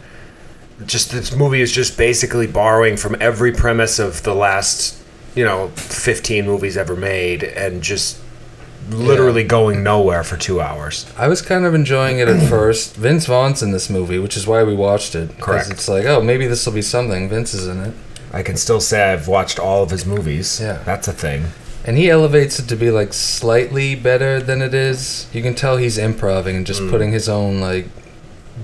[SPEAKER 7] Just this movie is just basically borrowing from every premise of the last, you know, fifteen movies ever made, and just literally going nowhere for two hours.
[SPEAKER 6] I was kind of enjoying it at first. Vince Vaughn's in this movie, which is why we watched it. 'cause
[SPEAKER 7] Correct.
[SPEAKER 6] It's like, oh, maybe this will be something. Vince is in it.
[SPEAKER 7] I can still say I've watched all of his movies.
[SPEAKER 6] Yeah.
[SPEAKER 7] that's a thing.
[SPEAKER 6] And he elevates it to be like slightly better than it is. You can tell he's improvising and just putting his own like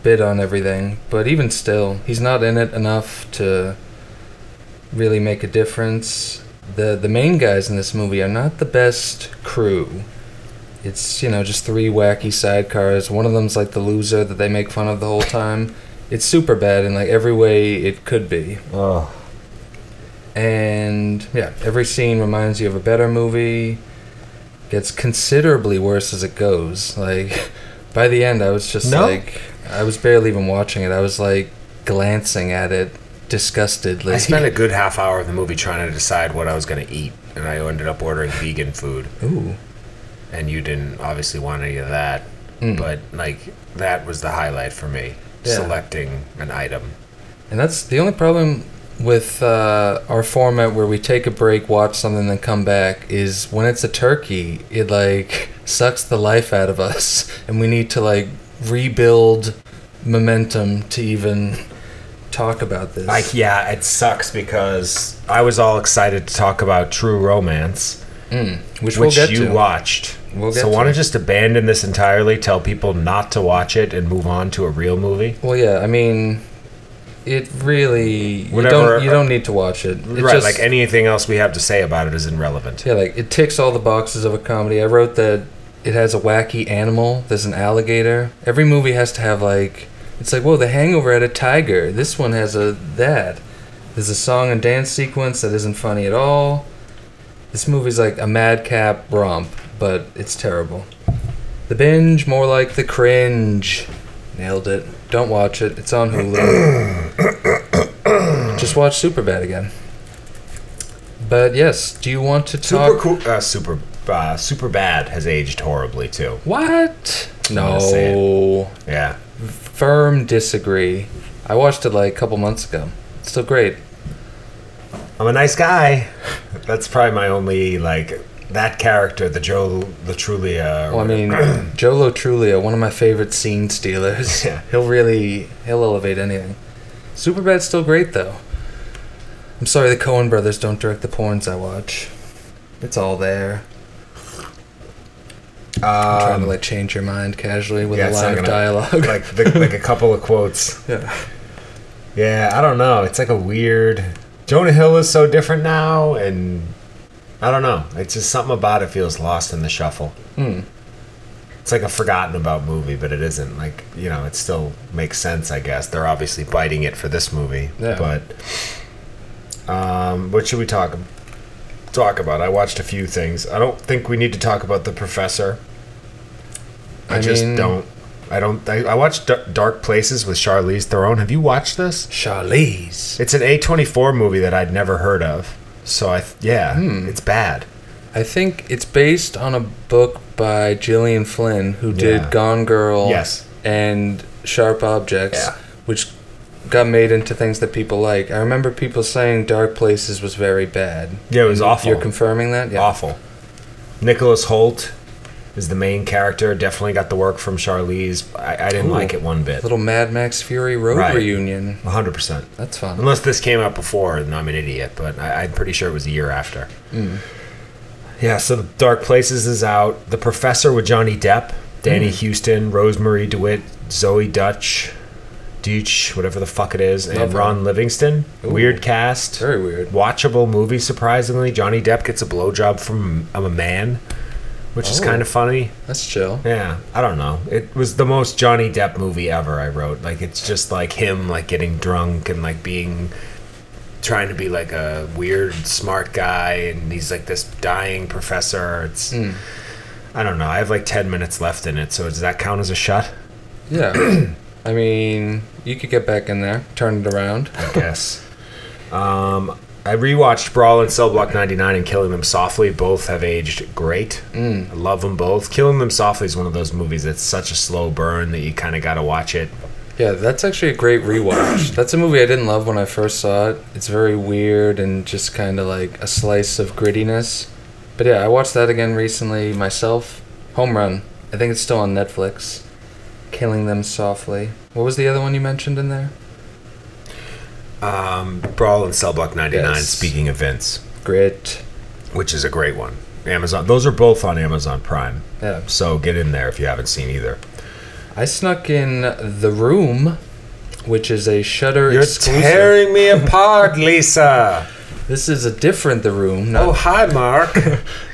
[SPEAKER 6] bit on everything. But even still, he's not in it enough to really make a difference. The the main guys in this movie are not the best crew. It's, you know, just three wacky sidecars. One of them's like the loser that they make fun of the whole time. It's super bad in like every way it could be
[SPEAKER 7] Oh.
[SPEAKER 6] and yeah, every scene reminds you of a better movie. Gets considerably worse as it goes. Like by the end, I was just
[SPEAKER 7] No.
[SPEAKER 6] like, I was barely even watching it. I was like glancing at it disgustedly.
[SPEAKER 7] I spent a good half hour of the movie trying to decide what I was going to eat, and I ended up ordering vegan food.
[SPEAKER 6] Ooh,
[SPEAKER 7] And you didn't obviously want any of that, but like that was the highlight for me.
[SPEAKER 6] Yeah.
[SPEAKER 7] Selecting an item.
[SPEAKER 6] and that's the only problem with uh, our format where we take a break, watch something, then come back. Is when it's a turkey, it like sucks the life out of us, and we need to like rebuild momentum to even talk about this.
[SPEAKER 7] Like, yeah, it sucks because I was all excited to talk about True Romance,
[SPEAKER 6] which,
[SPEAKER 7] which
[SPEAKER 6] we'll get
[SPEAKER 7] you
[SPEAKER 6] to.
[SPEAKER 7] watched.
[SPEAKER 6] We'll get
[SPEAKER 7] so,
[SPEAKER 6] to
[SPEAKER 7] want
[SPEAKER 6] it.
[SPEAKER 7] to just abandon this entirely, tell people not to watch it, and move on to a real movie?
[SPEAKER 6] Well, yeah, I mean, it really you
[SPEAKER 7] Whatever-
[SPEAKER 6] don't you don't need to watch it. It
[SPEAKER 7] right,
[SPEAKER 6] just-
[SPEAKER 7] like anything else we have to say about it is irrelevant.
[SPEAKER 6] yeah, like it ticks all the boxes of a comedy. I wrote that it has a wacky animal. There's an alligator. Every movie has to have like it's like whoa, The Hangover had a tiger. This one has a that. There's a song and dance sequence that isn't funny at all. This movie's like a madcap romp, but it's terrible. The binge, more like the cringe. Nailed it. Don't watch it. It's on Hulu. Just watch Superbad again. But yes, do you want to talk?
[SPEAKER 7] Super cool. Uh, super. Uh, super bad has aged horribly too.
[SPEAKER 6] What?
[SPEAKER 7] gonna say
[SPEAKER 6] No.
[SPEAKER 7] Yeah.
[SPEAKER 6] Firm disagree. I watched it like a couple months ago. Still great.
[SPEAKER 7] I'm a nice guy. That's probably my only like that character, the uh, Joe Latrulia.
[SPEAKER 6] Well, I mean, Jolo Trulia, one of my favorite scene stealers.
[SPEAKER 7] Yeah.
[SPEAKER 6] He'll really he'll elevate anything. Superbad's still great though. I'm sorry the Coen brothers don't direct the porns I watch. It's all there. I'm trying to like change your mind casually
[SPEAKER 7] Um,
[SPEAKER 6] with
[SPEAKER 7] yeah,
[SPEAKER 6] a
[SPEAKER 7] it's
[SPEAKER 6] line
[SPEAKER 7] not
[SPEAKER 6] of
[SPEAKER 7] gonna-
[SPEAKER 6] dialogue.
[SPEAKER 7] like the, like a couple of quotes.
[SPEAKER 6] yeah.
[SPEAKER 7] Yeah, I don't know. It's like a weird. Jonah Hill is so different now, and I don't know. It's just something about it feels lost in the shuffle.
[SPEAKER 6] Hmm.
[SPEAKER 7] It's like a forgotten about movie, but it isn't. Like you know, it still makes sense. I guess they're obviously biting it for this movie.
[SPEAKER 6] Yeah.
[SPEAKER 7] But um, what should we talk talk about? I watched a few things. I don't think we need to talk about the professor. I,
[SPEAKER 6] I
[SPEAKER 7] just
[SPEAKER 6] mean-
[SPEAKER 7] don't. I don't. I, I watched Dar- Dark Places with Charlize Theron. Have you watched this?
[SPEAKER 6] Charlize.
[SPEAKER 7] It's an A24 movie that I'd never heard of. So I, th- yeah, it's bad.
[SPEAKER 6] I think it's based on a book by Gillian Flynn, who
[SPEAKER 7] Yeah.
[SPEAKER 6] did Gone Girl
[SPEAKER 7] Yes.
[SPEAKER 6] and Sharp Objects,
[SPEAKER 7] Yeah.
[SPEAKER 6] which got made into things that people like. I remember people saying Dark Places was very bad.
[SPEAKER 7] Yeah, it was awful.
[SPEAKER 6] You're confirming that? Yeah.
[SPEAKER 7] Awful. Nicholas Holt is the main character. Definitely got the work from Charlize. I, I didn't
[SPEAKER 6] Ooh.
[SPEAKER 7] like it one bit.
[SPEAKER 6] Little Mad Max Fury Road
[SPEAKER 7] Right.
[SPEAKER 6] reunion.
[SPEAKER 7] 100%.
[SPEAKER 6] That's fun.
[SPEAKER 7] Unless this came out before, then I'm an idiot, but I, I'm pretty sure it was a year after.
[SPEAKER 6] Mm.
[SPEAKER 7] Yeah, so The Dark Places is out. The Professor with Johnny Depp, Danny
[SPEAKER 6] Mm.
[SPEAKER 7] Houston, Rosemary DeWitt, Zoe Dutch, Deutsch, whatever the fuck it is, and
[SPEAKER 6] Love her.
[SPEAKER 7] Ron Livingston. Weird cast.
[SPEAKER 6] Very weird.
[SPEAKER 7] Watchable movie, surprisingly. Johnny Depp gets a blowjob from a man, which is
[SPEAKER 6] Oh.
[SPEAKER 7] kind of funny.
[SPEAKER 6] That's chill.
[SPEAKER 7] Yeah, I don't know. It was the most Johnny Depp movie ever I wrote. Like it's just like him like getting drunk and like being trying to be like a weird smart guy and he's like this dying professor. It's I don't know. I have like 10 minutes left in it. So does that count as a shot?
[SPEAKER 6] Yeah. I mean, you could get back in there, turn it around.
[SPEAKER 7] I guess. um I rewatched Brawl and Cell Block 99 and Killing Them Softly. Both have aged great. I love them both. Killing Them Softly is one of those movies that's such a slow burn that you kind of got to watch it
[SPEAKER 6] Yeah, that's actually a great rewatch. That's a movie I didn't love when I first saw it. It's very weird and just kind of like a slice of grittiness. But yeah, I watched that again recently myself. Home Run. I think it's still on Netflix. Killing Them Softly. What was the other one you mentioned in there?
[SPEAKER 7] Um, Brawl and Cell Block 99,
[SPEAKER 6] Yes.
[SPEAKER 7] Speaking of Vince,
[SPEAKER 6] Grit.
[SPEAKER 7] which is a great one. Amazon. Those are both on Amazon Prime.
[SPEAKER 6] Yeah.
[SPEAKER 7] So get in there if you haven't seen either.
[SPEAKER 6] I snuck in The Room, which is a Shutter exclusive.
[SPEAKER 7] me apart, Lisa.
[SPEAKER 6] this is a different The Room, not,
[SPEAKER 7] hi, Mark.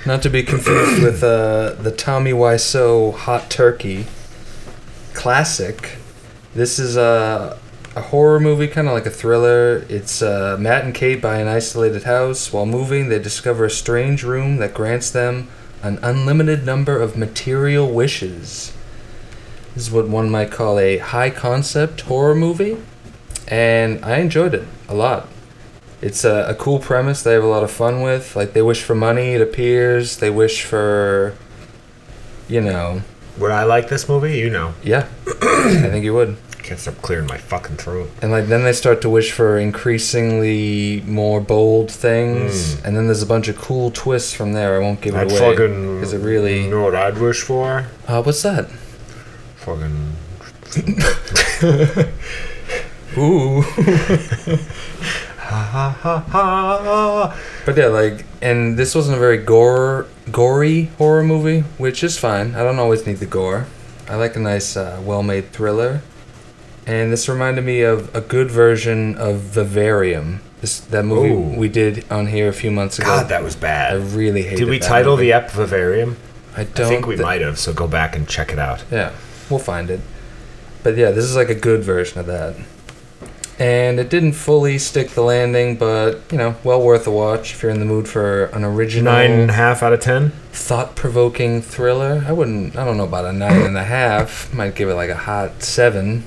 [SPEAKER 6] not to be confused with uh, the Tommy Wiseau Hot Turkey classic. This is a, a horror movie, kind of like a thriller. It's uh, Matt and Kate buy an isolated house. While moving, they discover a strange room that grants them an unlimited number of material wishes. This is what one might call a high concept horror movie, and I enjoyed it a lot. It's a, a cool premise they have a lot of fun with. Like, they wish for money, it appears. They wish for, you know,
[SPEAKER 7] Would I like this movie? You know.
[SPEAKER 6] yeah, I think you would.
[SPEAKER 7] Can't stop clearing my fucking throat.
[SPEAKER 6] And like then they start to wish for increasingly more bold things, and then there's a bunch of cool twists from there. I won't give it
[SPEAKER 7] I'd
[SPEAKER 6] away
[SPEAKER 7] fucking.
[SPEAKER 6] because it really.
[SPEAKER 7] know what I'd wish for?
[SPEAKER 6] Uh, what's that?
[SPEAKER 7] Fucking.
[SPEAKER 6] Ooh.
[SPEAKER 7] Ha ha ha.
[SPEAKER 6] but yeah, like, and this wasn't a very gore, gory horror movie, which is fine. I don't always need the gore. I like a nice, uh, well-made thriller. And this reminded me of a good version of Vivarium. This that movie
[SPEAKER 7] Ooh.
[SPEAKER 6] we did on here a few months ago.
[SPEAKER 7] God, that was
[SPEAKER 6] I
[SPEAKER 7] bad.
[SPEAKER 6] really hated.
[SPEAKER 7] Did we
[SPEAKER 6] that
[SPEAKER 7] title
[SPEAKER 6] movie.
[SPEAKER 7] the ep Vivarium?
[SPEAKER 6] I don't
[SPEAKER 7] I think we
[SPEAKER 6] thi-
[SPEAKER 7] might have. So go back and check it out.
[SPEAKER 6] Yeah, we'll find it. But yeah, this is like a good version of that. And it didn't fully stick the landing, but you know, well worth a watch if you're in the mood for an original,
[SPEAKER 7] Nine and a half out of ten.
[SPEAKER 6] thought-provoking thriller. I wouldn't. I don't know about a nine and a half. Might give it like a hot seven.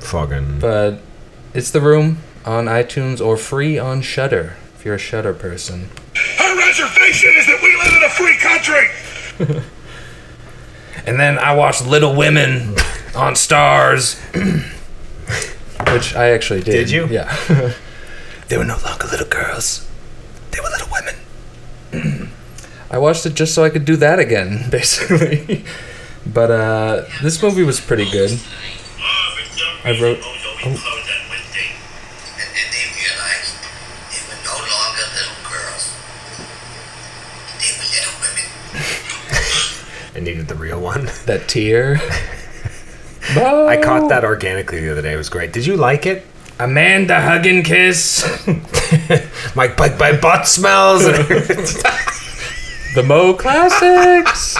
[SPEAKER 7] Fucking.
[SPEAKER 6] But it's The Room on iTunes or free on Shutter if you're a Shutter person.
[SPEAKER 2] Her reservation is that we live in a free country.
[SPEAKER 6] And then I watched Little Women on Stars, which I actually did.
[SPEAKER 7] Did you?
[SPEAKER 6] Yeah. They were no longer little girls. They were little women. I watched it just so I could do that again, basically. but uh, this movie was pretty good. I wrote. Oh,
[SPEAKER 11] and then they realized they were no longer little girls. They were little women.
[SPEAKER 7] I needed the real one.
[SPEAKER 6] that tear.
[SPEAKER 7] I caught that organically the other day. It was great. Did you like it?
[SPEAKER 6] Amanda hug and kiss.
[SPEAKER 7] My, my, my butt smells.
[SPEAKER 6] The Mo classics.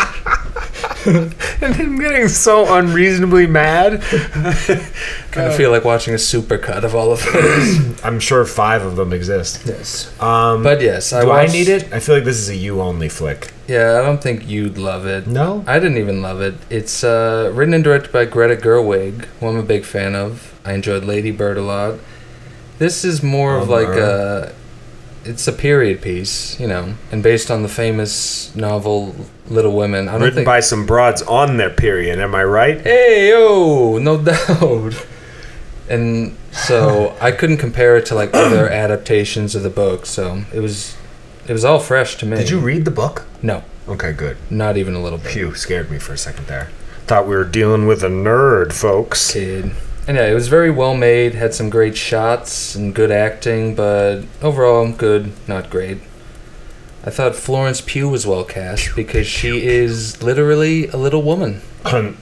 [SPEAKER 7] and him getting so unreasonably mad.
[SPEAKER 6] kind of feel like watching a supercut of all of those.
[SPEAKER 7] I'm sure five of them exist.
[SPEAKER 6] yes. Um, but yes, I
[SPEAKER 7] Do I
[SPEAKER 6] watched,
[SPEAKER 7] need it? I feel like this is a you only flick.
[SPEAKER 6] Yeah, I don't think you'd love it.
[SPEAKER 7] No?
[SPEAKER 6] I didn't even love it. It's uh, written and directed by Greta Gerwig, who I'm a big fan of. I enjoyed Lady Bird a lot. This is more of like a. It's a period piece, you know, and based on the famous novel Little Women. I don't
[SPEAKER 7] Written
[SPEAKER 6] think,
[SPEAKER 7] by some broads on their period, am I right?
[SPEAKER 6] Hey, yo, no doubt. And so I couldn't compare it to like other adaptations of the book, so it was it was all fresh to me.
[SPEAKER 7] Did you read the book?
[SPEAKER 6] No,
[SPEAKER 7] Okay, good.
[SPEAKER 6] not even a little bit.
[SPEAKER 7] Phew, scared me for a second there. Thought we were dealing with a nerd, folks.
[SPEAKER 6] Kid. And yeah, it was very well made, had some great shots and good acting, but overall good, not great. I thought Florence Pugh was well cast because she is literally a little woman.
[SPEAKER 7] Hun-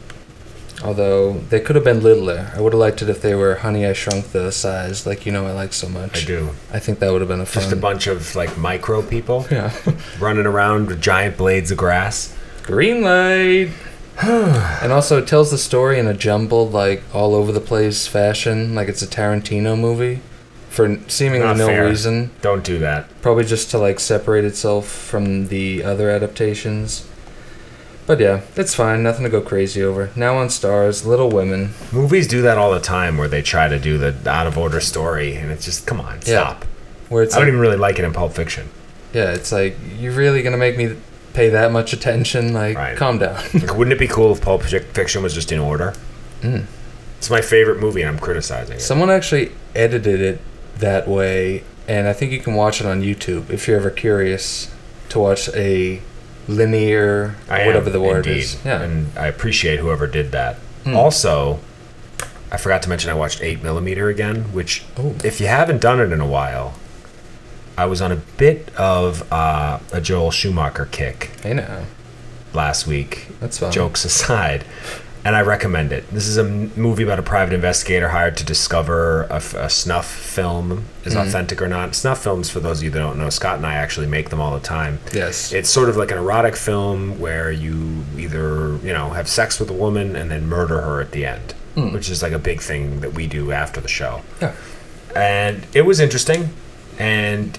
[SPEAKER 6] Although they could have been littler. I would have liked it if they were Honey I Shrunk the size, like you know I like so much.
[SPEAKER 7] I do.
[SPEAKER 6] I think that would have been a fun.
[SPEAKER 7] Just a bunch of like micro people
[SPEAKER 6] Yeah.
[SPEAKER 7] running around with giant blades of grass.
[SPEAKER 6] Green light. and also, it tells the story in a jumbled, like all over the place fashion, like it's a Tarantino movie, for seemingly
[SPEAKER 7] Not
[SPEAKER 6] no
[SPEAKER 7] fair.
[SPEAKER 6] reason.
[SPEAKER 7] Don't do that.
[SPEAKER 6] Probably just to like separate itself from the other adaptations. But yeah, it's fine. Nothing to go crazy over. Now on Stars, Little Women.
[SPEAKER 7] Movies do that all the time where they try to do the out of order story, and it's just, come on,
[SPEAKER 6] Yeah.
[SPEAKER 7] stop.
[SPEAKER 6] Where it's
[SPEAKER 7] I don't
[SPEAKER 6] like,
[SPEAKER 7] even really like it in Pulp Fiction.
[SPEAKER 6] yeah, it's like you're really gonna make me pay that much attention. Like,
[SPEAKER 7] Right.
[SPEAKER 6] calm down.
[SPEAKER 7] Like, wouldn't it be cool if Pulp Fic- Fiction was just in order?
[SPEAKER 6] Hmm.
[SPEAKER 7] It's my favorite movie, and I'm criticizing it.
[SPEAKER 6] Someone actually edited it that way, and I think you can watch it on YouTube if you're ever curious to watch a linear,
[SPEAKER 7] I am,
[SPEAKER 6] whatever the word
[SPEAKER 7] indeed,
[SPEAKER 6] is. Yeah. Hmm.
[SPEAKER 7] and I appreciate whoever did that. Also, I forgot to mention I watched Eight Millimeter again, which
[SPEAKER 6] Oh.
[SPEAKER 7] if you haven't done it in a while, I was on a bit of uh, a Joel Schumacher kick
[SPEAKER 6] I know.
[SPEAKER 7] last week.
[SPEAKER 6] That's fine.
[SPEAKER 7] Jokes aside, and I recommend it. This is a m- movie about a private investigator hired to discover a, f- a snuff film is
[SPEAKER 6] Mm-hmm.
[SPEAKER 7] authentic or not. Snuff films, for those of you that don't know, Scott and I actually make them all the time.
[SPEAKER 6] Yes.
[SPEAKER 7] It's sort of like an erotic film where you either, you know, have sex with a woman and then murder her at the end, which is like a big thing that we do after the show.
[SPEAKER 6] Hmm. Yeah.
[SPEAKER 7] And it was interesting and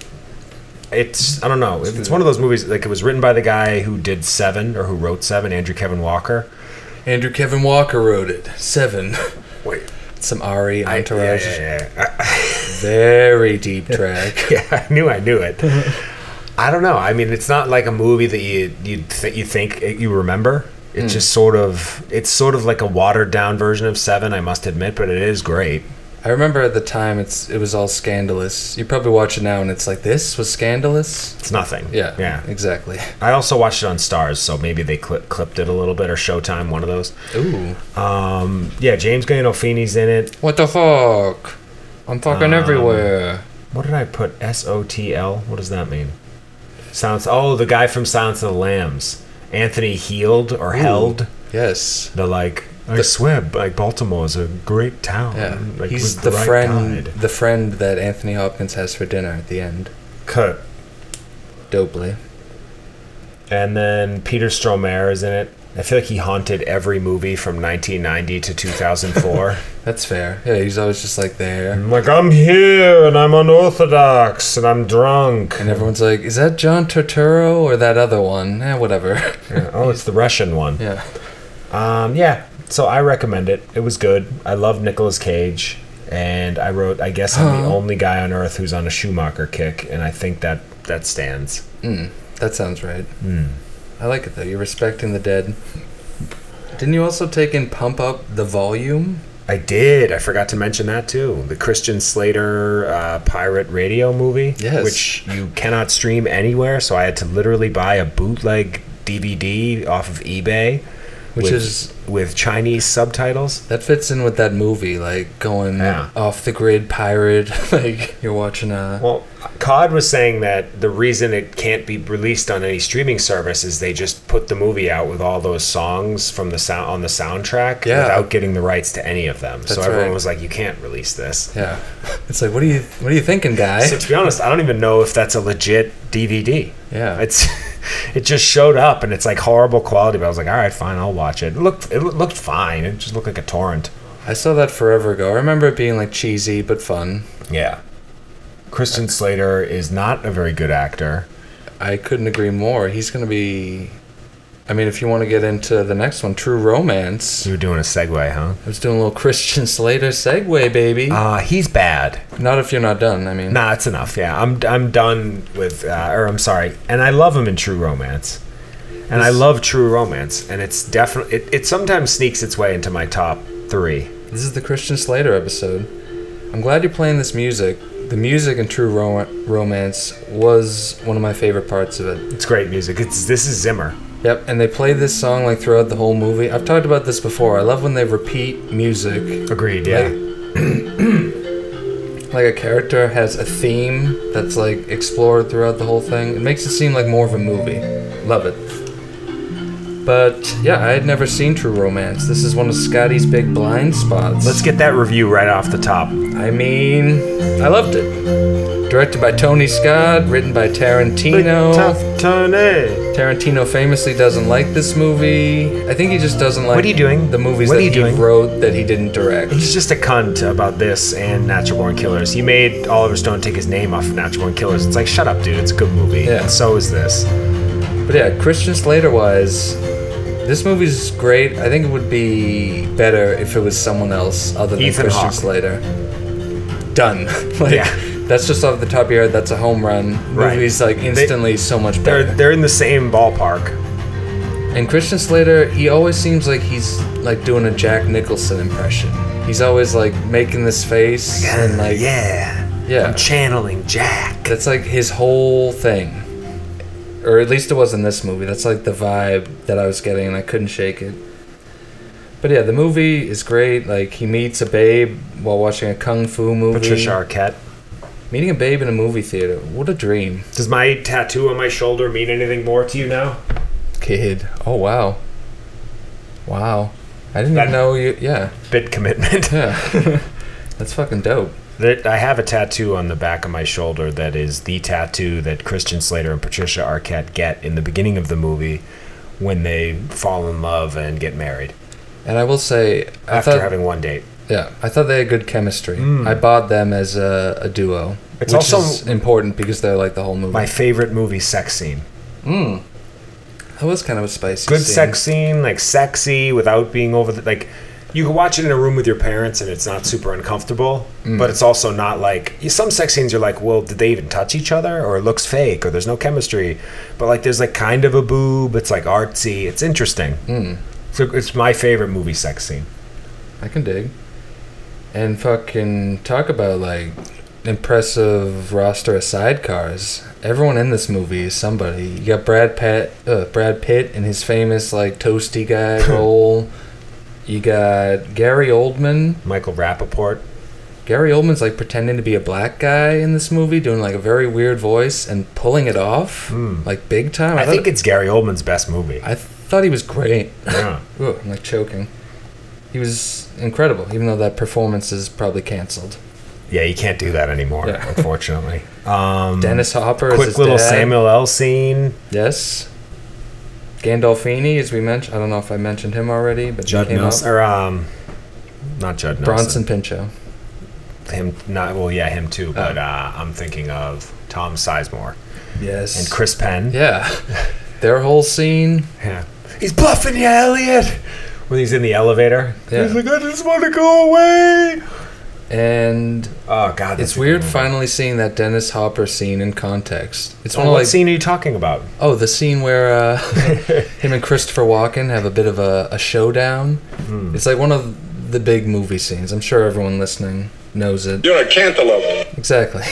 [SPEAKER 7] it's I don't know. It's one of those movies like it was written by the guy who did 7 or who wrote 7, Andrew Kevin Walker.
[SPEAKER 6] Andrew Kevin Walker wrote it. Seven.
[SPEAKER 7] Wait.
[SPEAKER 6] Some Ari
[SPEAKER 7] I, yeah,
[SPEAKER 6] entourage.
[SPEAKER 7] yeah, yeah.
[SPEAKER 6] Very deep track.
[SPEAKER 7] yeah, I knew I knew it. I don't know. I mean, it's not like a movie that you you th- you think you remember. It's just sort of it's sort of like a watered down version of Seven. I must admit, but it is great.
[SPEAKER 6] I remember at the time it's it was all scandalous. You probably watch it now and it's like this was scandalous.
[SPEAKER 7] It's nothing.
[SPEAKER 6] Yeah.
[SPEAKER 7] yeah.
[SPEAKER 6] Exactly.
[SPEAKER 7] I also watched it on Stars, so maybe they cli- clipped it a little bit or Showtime, one of those.
[SPEAKER 6] Ooh.
[SPEAKER 7] Um, yeah, James Gandolfini's in it.
[SPEAKER 6] What the fuck? I'm
[SPEAKER 7] Um,
[SPEAKER 6] fucking everywhere.
[SPEAKER 7] What did I put? S O T L. What does that mean? Sounds. Oh, the guy from Silence of the Lambs, Anthony Heald or Held.
[SPEAKER 6] Yes.
[SPEAKER 7] They're like, I swear, like Baltimore is a great town.
[SPEAKER 6] Yeah,
[SPEAKER 7] Like,
[SPEAKER 6] Um, he's
[SPEAKER 7] with
[SPEAKER 6] the,
[SPEAKER 7] right
[SPEAKER 6] friend,
[SPEAKER 7] guide.
[SPEAKER 6] the friend that Anthony Hopkins has for dinner at the end.
[SPEAKER 7] Cut.
[SPEAKER 6] Dopely.
[SPEAKER 7] And then Peter Stromare is in it. I feel like he haunted every movie from 1990 to 2004.
[SPEAKER 6] That's fair. Yeah, he's always just like there,
[SPEAKER 7] I'm like, I'm here and I'm unorthodox and I'm drunk.
[SPEAKER 6] and everyone's like, "Is that John Turturro or that other one?" Eh, whatever.
[SPEAKER 7] Oh, it's the Russian one.
[SPEAKER 6] yeah.
[SPEAKER 7] Um, yeah. So I recommend it. It was good. I love Nicolas Cage. And I wrote, I guess I'm the only guy on earth who's on a Schumacher kick. And I think that that stands.
[SPEAKER 6] That sounds right.
[SPEAKER 7] Hmm.
[SPEAKER 6] I like it though. You're respecting the dead. Didn't you also take in Pump Up the Volume?
[SPEAKER 7] I did. I forgot to mention that too. The Christian Slater uh, pirate radio movie,
[SPEAKER 6] Yes.
[SPEAKER 7] which you cannot stream anywhere. So I had to literally buy a bootleg DVD off of eBay,
[SPEAKER 6] Which
[SPEAKER 7] with-
[SPEAKER 6] is-
[SPEAKER 7] with Chinese subtitles.
[SPEAKER 6] That fits in with that movie, like going
[SPEAKER 7] Yeah.
[SPEAKER 6] off the grid pirate. like you're watching a.
[SPEAKER 7] Well, Cod was saying that the reason it can't be released on any streaming service is they just put the movie out with all those songs from the sound on the soundtrack
[SPEAKER 6] Yeah.
[SPEAKER 7] without getting the rights to any of them. so
[SPEAKER 6] That's
[SPEAKER 7] everyone
[SPEAKER 6] right.
[SPEAKER 7] was like, "You can't release this."
[SPEAKER 6] yeah, it's like what are you what are you thinking, guy?
[SPEAKER 7] So to be honest, I don't even know if that's a legit DVD.
[SPEAKER 6] Yeah.
[SPEAKER 7] it's it just showed up and it's like horrible quality. But I was like, all right, fine, I'll watch it. It looked it loo- looked fine. It just looked like a torrent.
[SPEAKER 6] I saw that forever ago. I remember it being like cheesy but fun.
[SPEAKER 7] Yeah, Kristen Slater is not a very good actor.
[SPEAKER 6] I couldn't agree more. He's gonna be. I mean, if you want to get into the next one, True Romance.
[SPEAKER 7] You were doing a segue, huh?
[SPEAKER 6] I was doing a little Christian Slater segue, baby.
[SPEAKER 7] Uh, he's bad.
[SPEAKER 6] not if you're not done. I mean,
[SPEAKER 7] Nah, it's enough. Yeah, I'm I'm done with, uh, or I'm sorry. And I love him in True Romance, and I love True Romance, and it's definitely it, it sometimes sneaks its way into my top three.
[SPEAKER 6] This is the Christian Slater episode. I'm glad you're playing this music. The music in True Ro- Romance was one of my favorite parts of it.
[SPEAKER 7] It's great music. It's this is Zimmer.
[SPEAKER 6] Yep, and they play this song like throughout the whole movie. I've talked about this before. I love when they repeat music.
[SPEAKER 7] Agreed. Yeah.
[SPEAKER 6] Like a character has a theme that's like explored throughout the whole thing. It makes it seem like more of a movie. Love it. But yeah, I had never seen True Romance. This is one of Scotty's big blind spots.
[SPEAKER 7] Let's get that review right off the top.
[SPEAKER 6] I mean, I loved it. Directed by Tony Scott, written by Tarantino.
[SPEAKER 7] eh.
[SPEAKER 6] Tarantino famously doesn't like this movie. I think he just doesn't like
[SPEAKER 7] What are you doing?
[SPEAKER 6] the movies
[SPEAKER 7] What
[SPEAKER 6] that
[SPEAKER 7] are you
[SPEAKER 6] he
[SPEAKER 7] doing?
[SPEAKER 6] wrote that he didn't direct.
[SPEAKER 7] He's just a cunt about this and Natural Born Killers. He made Oliver Stone take his name off of Natural Born Killers. It's like, shut up, dude. It's a good movie.
[SPEAKER 6] Yeah.
[SPEAKER 7] And so is this.
[SPEAKER 6] But yeah, Christian Slater wise, this movie's great. I think it would be better if it was someone else other than
[SPEAKER 7] Ethan
[SPEAKER 6] Christian
[SPEAKER 7] Hawke.
[SPEAKER 6] Slater. Done. like,
[SPEAKER 7] Yeah.
[SPEAKER 6] That's just off the top of your head. That's a home run.
[SPEAKER 7] Right.
[SPEAKER 6] Movie's like instantly so much better.
[SPEAKER 7] They're they're in the same ballpark.
[SPEAKER 6] And Christian Slater, he always seems like he's like doing a Jack Nicholson impression. He's always like making this face and like
[SPEAKER 7] yeah.
[SPEAKER 6] yeah,
[SPEAKER 7] I'm channeling Jack.
[SPEAKER 6] that's like his whole thing. Or at least it was in this movie. That's like the vibe that I was getting, and I couldn't shake it. But yeah, the movie is great. Like he meets a babe while watching a kung fu movie.
[SPEAKER 7] Patricia Arquette.
[SPEAKER 6] Meeting a babe in a movie theater. What a dream,
[SPEAKER 7] Does my tattoo on my shoulder mean anything more to you now?
[SPEAKER 6] kid. Oh wow, wow. I didn't
[SPEAKER 7] That-
[SPEAKER 6] even know you. Yeah,
[SPEAKER 7] Bit commitment.
[SPEAKER 6] yeah. that's fucking dope.
[SPEAKER 7] That I have a tattoo on the back of my shoulder that is the tattoo that Christian Slater and Patricia Arquette get in the beginning of the movie when they fall in love and get married
[SPEAKER 6] And I will say, I
[SPEAKER 7] after
[SPEAKER 6] thought,
[SPEAKER 7] having Mm. one date.
[SPEAKER 6] yeah, I thought they had good chemistry. I bought them as a, a duo,
[SPEAKER 7] It's
[SPEAKER 6] which
[SPEAKER 7] also-
[SPEAKER 6] is important because they're like the whole movie.
[SPEAKER 7] My favorite movie sex scene.
[SPEAKER 6] that was kind of a spicy.
[SPEAKER 7] Good
[SPEAKER 6] scene.
[SPEAKER 7] sex scene, like sexy without being over the like you can watch it in a room with your parents and it's not super uncomfortable,
[SPEAKER 6] Mm.
[SPEAKER 7] but it's also not like some sex scenes you're like, well, did they even touch each other or it looks fake or there's no chemistry. But like there's like kind of a boob, it's like artsy, it's interesting.
[SPEAKER 6] Mm.
[SPEAKER 7] So it's my favorite movie sex scene.
[SPEAKER 6] I can dig. And fucking talk about like impressive roster of sidecars. Everyone in this movie is somebody. You got Brad Pitt, uh, Brad Pitt, and his famous like toasty guy role. You got Gary Oldman.
[SPEAKER 7] Michael Rappaport.
[SPEAKER 6] Gary Oldman's like pretending to be a black guy in this movie, doing like a very weird voice and pulling it off like big time.
[SPEAKER 7] Hmm. I,
[SPEAKER 6] thought-
[SPEAKER 7] think it's Gary Oldman's best movie.
[SPEAKER 6] I thought he was great.
[SPEAKER 7] Yeah.
[SPEAKER 6] Ooh, I'm like choking. He was incredible, even though that performance is probably canceled.
[SPEAKER 7] yeah, you can't do that anymore,
[SPEAKER 6] Yeah.
[SPEAKER 7] unfortunately. Um
[SPEAKER 6] Dennis Hopper is
[SPEAKER 7] quick
[SPEAKER 6] his
[SPEAKER 7] little
[SPEAKER 6] dad.
[SPEAKER 7] Samuel L scene.
[SPEAKER 6] Yes. Gandolfini, as we mentioned. I don't know if I mentioned him already, but he
[SPEAKER 7] Judd
[SPEAKER 6] came
[SPEAKER 7] Nelson
[SPEAKER 6] up.
[SPEAKER 7] or um not Judd Nelson.
[SPEAKER 6] Bronson Pinchot.
[SPEAKER 7] him not well yeah him
[SPEAKER 6] Oh.
[SPEAKER 7] too but uh, i'm thinking of tom sizemore
[SPEAKER 6] Yes.
[SPEAKER 7] and chris penn
[SPEAKER 6] Yeah. Their whole scene.
[SPEAKER 7] Yeah. he's bluffing you elliot when he's in the elevator
[SPEAKER 6] Yeah.
[SPEAKER 7] he's like i just want to go away
[SPEAKER 6] And
[SPEAKER 7] oh god that's
[SPEAKER 6] it's
[SPEAKER 7] a good
[SPEAKER 6] weird
[SPEAKER 7] movie.
[SPEAKER 6] finally seeing that Dennis Hopper scene in context. It's one
[SPEAKER 7] Oh,
[SPEAKER 6] of
[SPEAKER 7] what
[SPEAKER 6] like
[SPEAKER 7] scene are you talking about
[SPEAKER 6] Oh, the scene where uh, him and Christopher Walken have a bit of a, a showdown. It's like one of the big movie scenes. I'm sure everyone listening knows it.
[SPEAKER 12] You're a cantaloupe.
[SPEAKER 6] Exactly.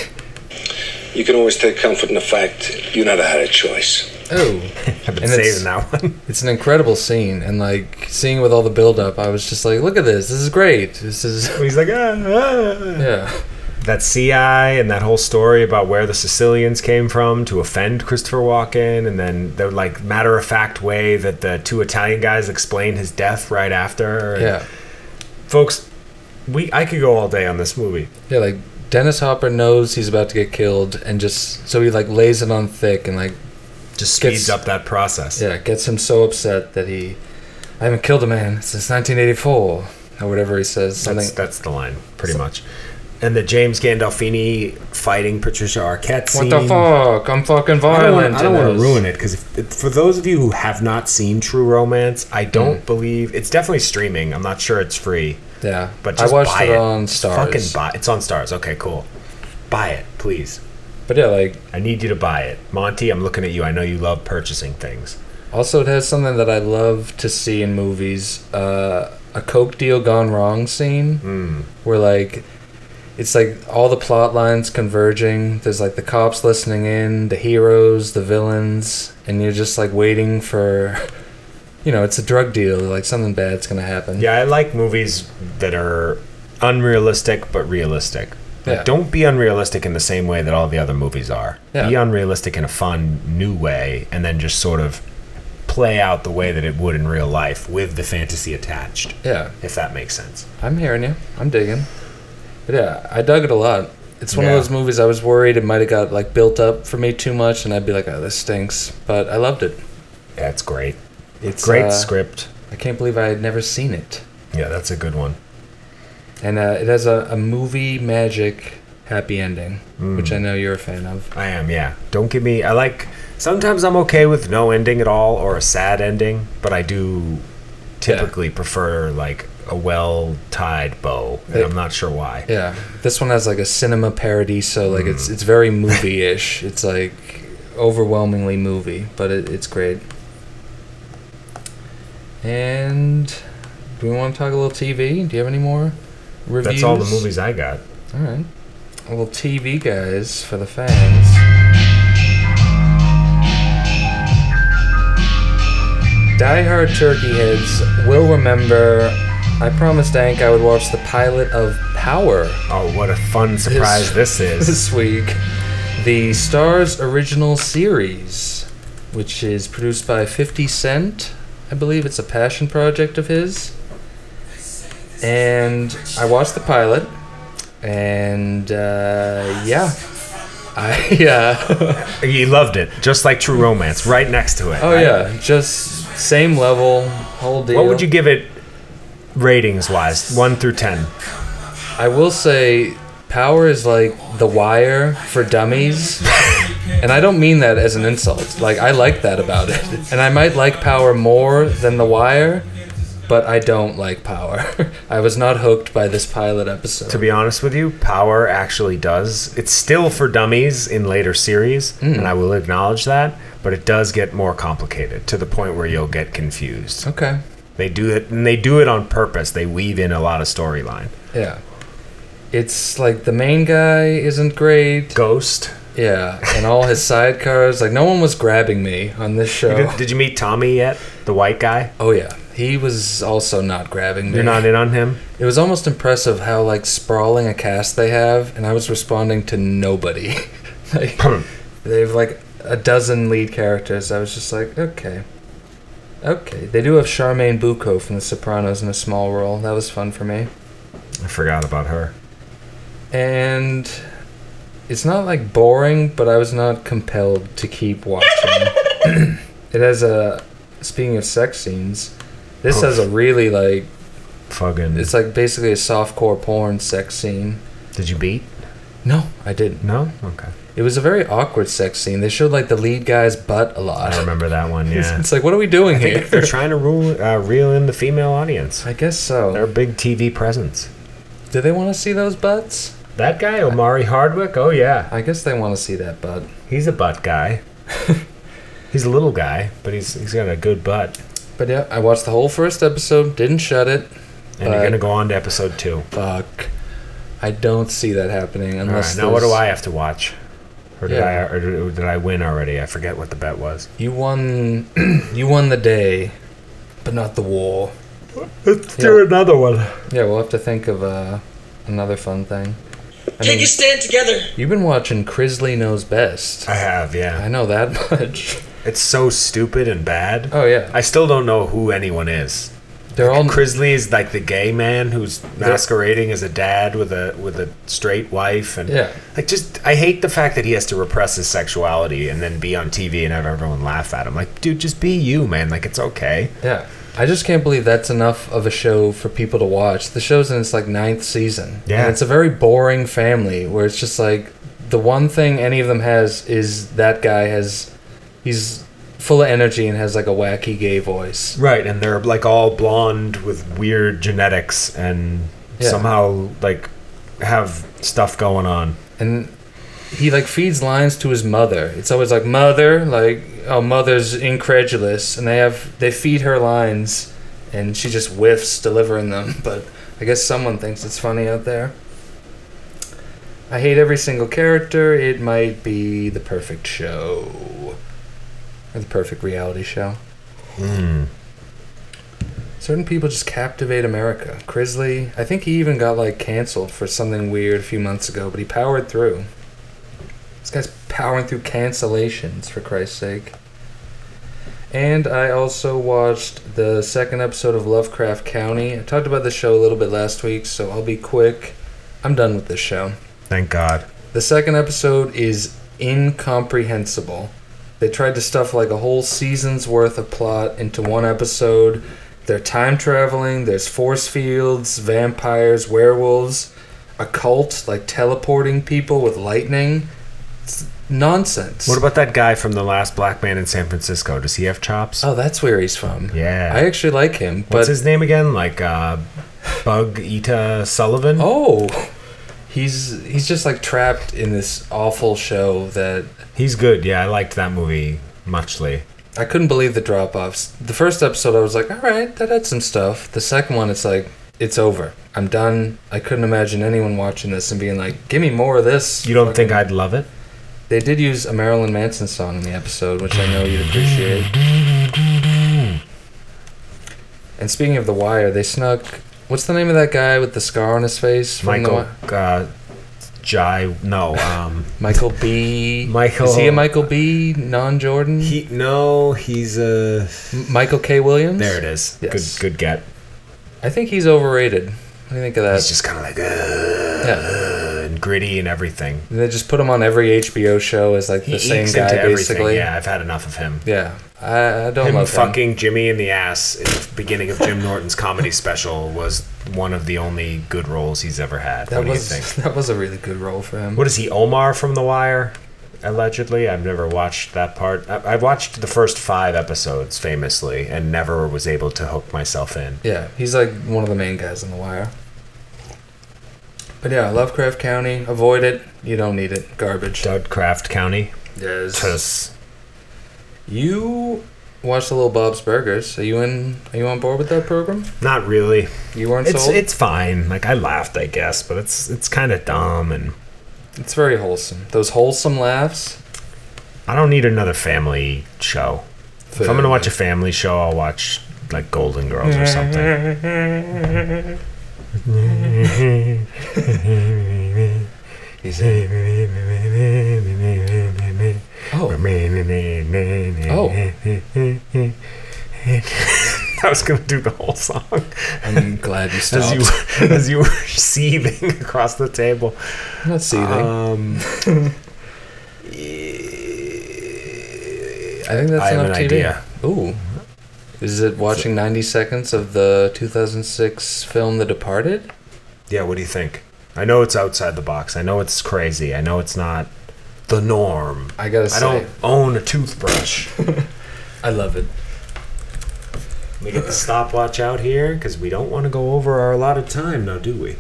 [SPEAKER 12] You can always take comfort in the fact you never had a choice.
[SPEAKER 6] Oh,
[SPEAKER 7] I've been
[SPEAKER 6] And it's-
[SPEAKER 7] saving that one.
[SPEAKER 6] it's an incredible scene, and like seeing with all the build up, I was just like, look at this. This is great. This is
[SPEAKER 7] He's like, ah, ah.
[SPEAKER 6] yeah.
[SPEAKER 7] that CI and that whole story about where the Sicilians came from to offend Christopher Walken, and then the like matter of fact way that the two Italian guys explain his death right after. and-
[SPEAKER 6] Yeah.
[SPEAKER 7] folks, we I could go all day on this movie.
[SPEAKER 6] Yeah, like Dennis Hopper knows he's about to get killed, and just so he like lays it on thick and like
[SPEAKER 7] Just
[SPEAKER 6] Gets-
[SPEAKER 7] speeds up that process.
[SPEAKER 6] yeah gets him so upset that he I haven't killed a man since 1984 or whatever he says something.
[SPEAKER 7] That's, that's the line, pretty much. And the James Gandolfini fighting Patricia Arquette
[SPEAKER 6] what
[SPEAKER 7] scene.
[SPEAKER 6] the fuck? I'm fucking
[SPEAKER 7] I don't wanna-
[SPEAKER 6] violent.
[SPEAKER 7] I don't
[SPEAKER 6] in
[SPEAKER 7] want to
[SPEAKER 6] this.
[SPEAKER 7] ruin it because for those of you who have not seen True Romance, I don't
[SPEAKER 6] Mm.
[SPEAKER 7] believe it's definitely streaming. I'm not sure it's free,
[SPEAKER 6] Yeah,
[SPEAKER 7] but
[SPEAKER 6] I
[SPEAKER 7] just
[SPEAKER 6] watched
[SPEAKER 7] buy
[SPEAKER 6] it, on
[SPEAKER 7] Just
[SPEAKER 6] Stars.
[SPEAKER 7] Fucking buy it's on Stars. Okay, cool. Buy it, please.
[SPEAKER 6] But yeah, like
[SPEAKER 7] I need you to buy it, Monty. I'm looking at you. I know you love purchasing things.
[SPEAKER 6] also it has something that I love to see in movies: uh, a coke deal gone wrong scene,
[SPEAKER 7] Hmm.
[SPEAKER 6] where like it's like all the plot lines converging. There's like the cops listening in, the heroes, the villains, and you're just like waiting for, you know, it's a drug deal. Like something bad's gonna happen.
[SPEAKER 7] Yeah, I like movies that are unrealistic but realistic. Like,
[SPEAKER 6] Yeah.
[SPEAKER 7] Don't be unrealistic in the same way that all the other movies are.
[SPEAKER 6] Yeah.
[SPEAKER 7] Be unrealistic in a fun, new way, and then just sort of play out the way that it would in real life with the fantasy attached,
[SPEAKER 6] yeah.
[SPEAKER 7] if that makes sense.
[SPEAKER 6] I'm hearing you. I'm digging. But yeah, I dug it a lot. It's one
[SPEAKER 7] Yeah.
[SPEAKER 6] of those movies I was worried it might have got like built up for me too much, and I'd be like, "Oh, this stinks." But I loved it.
[SPEAKER 7] Yeah, it's great.
[SPEAKER 6] It's
[SPEAKER 7] great
[SPEAKER 6] uh,
[SPEAKER 7] script.
[SPEAKER 6] I can't believe I had never seen it,
[SPEAKER 7] Yeah, that's a good one.
[SPEAKER 6] and uh, it has a, a movie magic happy ending, which
[SPEAKER 7] Mm.
[SPEAKER 6] I know you're a fan of.
[SPEAKER 7] I am, yeah. Don't give me. I like. Sometimes I'm okay with no ending at all or a sad ending, but I do typically prefer like a well tied bow, and
[SPEAKER 6] Hey.
[SPEAKER 7] I'm not sure why.
[SPEAKER 6] Yeah, this one has like a cinema parody, so like it's
[SPEAKER 7] Mm.
[SPEAKER 6] it's very movie-ish. it's like overwhelmingly movie, but it, it's great. And do we want to talk a little TV? Do you have any more reviews?
[SPEAKER 7] That's all the movies I got.
[SPEAKER 6] All right, a little TV guys for the fans. Die-hard turkey heads will remember. I promised Ank I would watch the pilot of Power
[SPEAKER 7] Oh, what a fun surprise this, is!
[SPEAKER 6] this week the Stars original series, which is produced by 50 Cent. I believe it's a passion project of his. And I watched the pilot, and uh, yeah, I uh, yeah.
[SPEAKER 7] he loved it, just like True Romance, right next to it.
[SPEAKER 6] oh
[SPEAKER 7] I-
[SPEAKER 6] yeah, just same level, whole deal.
[SPEAKER 7] What would you give it ratings wise, one through ten?
[SPEAKER 6] I will say, Power is like The Wire for dummies. and I don't mean that as an insult. Like, I like that about it. And I might like Power more than The Wire, but I don't like Power. I was not hooked by this pilot episode.
[SPEAKER 7] To be honest with you, Power actually does. It's still for dummies in later series, and I will acknowledge that, but it does get more complicated to the point where you'll get confused.
[SPEAKER 6] okay.
[SPEAKER 7] They do it and they do it on purpose. They weave in a lot of storyline.
[SPEAKER 6] Yeah. It's like the main guy isn't great.
[SPEAKER 7] Ghost.
[SPEAKER 6] Yeah. And all his sidecars. Like, no one was grabbing me on this
[SPEAKER 7] You
[SPEAKER 6] show.
[SPEAKER 7] Did, did you meet Tommy yet? The white guy?
[SPEAKER 6] Oh, yeah. He was also not grabbing me.
[SPEAKER 7] You're not in on him?
[SPEAKER 6] It was almost impressive how like sprawling a cast they have, and I was responding to nobody. like, they have like a dozen lead characters. I was just like, okay, okay. They do have Charmaine Bucco from The Sopranos in a small role. That was fun for me.
[SPEAKER 7] I forgot about her.
[SPEAKER 6] And it's not like boring, but I was not compelled to keep watching. it has a speaking of sex scenes. This has a really like
[SPEAKER 7] Fucking
[SPEAKER 6] it's like basically a softcore porn sex scene.
[SPEAKER 7] Did you beat?
[SPEAKER 6] No, I didn't.
[SPEAKER 7] No? Okay.
[SPEAKER 6] It was a very awkward sex scene. They showed like the lead guy's butt a lot.
[SPEAKER 7] I remember that one, yeah.
[SPEAKER 6] It's like, what are we doing
[SPEAKER 7] I think
[SPEAKER 6] here?
[SPEAKER 7] they're trying to rule, uh, reel in the female audience.
[SPEAKER 6] I guess
[SPEAKER 7] They're a
[SPEAKER 6] so.
[SPEAKER 7] big TV presence.
[SPEAKER 6] Do they want to see those butts?
[SPEAKER 7] That guy, Omari Hardwick? Oh, yeah.
[SPEAKER 6] I guess they want to see that butt.
[SPEAKER 7] He's a butt guy. he's a little guy, but he's, he's got a good butt.
[SPEAKER 6] But yeah, I watched the whole first episode. Didn't shut it.
[SPEAKER 7] And you're gonna go on to episode two.
[SPEAKER 6] Fuck. I don't see that happening
[SPEAKER 7] All right,
[SPEAKER 6] unless.
[SPEAKER 7] now what do
[SPEAKER 6] there's-
[SPEAKER 7] I have to watch? Or did
[SPEAKER 6] Yeah.
[SPEAKER 7] I or did- or did I win already? I forget what the bet was.
[SPEAKER 6] You won. you won the day, but not the war.
[SPEAKER 7] Let's
[SPEAKER 6] do
[SPEAKER 7] another one.
[SPEAKER 6] Yeah, we'll have to think of uh, another fun thing. I
[SPEAKER 3] Take
[SPEAKER 6] mean,
[SPEAKER 3] a stand together.
[SPEAKER 6] you've been watching Crisley Knows Best.
[SPEAKER 7] I have, yeah.
[SPEAKER 6] I know that much.
[SPEAKER 7] It's so stupid and bad.
[SPEAKER 6] Oh yeah,
[SPEAKER 7] I still don't know who anyone is.
[SPEAKER 6] they're all
[SPEAKER 7] Crisley is like the gay man who's
[SPEAKER 6] They're-
[SPEAKER 7] masquerading as a dad with a with a straight wife and
[SPEAKER 6] yeah.
[SPEAKER 7] like just I hate the fact that he has to repress his sexuality and then be on TV and have everyone laugh at him. Like, dude, just be you, man. Like it's okay.
[SPEAKER 6] Yeah. I just can't believe that's enough of a show for people to watch. The show's in its like ninth season.
[SPEAKER 7] Yeah.
[SPEAKER 6] And it's a very boring family where it's just like the one thing any of them has is that guy has he's full of energy and has like a wacky gay voice.
[SPEAKER 7] Right, and they're like all blonde with weird genetics and
[SPEAKER 6] Yeah.
[SPEAKER 7] somehow like have stuff going on.
[SPEAKER 6] And he like feeds lines to his mother. It's always like mother, like oh mother's incredulous and they have they feed her lines and she just whiffs delivering them, but I guess someone thinks it's funny out there. I hate every single character. It might be the perfect show. Or the perfect reality show.
[SPEAKER 7] Hmm.
[SPEAKER 6] Certain people just captivate America. Crisley, I think he even got like canceled for something weird a few months ago, but he powered through. This guy's powering through cancellations for Christ's sake. And I also watched the second episode of Lovecraft County. I talked about the show a little bit last week, so I'll be quick. I'm done with this show.
[SPEAKER 7] Thank God.
[SPEAKER 6] The second episode is incomprehensible. They tried to stuff like a whole season's worth of plot into one episode. They're time traveling, there's force fields, vampires, werewolves, a cult, like teleporting people with lightning. It's nonsense.
[SPEAKER 7] What about that guy from the last black man in San Francisco? Does he have chops?
[SPEAKER 6] oh, that's where he's from.
[SPEAKER 7] yeah.
[SPEAKER 6] I actually like him, but.
[SPEAKER 7] What's his name again? Like uh, Bug Ita Sullivan?
[SPEAKER 6] oh! He's, he's just like trapped in this awful show that
[SPEAKER 7] He's good. Yeah, I liked that movie muchly.
[SPEAKER 6] I couldn't believe the drop offs. The first episode, I was like, all right, that had some stuff. The second one, it's like, it's over. I'm done. I couldn't imagine anyone watching this and being like, give me more of this.
[SPEAKER 7] You don't think I'd love it?
[SPEAKER 6] They did use a Marilyn Manson song in the episode, which I know you'd appreciate. And speaking of The Wire, they snuck. What's the name of that guy with the scar on his face? from The
[SPEAKER 7] Michael
[SPEAKER 6] Wi-
[SPEAKER 7] uh, Jai? No. Um,
[SPEAKER 6] Michael B.
[SPEAKER 7] Michael-
[SPEAKER 6] Is he a Michael B. Non Jordan?
[SPEAKER 7] he no. He's a.
[SPEAKER 6] Michael K. Williams?
[SPEAKER 7] There it is.
[SPEAKER 6] Yes.
[SPEAKER 7] Good. Good get.
[SPEAKER 6] I think he's overrated. What do you think of that?
[SPEAKER 7] He's just kind of like uh,
[SPEAKER 6] yeah.
[SPEAKER 7] and gritty and everything.
[SPEAKER 6] And They just put him on every HBO show as like the
[SPEAKER 7] He
[SPEAKER 6] same
[SPEAKER 7] ekes
[SPEAKER 6] guy,
[SPEAKER 7] into everything.
[SPEAKER 6] basically.
[SPEAKER 7] Yeah, I've had enough of him.
[SPEAKER 6] Yeah. I, I don't
[SPEAKER 7] Him
[SPEAKER 6] love
[SPEAKER 7] fucking Jimmy in the ass in the beginning of Jim Norton's comedy special was one of the only good roles he's ever had.
[SPEAKER 6] That
[SPEAKER 7] what
[SPEAKER 6] was
[SPEAKER 7] do you think?
[SPEAKER 6] that was a really good role for him.
[SPEAKER 7] What is he, Omar from The Wire? Allegedly, I've never watched that part. I, I watched the first five episodes famously and never was able to hook myself in.
[SPEAKER 6] Yeah, he's like one of the main guys on The Wire. But yeah, Lovecraft County, avoid it. You don't need it. Garbage.
[SPEAKER 7] Doug Craft County.
[SPEAKER 6] Yes.
[SPEAKER 7] Tuss.
[SPEAKER 6] You watched the Little Bob's Burgers. Are you in? Are you on board with that program?
[SPEAKER 7] Not really.
[SPEAKER 6] You weren't
[SPEAKER 7] It's
[SPEAKER 6] sold.
[SPEAKER 7] it's fine. Like I laughed, I guess, but it's it's kind of dumb, and
[SPEAKER 6] it's very wholesome. Those wholesome laughs.
[SPEAKER 7] I don't need another family show. If I'm gonna watch a family show, I'll watch like Golden Girls or something.
[SPEAKER 6] He's in. Oh.
[SPEAKER 7] Oh. I was gonna do the whole song
[SPEAKER 6] I'm glad you
[SPEAKER 7] as
[SPEAKER 6] stopped.
[SPEAKER 7] you as you were seething across the table.
[SPEAKER 6] I'm not seething.
[SPEAKER 7] Um,
[SPEAKER 6] I think that's
[SPEAKER 7] I have
[SPEAKER 6] enough
[SPEAKER 7] an
[SPEAKER 6] TV.
[SPEAKER 7] idea.
[SPEAKER 6] Ooh. Is it watching 90 seconds of the 2006 film The Departed?
[SPEAKER 7] yeah, what do you think? I know it's outside the box. I know it's crazy. I know it's not the norm.
[SPEAKER 6] I gotta say,
[SPEAKER 7] I
[SPEAKER 6] I,
[SPEAKER 7] don't own a toothbrush.
[SPEAKER 6] love it.
[SPEAKER 7] We get the stopwatch out here because we don't want to go over our allotted time now, do we?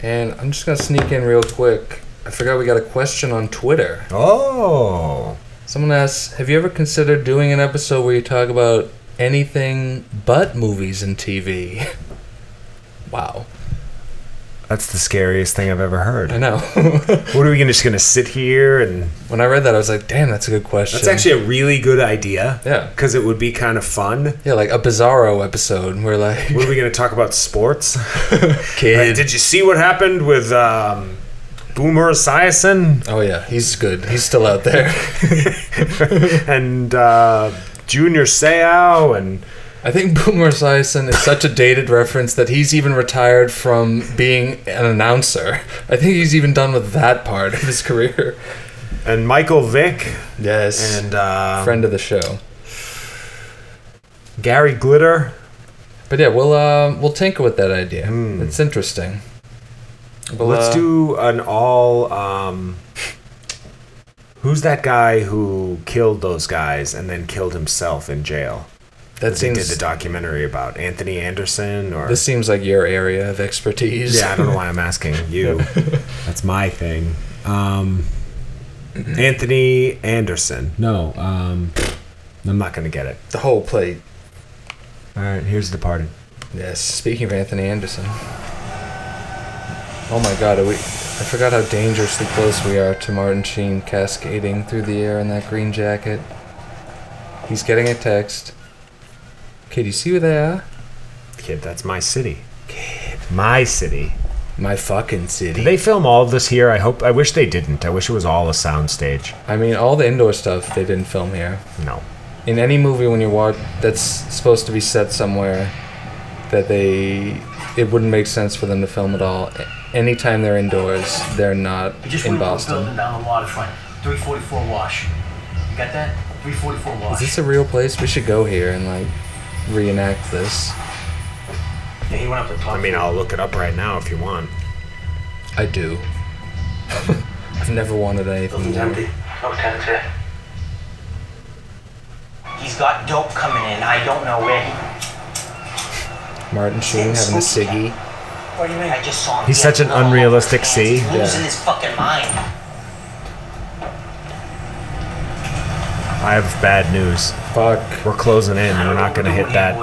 [SPEAKER 6] And I'm just gonna sneak in real quick. I forgot we got a question on Twitter.
[SPEAKER 7] Oh.
[SPEAKER 6] Someone asks, "Have you ever considered doing an episode where you talk about anything but movies and TV?" Wow.
[SPEAKER 7] That's the scariest thing I've ever heard.
[SPEAKER 6] I know.
[SPEAKER 7] what are we gonna, just going to sit here and.
[SPEAKER 6] When I read that, I was like, damn, that's a good question.
[SPEAKER 7] That's actually a really good idea.
[SPEAKER 6] Yeah.
[SPEAKER 7] Because it would be kind of fun.
[SPEAKER 6] Yeah, like a Bizarro episode where, like,
[SPEAKER 7] What are we going to talk about? Sports?
[SPEAKER 6] kid.
[SPEAKER 7] Like, did you see what happened with um, Boomer Esiason?
[SPEAKER 6] Oh, yeah, he's good. He's still out there.
[SPEAKER 7] and uh, Junior Seau and.
[SPEAKER 6] I think Boomer Esiason is such a dated reference that he's even retired from being an announcer. I think he's even done with that part of his career.
[SPEAKER 7] and Michael Vick
[SPEAKER 6] Yes.
[SPEAKER 7] and uh,
[SPEAKER 6] friend of the show.
[SPEAKER 7] Gary Glitter.
[SPEAKER 6] But yeah, we'll uh, we'll tinker with that idea.
[SPEAKER 7] Hmm.
[SPEAKER 6] It's interesting. But
[SPEAKER 7] Let's
[SPEAKER 6] uh,
[SPEAKER 7] do an all. Um, who's that guy who killed those guys and then killed himself in jail?
[SPEAKER 6] that.
[SPEAKER 7] They did uh,
[SPEAKER 6] Seems
[SPEAKER 7] the documentary about Anthony Anderson or.
[SPEAKER 6] this seems like your area of expertise.
[SPEAKER 7] yeah, I don't know why I'm asking you. That's my thing. Um, Anthony Anderson. No, um, I'm not gonna get it.
[SPEAKER 6] the whole plate.
[SPEAKER 7] All right, here's Departed.
[SPEAKER 6] Yes. Speaking of Anthony Anderson. Oh my God! Are we? I forgot how dangerously close we are to Martin Sheen cascading through the air in that green jacket. He's getting a text. Okay, do you see who they are?
[SPEAKER 7] Kid, that's my city. My city.
[SPEAKER 6] My fucking city.
[SPEAKER 7] Did they film all of this here? I hope. I wish they didn't. I wish it was all a soundstage.
[SPEAKER 6] I mean, all the indoor stuff they didn't film here.
[SPEAKER 7] No.
[SPEAKER 6] in any movie when you watch that's supposed to be set somewhere that they it wouldn't make sense for them to film at all A- anytime they're indoors they're not in boston
[SPEAKER 13] down the waterfront. 344 Wash. You got that? 344
[SPEAKER 6] is this a real place we should go here and like reenact this
[SPEAKER 13] yeah, he went up to talk.
[SPEAKER 7] I mean, I'll look it up right now if you want.
[SPEAKER 6] i do i've never wanted anything more
[SPEAKER 13] No tenants here. He's got dope coming in. I don't know where.
[SPEAKER 6] martin sheen having a ciggy
[SPEAKER 13] What do you mean? I just saw him.
[SPEAKER 7] He's such an unrealistic C.
[SPEAKER 13] He's losing
[SPEAKER 6] Yeah.
[SPEAKER 13] his fucking mind.
[SPEAKER 7] I have bad news.
[SPEAKER 6] fuck
[SPEAKER 7] We're closing in. We're not gonna hit that.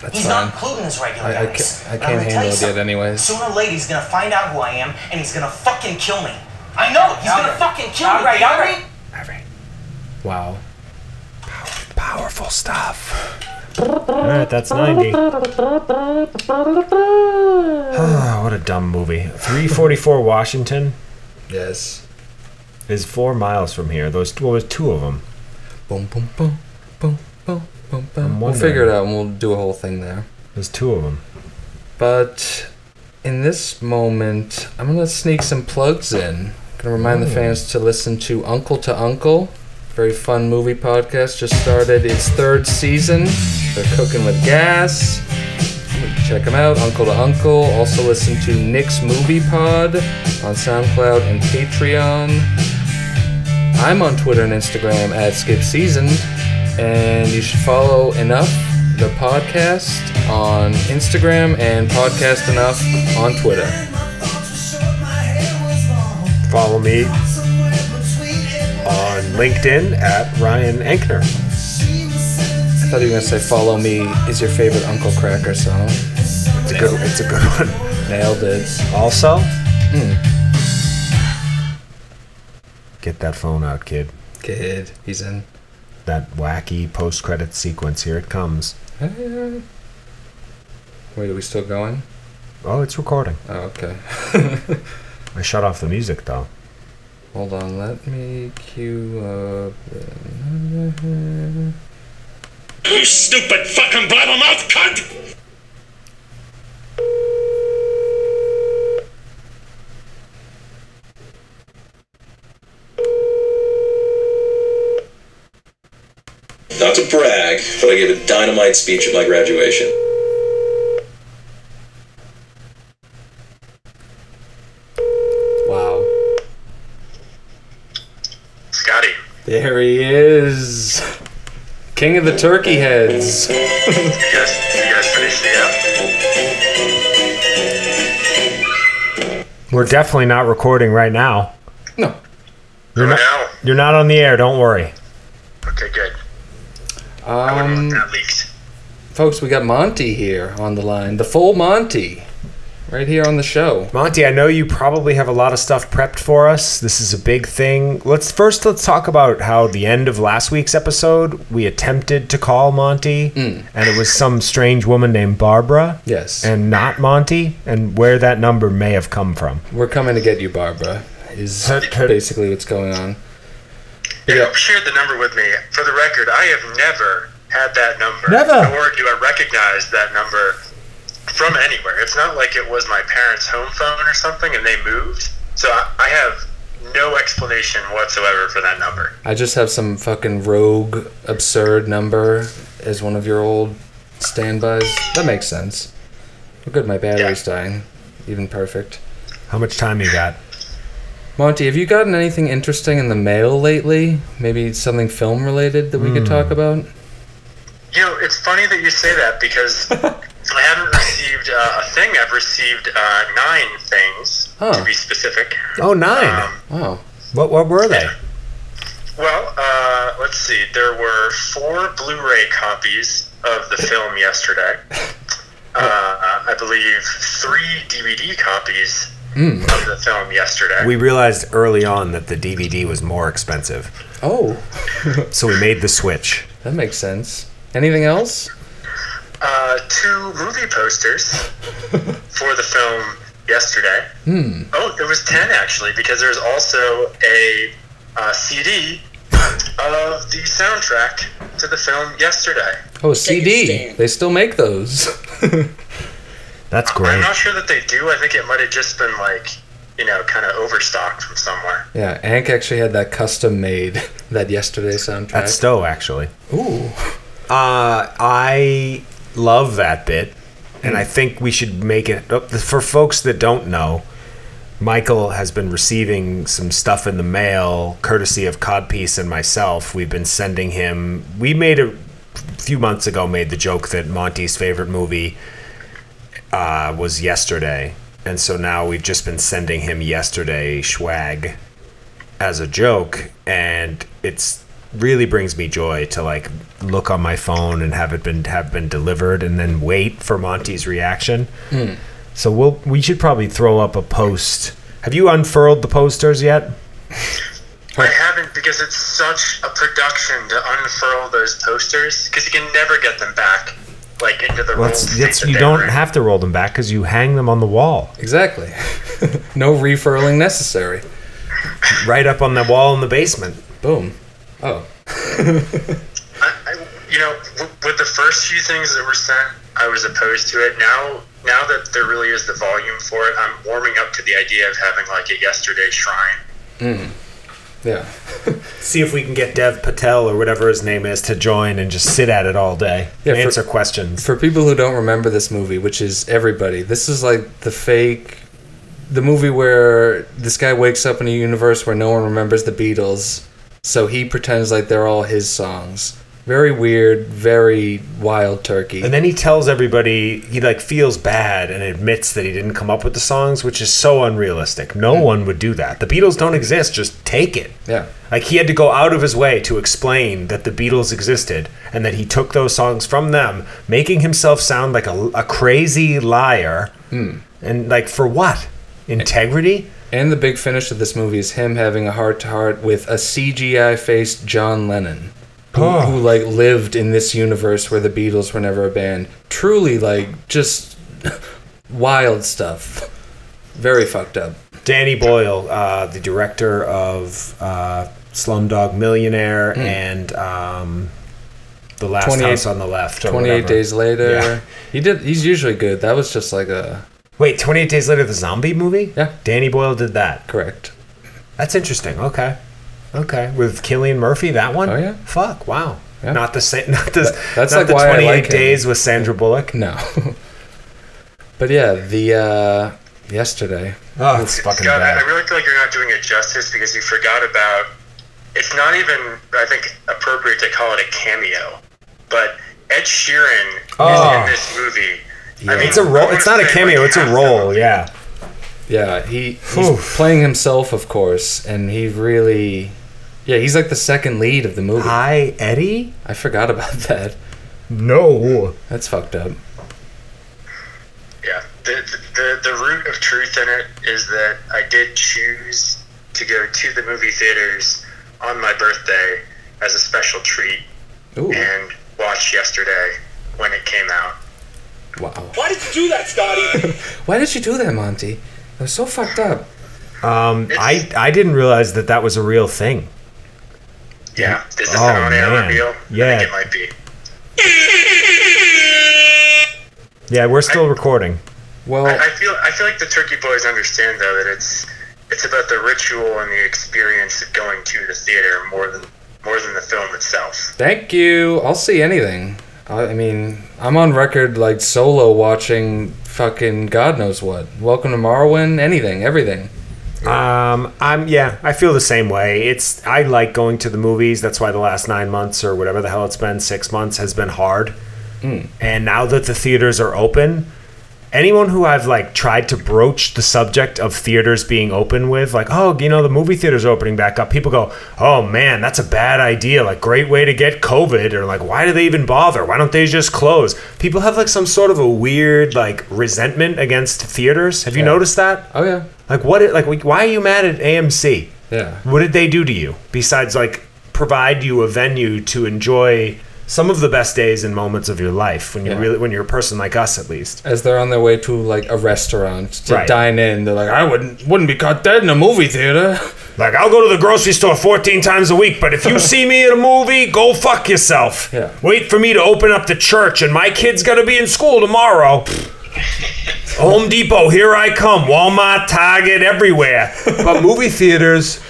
[SPEAKER 6] that's
[SPEAKER 13] He's
[SPEAKER 6] fine
[SPEAKER 13] not including his regular
[SPEAKER 6] i, I,
[SPEAKER 13] guys.
[SPEAKER 6] ca- I
[SPEAKER 13] But I'm
[SPEAKER 6] can't
[SPEAKER 13] gonna tell you
[SPEAKER 6] handle it yet
[SPEAKER 13] something.
[SPEAKER 6] anyways
[SPEAKER 13] Sooner or later, he's gonna find out who I am, and he's gonna fucking kill me. I know it. He's gonna fucking kill me.
[SPEAKER 3] Alright,
[SPEAKER 13] you
[SPEAKER 3] alright.
[SPEAKER 13] hear me?
[SPEAKER 6] wow
[SPEAKER 7] Powerful stuff. Ah, All right, that's ninety. what a dumb movie. Three forty-four Washington
[SPEAKER 6] yes
[SPEAKER 7] is four miles from here. Those well, there's two of them.
[SPEAKER 6] boom boom boom boom boom boom boom
[SPEAKER 7] I'm
[SPEAKER 6] we'll figure
[SPEAKER 7] wondering.
[SPEAKER 6] it out and we'll do a whole thing there
[SPEAKER 7] There's two of them.
[SPEAKER 6] But in this moment, I'm gonna sneak some plugs in. Gonna remind the fans to listen to Uncle to Uncle. Very fun movie podcast. Just started its third season. They're cooking with gas. Check them out, Uncle to Uncle. Also listen to Nick's Movie Pod on SoundCloud and Patreon. I'm on Twitter and Instagram at Skip Seasoned, and you should follow Enough the podcast on Instagram and Podcast Enough on Twitter.
[SPEAKER 7] Follow me on LinkedIn at Ryan Ankner.
[SPEAKER 6] I thought you were gonna say follow me is your favorite Uncle Cracker song.
[SPEAKER 7] It's a good. It's a good one.
[SPEAKER 6] Nailed it.
[SPEAKER 7] Also, get that phone out, kid.
[SPEAKER 6] Kid, he's in.
[SPEAKER 7] That wacky post-credit sequence. Here it comes.
[SPEAKER 6] Wait, are we still going?
[SPEAKER 7] Oh, it's recording.
[SPEAKER 6] Oh, okay.
[SPEAKER 7] I shut off the music though.
[SPEAKER 6] Hold on, let me cue up.
[SPEAKER 2] You stupid fucking blabbermouth cunt!
[SPEAKER 12] Not to brag, but I gave a dynamite speech at my graduation.
[SPEAKER 6] Wow.
[SPEAKER 9] Scotty.
[SPEAKER 6] There he is. King of the turkey heads.
[SPEAKER 9] You guys, you guys finished the app?
[SPEAKER 7] We're definitely not recording right now.
[SPEAKER 6] No.
[SPEAKER 7] You're not,
[SPEAKER 9] now?
[SPEAKER 7] you're not on the air. Don't worry.
[SPEAKER 9] Okay, good.
[SPEAKER 6] Um,
[SPEAKER 9] That leaked.
[SPEAKER 6] Folks, we got Monty here on the line. The full Monty. Right here on the show.
[SPEAKER 7] Monty, I know you probably have a lot of stuff prepped for us. This is a big thing. Let's first let's talk about how the end of last week's episode we attempted to call Monty, and it was some strange woman named Barbara.
[SPEAKER 6] Yes.
[SPEAKER 7] and not Monty, and where that number may have come from.
[SPEAKER 6] We're coming to get you, Barbara, is basically what's going on.
[SPEAKER 14] Who shared the number with me? For the record, I have never had that number.
[SPEAKER 7] Never.
[SPEAKER 14] Nor do I recognize that number from anywhere. It's not like it was my parents' home phone or something and they moved. So I, I have no explanation whatsoever for that number.
[SPEAKER 6] I just have some fucking rogue, absurd number as one of your old standbys. That makes sense. Well, good, my battery's dying. Even perfect.
[SPEAKER 7] How much time you got?
[SPEAKER 6] Monty, have you gotten anything interesting in the mail lately? Maybe something film related that we could talk about?
[SPEAKER 14] You know, it's funny that you say that because I haven't received uh, a thing. I've received uh, nine things,
[SPEAKER 7] Huh.
[SPEAKER 14] to be specific.
[SPEAKER 7] Oh, nine.
[SPEAKER 6] wow.
[SPEAKER 7] What what were they?
[SPEAKER 14] Well, uh, let's see. There were four Blu-ray copies of the film yesterday. Uh, I believe three DVD copies
[SPEAKER 7] Mm.
[SPEAKER 14] of the film yesterday.
[SPEAKER 7] We realized early on that the DVD was more expensive.
[SPEAKER 6] Oh.
[SPEAKER 7] so we made the switch.
[SPEAKER 6] That makes sense. Anything else?
[SPEAKER 14] Uh, two movie posters for the film yesterday.
[SPEAKER 6] Hmm.
[SPEAKER 14] Oh, there was ten actually, because there's also a uh, CD of the soundtrack to the film yesterday.
[SPEAKER 6] Oh, CD. They still make those.
[SPEAKER 7] That's
[SPEAKER 14] I'm not sure that they do. I think it might have just been like, you know, kind of overstocked from somewhere.
[SPEAKER 6] Yeah, Ank actually had that custom made that yesterday soundtrack.
[SPEAKER 7] At Stowe, actually.
[SPEAKER 6] Ooh.
[SPEAKER 7] Uh, I love that bit, and I think we should make it up for folks that don't know. Michael has been receiving some stuff in the mail, courtesy of Codpiece and myself. We've been sending him. We made a few months ago made the joke that Monty's favorite movie uh, was yesterday, and so now we've just been sending him yesterday swag as a joke, and it's really brings me joy to like look on my phone and have it been have been delivered, and then wait for Monty's reaction.
[SPEAKER 6] Hmm.
[SPEAKER 7] So we'll we should probably throw up a post. Have you unfurled the posters yet?
[SPEAKER 14] I haven't because it's such a production to unfurl those posters because you can never get them back, like into the roll.
[SPEAKER 7] Let's, let's you don't have to roll them back because you hang them on the wall,
[SPEAKER 6] Exactly. no refurling necessary.
[SPEAKER 7] right up on the wall in the basement.
[SPEAKER 6] Boom. Oh.
[SPEAKER 14] You know, w- with the first few things that were sent, I was opposed to it. Now, now that there really is the volume for it, I'm warming up to the idea of having like a yesterday shrine.
[SPEAKER 6] Mm. Yeah.
[SPEAKER 7] See if we can get Dev Patel or whatever his name is to join and just sit at it all day
[SPEAKER 6] Yeah,
[SPEAKER 7] and
[SPEAKER 6] for-
[SPEAKER 7] answer questions.
[SPEAKER 6] For people who don't remember this movie, which is everybody, this is like the fake, the movie where this guy wakes up in a universe where no one remembers the Beatles, so he pretends like they're all his songs. Very weird, very wild turkey.
[SPEAKER 7] And then he tells everybody he like feels bad and admits that he didn't come up with the songs, which is so unrealistic. No one would do that. The Beatles don't exist. Just take it.
[SPEAKER 6] Yeah.
[SPEAKER 7] Like he had to go out of his way to explain that the Beatles existed and that he took those songs from them, making himself sound like a, a crazy liar.
[SPEAKER 6] Mm.
[SPEAKER 7] And like for what? Integrity?
[SPEAKER 6] And the big finish of this movie is him having a heart to heart with a CGI faced John Lennon, who,
[SPEAKER 7] Oh.
[SPEAKER 6] who like lived in this universe where the Beatles were never a band. Truly, like just wild stuff. Very fucked up.
[SPEAKER 7] Danny Boyle, uh, the director of uh, Slumdog Millionaire
[SPEAKER 6] Hmm.
[SPEAKER 7] and um, The Last
[SPEAKER 6] 28
[SPEAKER 7] House on the Left. or
[SPEAKER 6] Twenty eight
[SPEAKER 7] whatever.
[SPEAKER 6] days later,
[SPEAKER 7] Yeah.
[SPEAKER 6] he did. He's usually good. That was just like a
[SPEAKER 7] Wait, 28 Days Later, the zombie movie?
[SPEAKER 6] Yeah.
[SPEAKER 7] Danny Boyle did that.
[SPEAKER 6] correct.
[SPEAKER 7] That's interesting. Okay. Okay. With Killian Murphy, that one?
[SPEAKER 6] Oh, yeah.
[SPEAKER 7] Fuck, wow.
[SPEAKER 6] Yeah.
[SPEAKER 7] Not the same. Not the,
[SPEAKER 6] that's
[SPEAKER 7] not
[SPEAKER 6] like
[SPEAKER 7] the
[SPEAKER 6] why I
[SPEAKER 7] 28
[SPEAKER 6] like him.
[SPEAKER 7] Days with Sandra Bullock.
[SPEAKER 6] No, but yeah, the uh, yesterday.
[SPEAKER 7] Oh, it's fucking
[SPEAKER 14] Scott, I- I
[SPEAKER 7] bad.
[SPEAKER 14] really feel like you're not doing it justice because you forgot about. It's not even, I think, appropriate to call it a cameo, but Ed Sheeran is
[SPEAKER 7] Oh.
[SPEAKER 14] in this movie. I mean,
[SPEAKER 7] it's a
[SPEAKER 14] I
[SPEAKER 7] role.
[SPEAKER 14] wanna
[SPEAKER 7] It's not a
[SPEAKER 14] say,
[SPEAKER 7] cameo.
[SPEAKER 14] like,
[SPEAKER 7] It's a
[SPEAKER 14] half-
[SPEAKER 7] role. Yeah.
[SPEAKER 6] Yeah, he, he's
[SPEAKER 7] Oof.
[SPEAKER 6] playing himself, of course, and he really, yeah, he's like the second lead of the movie.
[SPEAKER 7] Hi, Eddie.
[SPEAKER 6] I forgot about that.
[SPEAKER 7] No.
[SPEAKER 6] That's fucked up.
[SPEAKER 14] Yeah. The, the, the root of truth in it is that I did choose to go to the movie theaters on my birthday as a special treat
[SPEAKER 6] Ooh.
[SPEAKER 14] and watch yesterday when it came out.
[SPEAKER 6] Wow.
[SPEAKER 2] Why did you do that, Scotty?
[SPEAKER 6] Why did you do that, Monty? That was so fucked up.
[SPEAKER 7] Um, I I didn't realize that that was a real thing.
[SPEAKER 14] Yeah. Is this
[SPEAKER 7] Oh,
[SPEAKER 14] an on air
[SPEAKER 7] man.
[SPEAKER 14] reveal? I
[SPEAKER 7] Yeah.
[SPEAKER 14] think it might be.
[SPEAKER 7] Yeah, we're still recording.
[SPEAKER 6] Well,
[SPEAKER 14] I, I feel I feel like the Turkey Boys understand though that it's it's about the ritual and the experience of going to the theater more than more than the film itself.
[SPEAKER 6] Thank you. I'll see anything. I, I mean, I'm on record like solo watching fucking God knows what. Welcome to Morrowind, anything, everything.
[SPEAKER 7] Um, I'm yeah, I feel the same way. It's I like going to the movies. That's why the last nine months or whatever the hell it's been, six months has been hard.
[SPEAKER 6] Mm.
[SPEAKER 7] And now that the theaters are open, anyone who I've like tried to broach the subject of theaters being open with, like, oh, you know, the movie theaters are opening back up, people go, oh man, that's a bad idea. Like, great way to get COVID. Or like, why do they even bother? Why don't they just close? People have like some sort of a weird like resentment against theaters. Have you noticed that?
[SPEAKER 6] Oh yeah.
[SPEAKER 7] Like what? It, like why are you mad at AMC?
[SPEAKER 6] Yeah.
[SPEAKER 7] What did they do to you besides like provide you a venue to enjoy some of the best days and moments of your life when you
[SPEAKER 6] Yeah.
[SPEAKER 7] really when you're a person like us at least.
[SPEAKER 6] As they're on their way to like a restaurant to
[SPEAKER 7] Right.
[SPEAKER 6] dine in, they're like, I wouldn't wouldn't be caught dead in a movie theater.
[SPEAKER 7] Like I'll go to the grocery store 14 times a week, but if you see me at a movie, go fuck yourself.
[SPEAKER 6] Yeah.
[SPEAKER 7] Wait for me to open up the church and my kid's gonna be in school tomorrow. Home Depot, here I come. Walmart, Target, everywhere. But movie theaters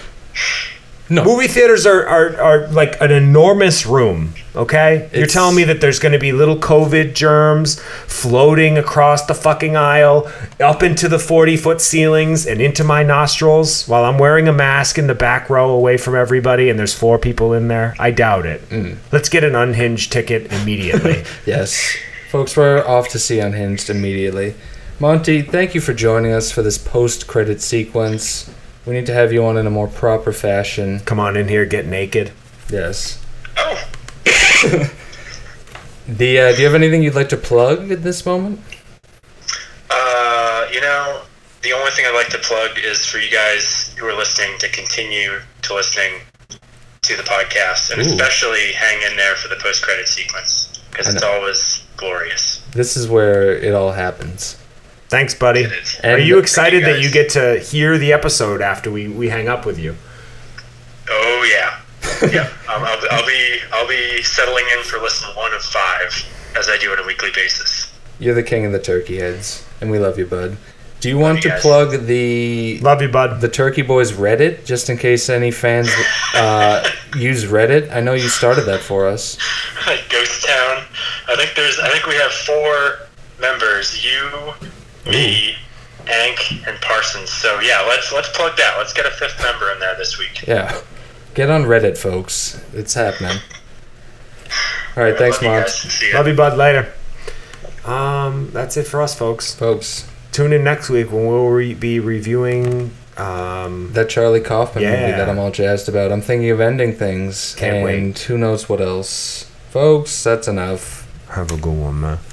[SPEAKER 6] No.
[SPEAKER 7] Movie theaters are, are, are like an enormous room, okay? You're
[SPEAKER 6] It's-
[SPEAKER 7] telling me that there's going to be little COVID germs floating across the fucking aisle, up into the 40 foot ceilings and into my nostrils while I'm wearing a mask in the back row away from everybody and there's four people in there? I doubt it. Let's get an unhinged ticket immediately.
[SPEAKER 6] Yes. Folks, we're off to see Unhinged immediately. Monty, thank you for joining us for this post credit sequence. We need to have you on in a more proper fashion.
[SPEAKER 7] Come on in here, get naked.
[SPEAKER 6] Yes. the uh, do you have anything you'd like to plug at this moment?
[SPEAKER 14] Uh, you know, the only thing I'd like to plug is for you guys who are listening to continue to listening to the podcast and
[SPEAKER 6] Ooh.
[SPEAKER 14] especially hang in there for the post credit sequence because
[SPEAKER 6] I
[SPEAKER 14] it's
[SPEAKER 6] know.
[SPEAKER 14] always glorious.
[SPEAKER 6] This is where it all happens.
[SPEAKER 7] Thanks, buddy.
[SPEAKER 6] And-
[SPEAKER 7] Are you excited that you get to hear the episode after we, we hang up with you?
[SPEAKER 14] Oh yeah, yeah. Um, I'll, I'll be I'll be settling in for listen one of five as I do on a weekly basis.
[SPEAKER 6] You're the king of the turkey heads, and we love you, bud. Do you want
[SPEAKER 14] you
[SPEAKER 6] to
[SPEAKER 14] guys.
[SPEAKER 6] plug the
[SPEAKER 7] Love you, bud.
[SPEAKER 6] The Turkey Boys Reddit, just in case any fans uh, use Reddit. I know you started that for us.
[SPEAKER 14] Like Ghost Town. I think there's I think we have four members. You, me, Ank, and Parsons. So yeah, let's let's plug that. Let's get a fifth member in there this week.
[SPEAKER 6] Yeah, get on Reddit, folks. It's happening. All right, thanks, Mont.
[SPEAKER 7] Love you, bud. Later. Um, that's it for us, folks.
[SPEAKER 6] Folks,
[SPEAKER 7] Tune in next week when we'll re- be reviewing. Um,
[SPEAKER 6] that Charlie Kaufman movie
[SPEAKER 7] Yeah.
[SPEAKER 6] that I'm all jazzed about. I'm thinking of ending things,
[SPEAKER 7] Can't
[SPEAKER 6] and
[SPEAKER 7] wait.
[SPEAKER 6] who knows what else, folks. That's enough.
[SPEAKER 7] Have a good one, man.